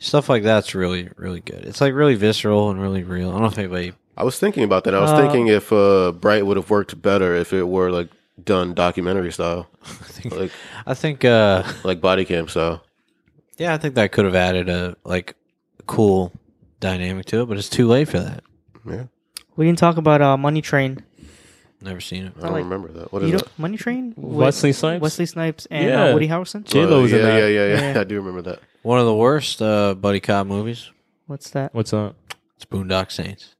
stuff like that's really, really good. It's like really visceral and really real. I don't know if anybody. I was thinking about that. I was Uh, thinking if uh, Bright would have worked better if it were like done documentary style, I think, like I think uh, like body cam style. yeah, I think that could have added a like cool dynamic to it, but it's too late for that. Yeah, We didn't talk about uh Money Train. Never seen it. I don't like- remember that. What You is don't, it? Money Train. With- Wesley Snipes? Wesley Snipes and uh, Yeah. Woody Harrelson. J Lo Uh, was in yeah, that. yeah, yeah, yeah, Yeah. I do remember that. One of the worst uh, buddy cop movies. What's that? What's up? It's Boondock Saints.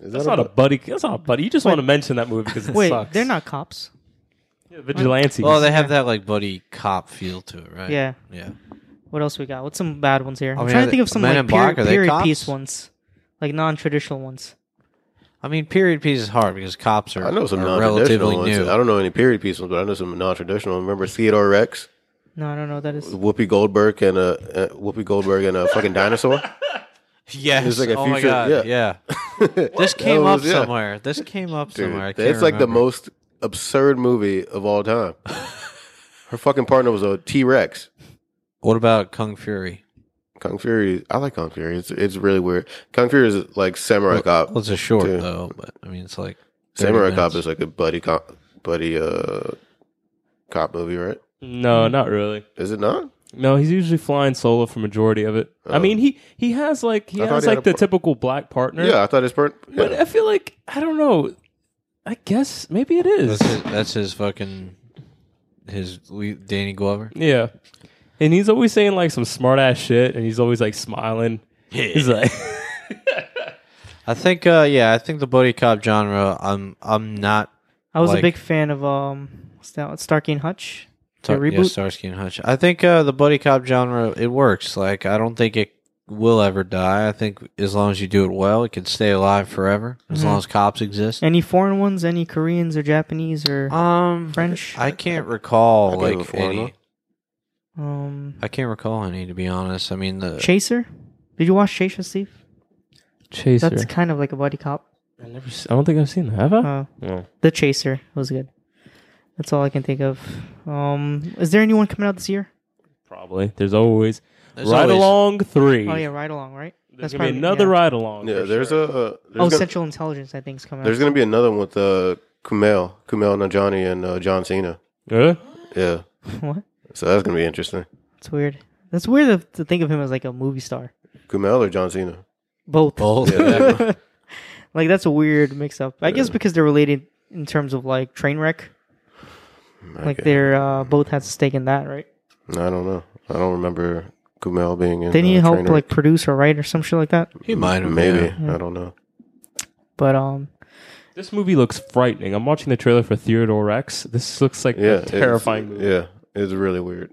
Is That's that not a buddy. That's not a buddy. You just want to mention that movie because it Wait, sucks. they're not cops. Yeah, vigilantes. Well, they have that like buddy cop feel to it, right? Yeah. Yeah. What else we got? What's some bad ones here? I'm mean, trying are to think of they- some Oh, Men like in Black, period, are they period cops? piece ones, like non-traditional ones. I mean, period piece is hard because cops are, I know some are non-traditional relatively ones. new. I don't know any period pieces, but I know some non-traditional. Remember Theodore Rex, No, I don't know. what That is Whoopi Goldberg, and a uh, Whoopi Goldberg and a fucking dinosaur. Yes. It's like a oh my future- god. Yeah. this came That up was- yeah. somewhere. This came up Dude, somewhere. I that's can't like the remember. most absurd movie of all time. Her fucking partner was a T Rex. What about Kung Fury? Kung Fury. I like Kung Fury. It's it's really weird. Kung Fury is like samurai cop. Well, it's a short Dude. though, but I mean, it's like 30 samurai minutes. cop is like a buddy cop, buddy uh, cop movie, right? Hmm. no, not really. Is it not? No, he's usually flying solo for majority of it. I mean, he he has like he Oh. I thought has he had like a the par- typical black partner. Yeah, I thought it's part. but Yeah. I feel like I don't know. I guess maybe it is. That's his, that's his fucking his Le- Danny Glover. Yeah, and he's always saying like some smart ass shit, and he's always like smiling. He's like, I think. uh Yeah, I think the buddy cop genre. I'm. I'm not. I was Like- a big fan of um what's that one? Starkey and Hutch. The Tar- yeah, reboot. Starsky and Hutch. I think uh, the buddy cop genre it works. Like I don't think it will ever die. I think as long as you do it well, it can stay alive forever. As Mm-hmm. long as cops exist. Any foreign ones? Any Koreans or Japanese or Um, French? I can't recall I gave it like a four, any. no? um, I can't recall any to be honest. I mean the Chaser. Did you watch Chaser, Steve? Chaser. That's kind of like a buddy cop. I, never, s- I don't think I've seen that. Have I? Uh, No. the Chaser was good. That's all I can think of. Um, is there anyone coming out this year? Probably. There's always There's right always- along three. Oh yeah, Ride Along, right? There's That's gonna be probably- another yeah. ride along. Yeah, for there's sure. a uh, there's, oh, gonna, Central Intelligence, I think, is coming there's out. gonna be another one with uh, Kumail, Kumail Nanjiani, and uh, John Cena. Really? Yeah, what? so that's gonna be interesting. It's weird. That's weird to, to think of him as like a movie star. Kumail or John Cena? Both. Both. Like that's a weird mix up. I guess because they're related in terms of like train wreck. Like Okay. they're uh, both has a stake in that, right? I don't know. I don't remember Kumail being in. Didn't he uh, help Trainwreck. like produce or write or some shit like that? He might have maybe? yeah. I don't know. But um, This movie looks frightening. I'm watching the trailer for Theodore Rex. This looks like Yeah, a terrifying It's, movie. yeah, it's really weird.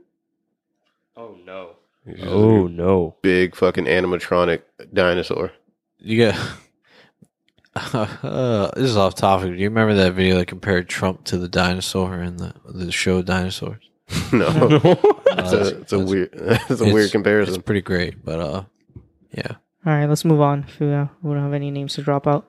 Oh no. He's just Oh a no. big fucking animatronic dinosaur. You got. Uh, this is off topic. Do you remember that video that compared Trump to the dinosaur in the the show Dinosaurs? no, it's that's- a, it's a that's- weird, it's a weird It's comparison. pretty great, but uh, yeah, all right, let's move on. If we, uh, we don't have any names to drop out.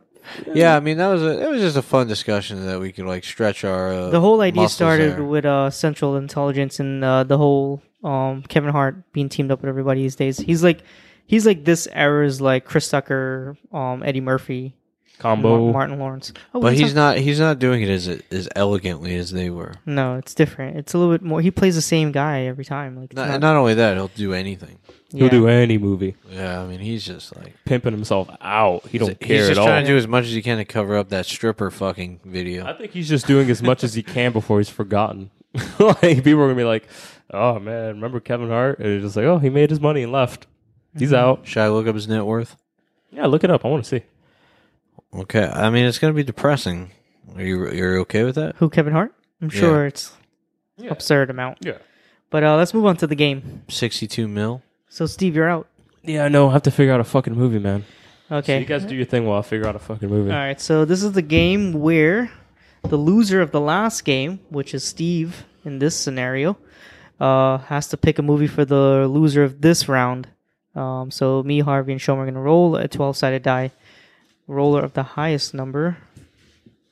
yeah. I mean, that was a, it was just a fun discussion that we could like stretch our. Uh, The whole idea muscles started there. with uh, Central Intelligence and uh, the whole um, Kevin Hart being teamed up with everybody these days. He's like, he's like this era's like Chris Tucker, um, Eddie Murphy, and Combo. Mar- Martin Lawrence. Oh, but we he's talked- not he's not doing it as as elegantly as they were. No, it's different. It's a little bit more. He plays the same guy every time. Like it's Not, not only that, he'll do anything. He'll yeah. do any movie. Yeah, I mean, he's just like Pimping himself out. He don't he's care just at all. trying to do as much as he can to cover up that stripper fucking I video. think he's just doing as much as he can before he's forgotten. like people are gonna be like, "Oh man, remember Kevin Hart?" And it's just like, "Oh, he made his money and left. He's out." Should I look up his net worth? Yeah, look it up. I want to see. Okay, I mean, it's gonna be depressing. Are you you're okay with that? Who Kevin Hart? I'm Yeah. sure it's absurd amount. Yeah. But uh, let's move on to the game. Sixty two mil. So Steve, you're out. Yeah, no, I have to figure out a fucking movie, man. Okay. So you guys do your thing while I figure out a fucking movie. All right, so this is the game where the loser of the last game, which is Steve in this scenario, uh, has to pick a movie for the loser of this round. Um, so me, Harvey, and Shom are going to roll a 12 sided die. Roller of the highest number.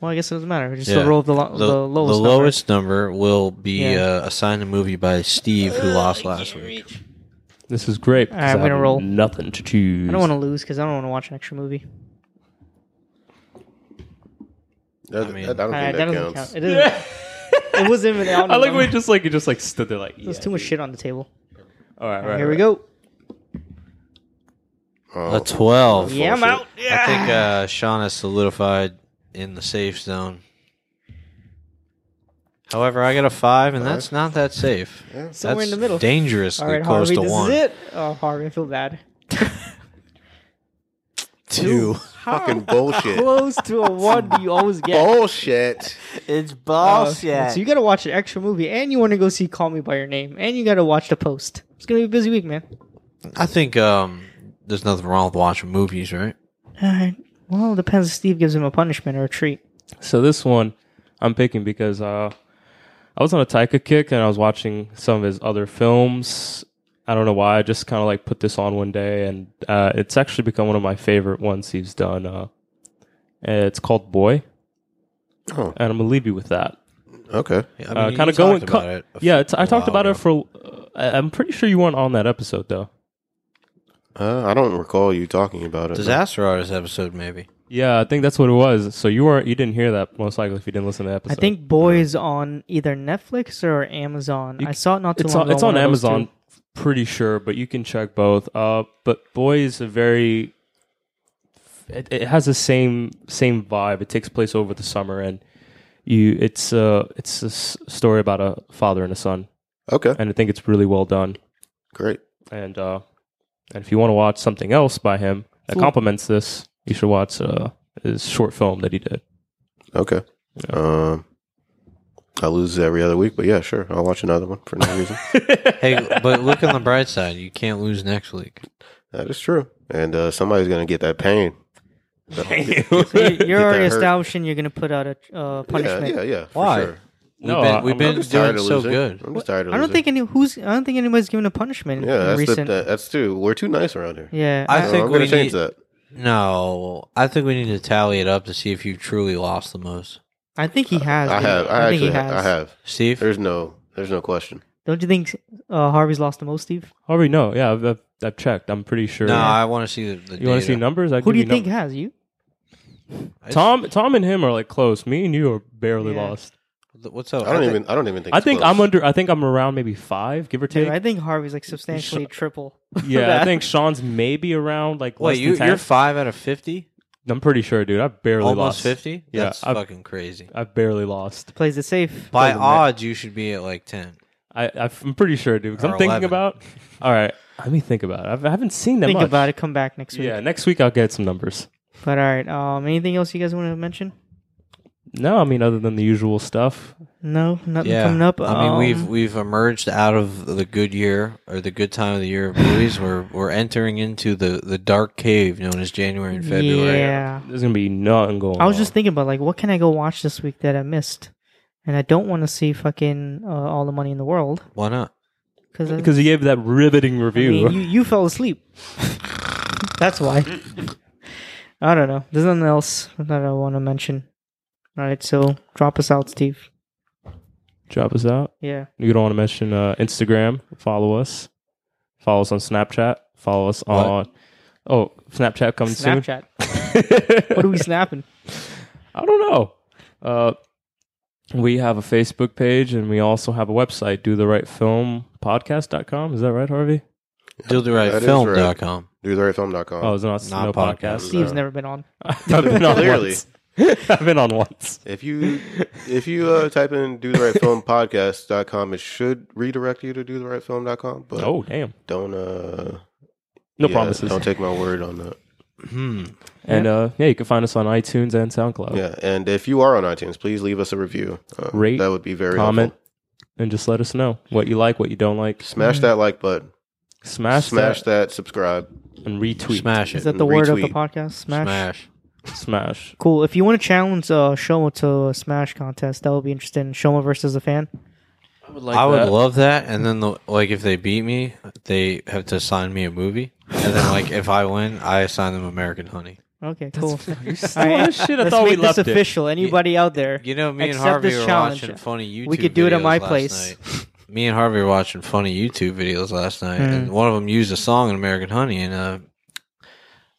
Well, I guess it doesn't matter. Just the roll of the, lo- the, lowest. the number. lowest number, will be Yeah. uh, assigned a movie by Steve, who lost last week. This is great. because right, I I'm gonna have roll. Nothing to choose. I don't want to lose because I don't want to watch an extra movie. That, mean- that- I don't All right, think that, that, doesn't counts. count. It, isn't, it wasn't even on. I like we we just like you just like stood there like. Yeah. There's too much shit on the table. All right, Here we go. Oh, A twelve. Yeah, I'm out. I think uh, Sean has solidified in the safe zone. However, I got a five, and that's not that safe. Somewhere That's in the middle. dangerously All right, close Harvey, to this one. is it. Oh, Harvey, I feel bad. Two. fucking bullshit. Close to a one do you always get. bullshit. It's Uh, bullshit. So you got to watch an extra movie, and you want to go see Call Me by Your Name, and you got to watch The Post. It's gonna be a busy week, man. I think um, there's nothing wrong with watching movies, right? All right. Uh, Well, it depends if Steve gives him a punishment or a treat. So this one I'm picking because uh, I was on a Taika kick and I was watching some of his other films. I don't know why. I just kind of like put this on one day, and uh, it's actually become one of my favorite ones he's done. Uh, and it's called Boy, Oh, and I'm gonna leave you with that. okay. I mean, Uh, you kind of talked going. about it. a yeah, f- it's, I talked while about ago. it for. Uh, I- I'm pretty sure you weren't on that episode though. Uh, I don't recall you talking about it. Disaster Artist episode, maybe. Yeah, I think that's what it was. So you weren't. You didn't hear that most likely if you didn't listen to the episode. I think Boys on either Netflix or Amazon. You- I saw it not too it's long on, ago. it's on one of those Amazon, two. pretty sure, but you can check both. Uh, but Boy is a very it, it has the same same vibe. It takes place over the summer, and you it's uh it's a s- story about a father and a son, Okay, and I think it's really well done. great. And uh, and if you want to watch something else by him that Cool. complements this, you should watch uh his short film that he did. Okay. Um, I lose every other week, but yeah, sure. I'll watch another one for no reason. Hey, but look on the bright side. You can't lose next week. that is true. And uh, somebody's gonna get that pain. So you- you're that already hurt. establishing you're gonna put out a uh, Yeah, punishment. yeah, yeah. For Why? Sure. We've No, been, I- we've I'm- been I'm just tired doing of so losing. good. I'm just tired of I don't losing. think any who's. I don't think anybody's given a punishment. Yeah, in that's the, recent. that, that's too. We're too nice around here. yeah, I I- So think I'm gonna we change need- that. No, I think we need to tally it up to see if you truly lost the most. I think he has. I dude. have. I, think actually. he has. I have. Steve, There's no. There's no question. Don't you think uh, Harvey's lost the most, Steve? Harvey, no, yeah, I've, I've I've checked. I'm pretty sure. No, I want to see the. the you want to see data. numbers? I Who do you think has you? Tom, Tom, and him are like close. Me and you are barely Yeah. lost. Th- What's up? I don't even. I don't even think. I it's think close. I'm under. I think I'm around maybe five, give or Dude, take. I think Harvey's like substantially triple. yeah, I that. think Sean's maybe around like Wait, less you, than 10. you're five out of fifty, I'm pretty sure, dude. I barely almost lost. fifty. Yeah, That's I've- fucking crazy. I barely lost. Plays it safe. By doesn't matter. odds, you should be at like ten. I, I'm pretty sure, dude. Because Or I'm thinking 11. about. All right, let me think about it. I've, I haven't seen that Think much. about it. Come back next week. Yeah, next week I'll get some numbers. But all right. Um, anything else you guys want to mention? No, I mean other than the usual stuff. No, nothing Yeah, coming up. I mean, we've Um, we've emerged out of the good year or the good time of the year of movies. we're we're entering into the the dark cave known as January and February. Yeah. There's gonna be nothing going. I was on. just thinking about like what can I go watch this week that I missed, and I don't want to see fucking uh, all the money in the world Why not? because because he gave that riveting I review. mean, you you fell asleep. That's why. I don't know. There's nothing else that I want to mention. All right, so drop us out, Steve. Drop us out. Yeah. You don't want to mention uh, Instagram. Follow us. Follow us on Snapchat. Follow us on. Oh, Snapchat coming Snapchat. soon. what are we snapping? I don't know. Uh, we have a Facebook page and we also have a website, do the right film podcast.com. Is that right, Harvey? Deal the right That is film right. dot com. Do the right film.com. Oh, it's not, Not no podcast. podcast. Steve's never been on. I've been on Clearly. once. I've been on once. If you if you uh, type in do the right film podcast.com, it should redirect you to do the right film.com, but Oh, damn. don't uh No yeah, promises. Don't take my word on that. and uh, yeah, you can find us on iTunes and SoundCloud. Yeah, and if you are on iTunes, please leave us a review. Uh, Rate, that would be very Comment helpful. and just let us know what you like, what you don't like. Smash that like button. Smash, Smash that, that subscribe. and retweet. Smash Is it. that the word of the Retweet. podcast? Smash. Smash. Smash. Cool. If you want to challenge uh, Shoma to a Smash contest, that would be interesting. Shoma versus a fan. I would that. love that. And then, the, like, if they beat me, they have to sign me a movie. And then, like, if I win, I assign them American Honey. Okay, cool. All right, shit, I Let's thought we make this left it. official. Anybody out there? You know, me Accept and Harvey this were challenge. watching funny YouTube. We could do it at videos my last place. night. Me and Harvey were watching funny YouTube videos last night, Hmm. and one of them used a song in American Honey, and uh,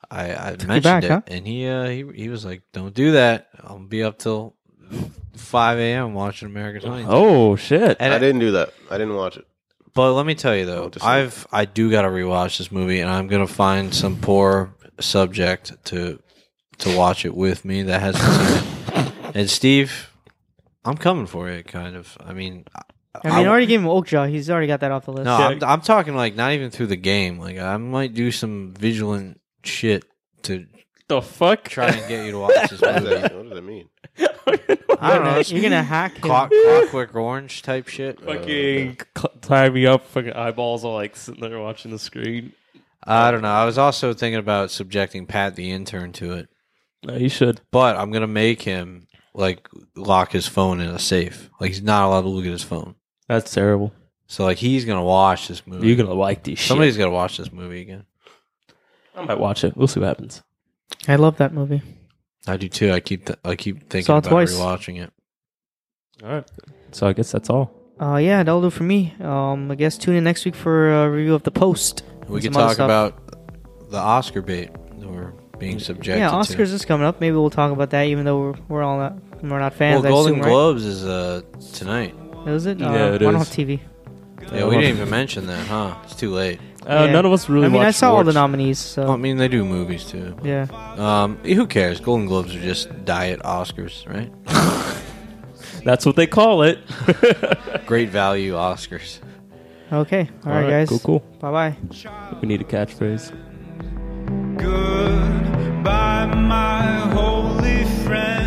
I, I mentioned back, it, huh? and he uh, he he was like, "Don't do that. I'll be up till five a.m. watching American Honey." Oh, shit. And I it- didn't do that. I didn't watch it. But let me tell you though, to see. I've I do got to rewatch this movie, and I'm gonna find some poor subject to to watch it with me that hasn't seen it. And Steve, I'm coming for you, kind of. I mean, I- I mean, I already gave him Oakjaw. He's already got that off the list. no, I'm, I'm talking like not even through the game. Like I might do some vigilant shit to the fuck? try and get you to watch this What does movie. that, what does that mean? I don't know. it's You're gonna hack him. Clock, Clockwork Orange type shit. fucking cl- tie me up. Fucking eyeballs are like sitting there watching the screen. I don't know. I was also thinking about subjecting Pat the intern to it. No, you should. But I'm gonna make him like lock his phone in a safe. Like he's not allowed to look at his phone. That's terrible. So like he's gonna watch this movie. You're gonna like this. Somebody's gotta watch this movie again. shit. I might watch it. We'll see what happens. I love that movie. I do too. I keep th- I keep thinking Saw it about twice. rewatching it. All right. So I guess that's all. Uh, yeah, that'll do for me. Um, I guess tune in next week for a review of the post. We and could some other talk stuff. about the Oscar bait that we're being subjected yeah, to. Oscars is coming up. Maybe we'll talk about that, even though we're, we're all not we're not fans. Well, Golden I assume, Globes is uh tonight. Right? Is it? Uh, Yeah, it I don't is. have TV. Yeah, we didn't even mention that, huh? It's too late. Uh, Yeah. None of us really. I mean, I watched saw all the awards. nominees. Well, I So mean, they do movies too. yeah. Um, who cares? Golden Globes are just diet Oscars, right? That's what they call it. Great value Oscars. Okay. all right, guys. Cool. Cool. Bye bye. We need a catchphrase. Goodbye, my holy friend.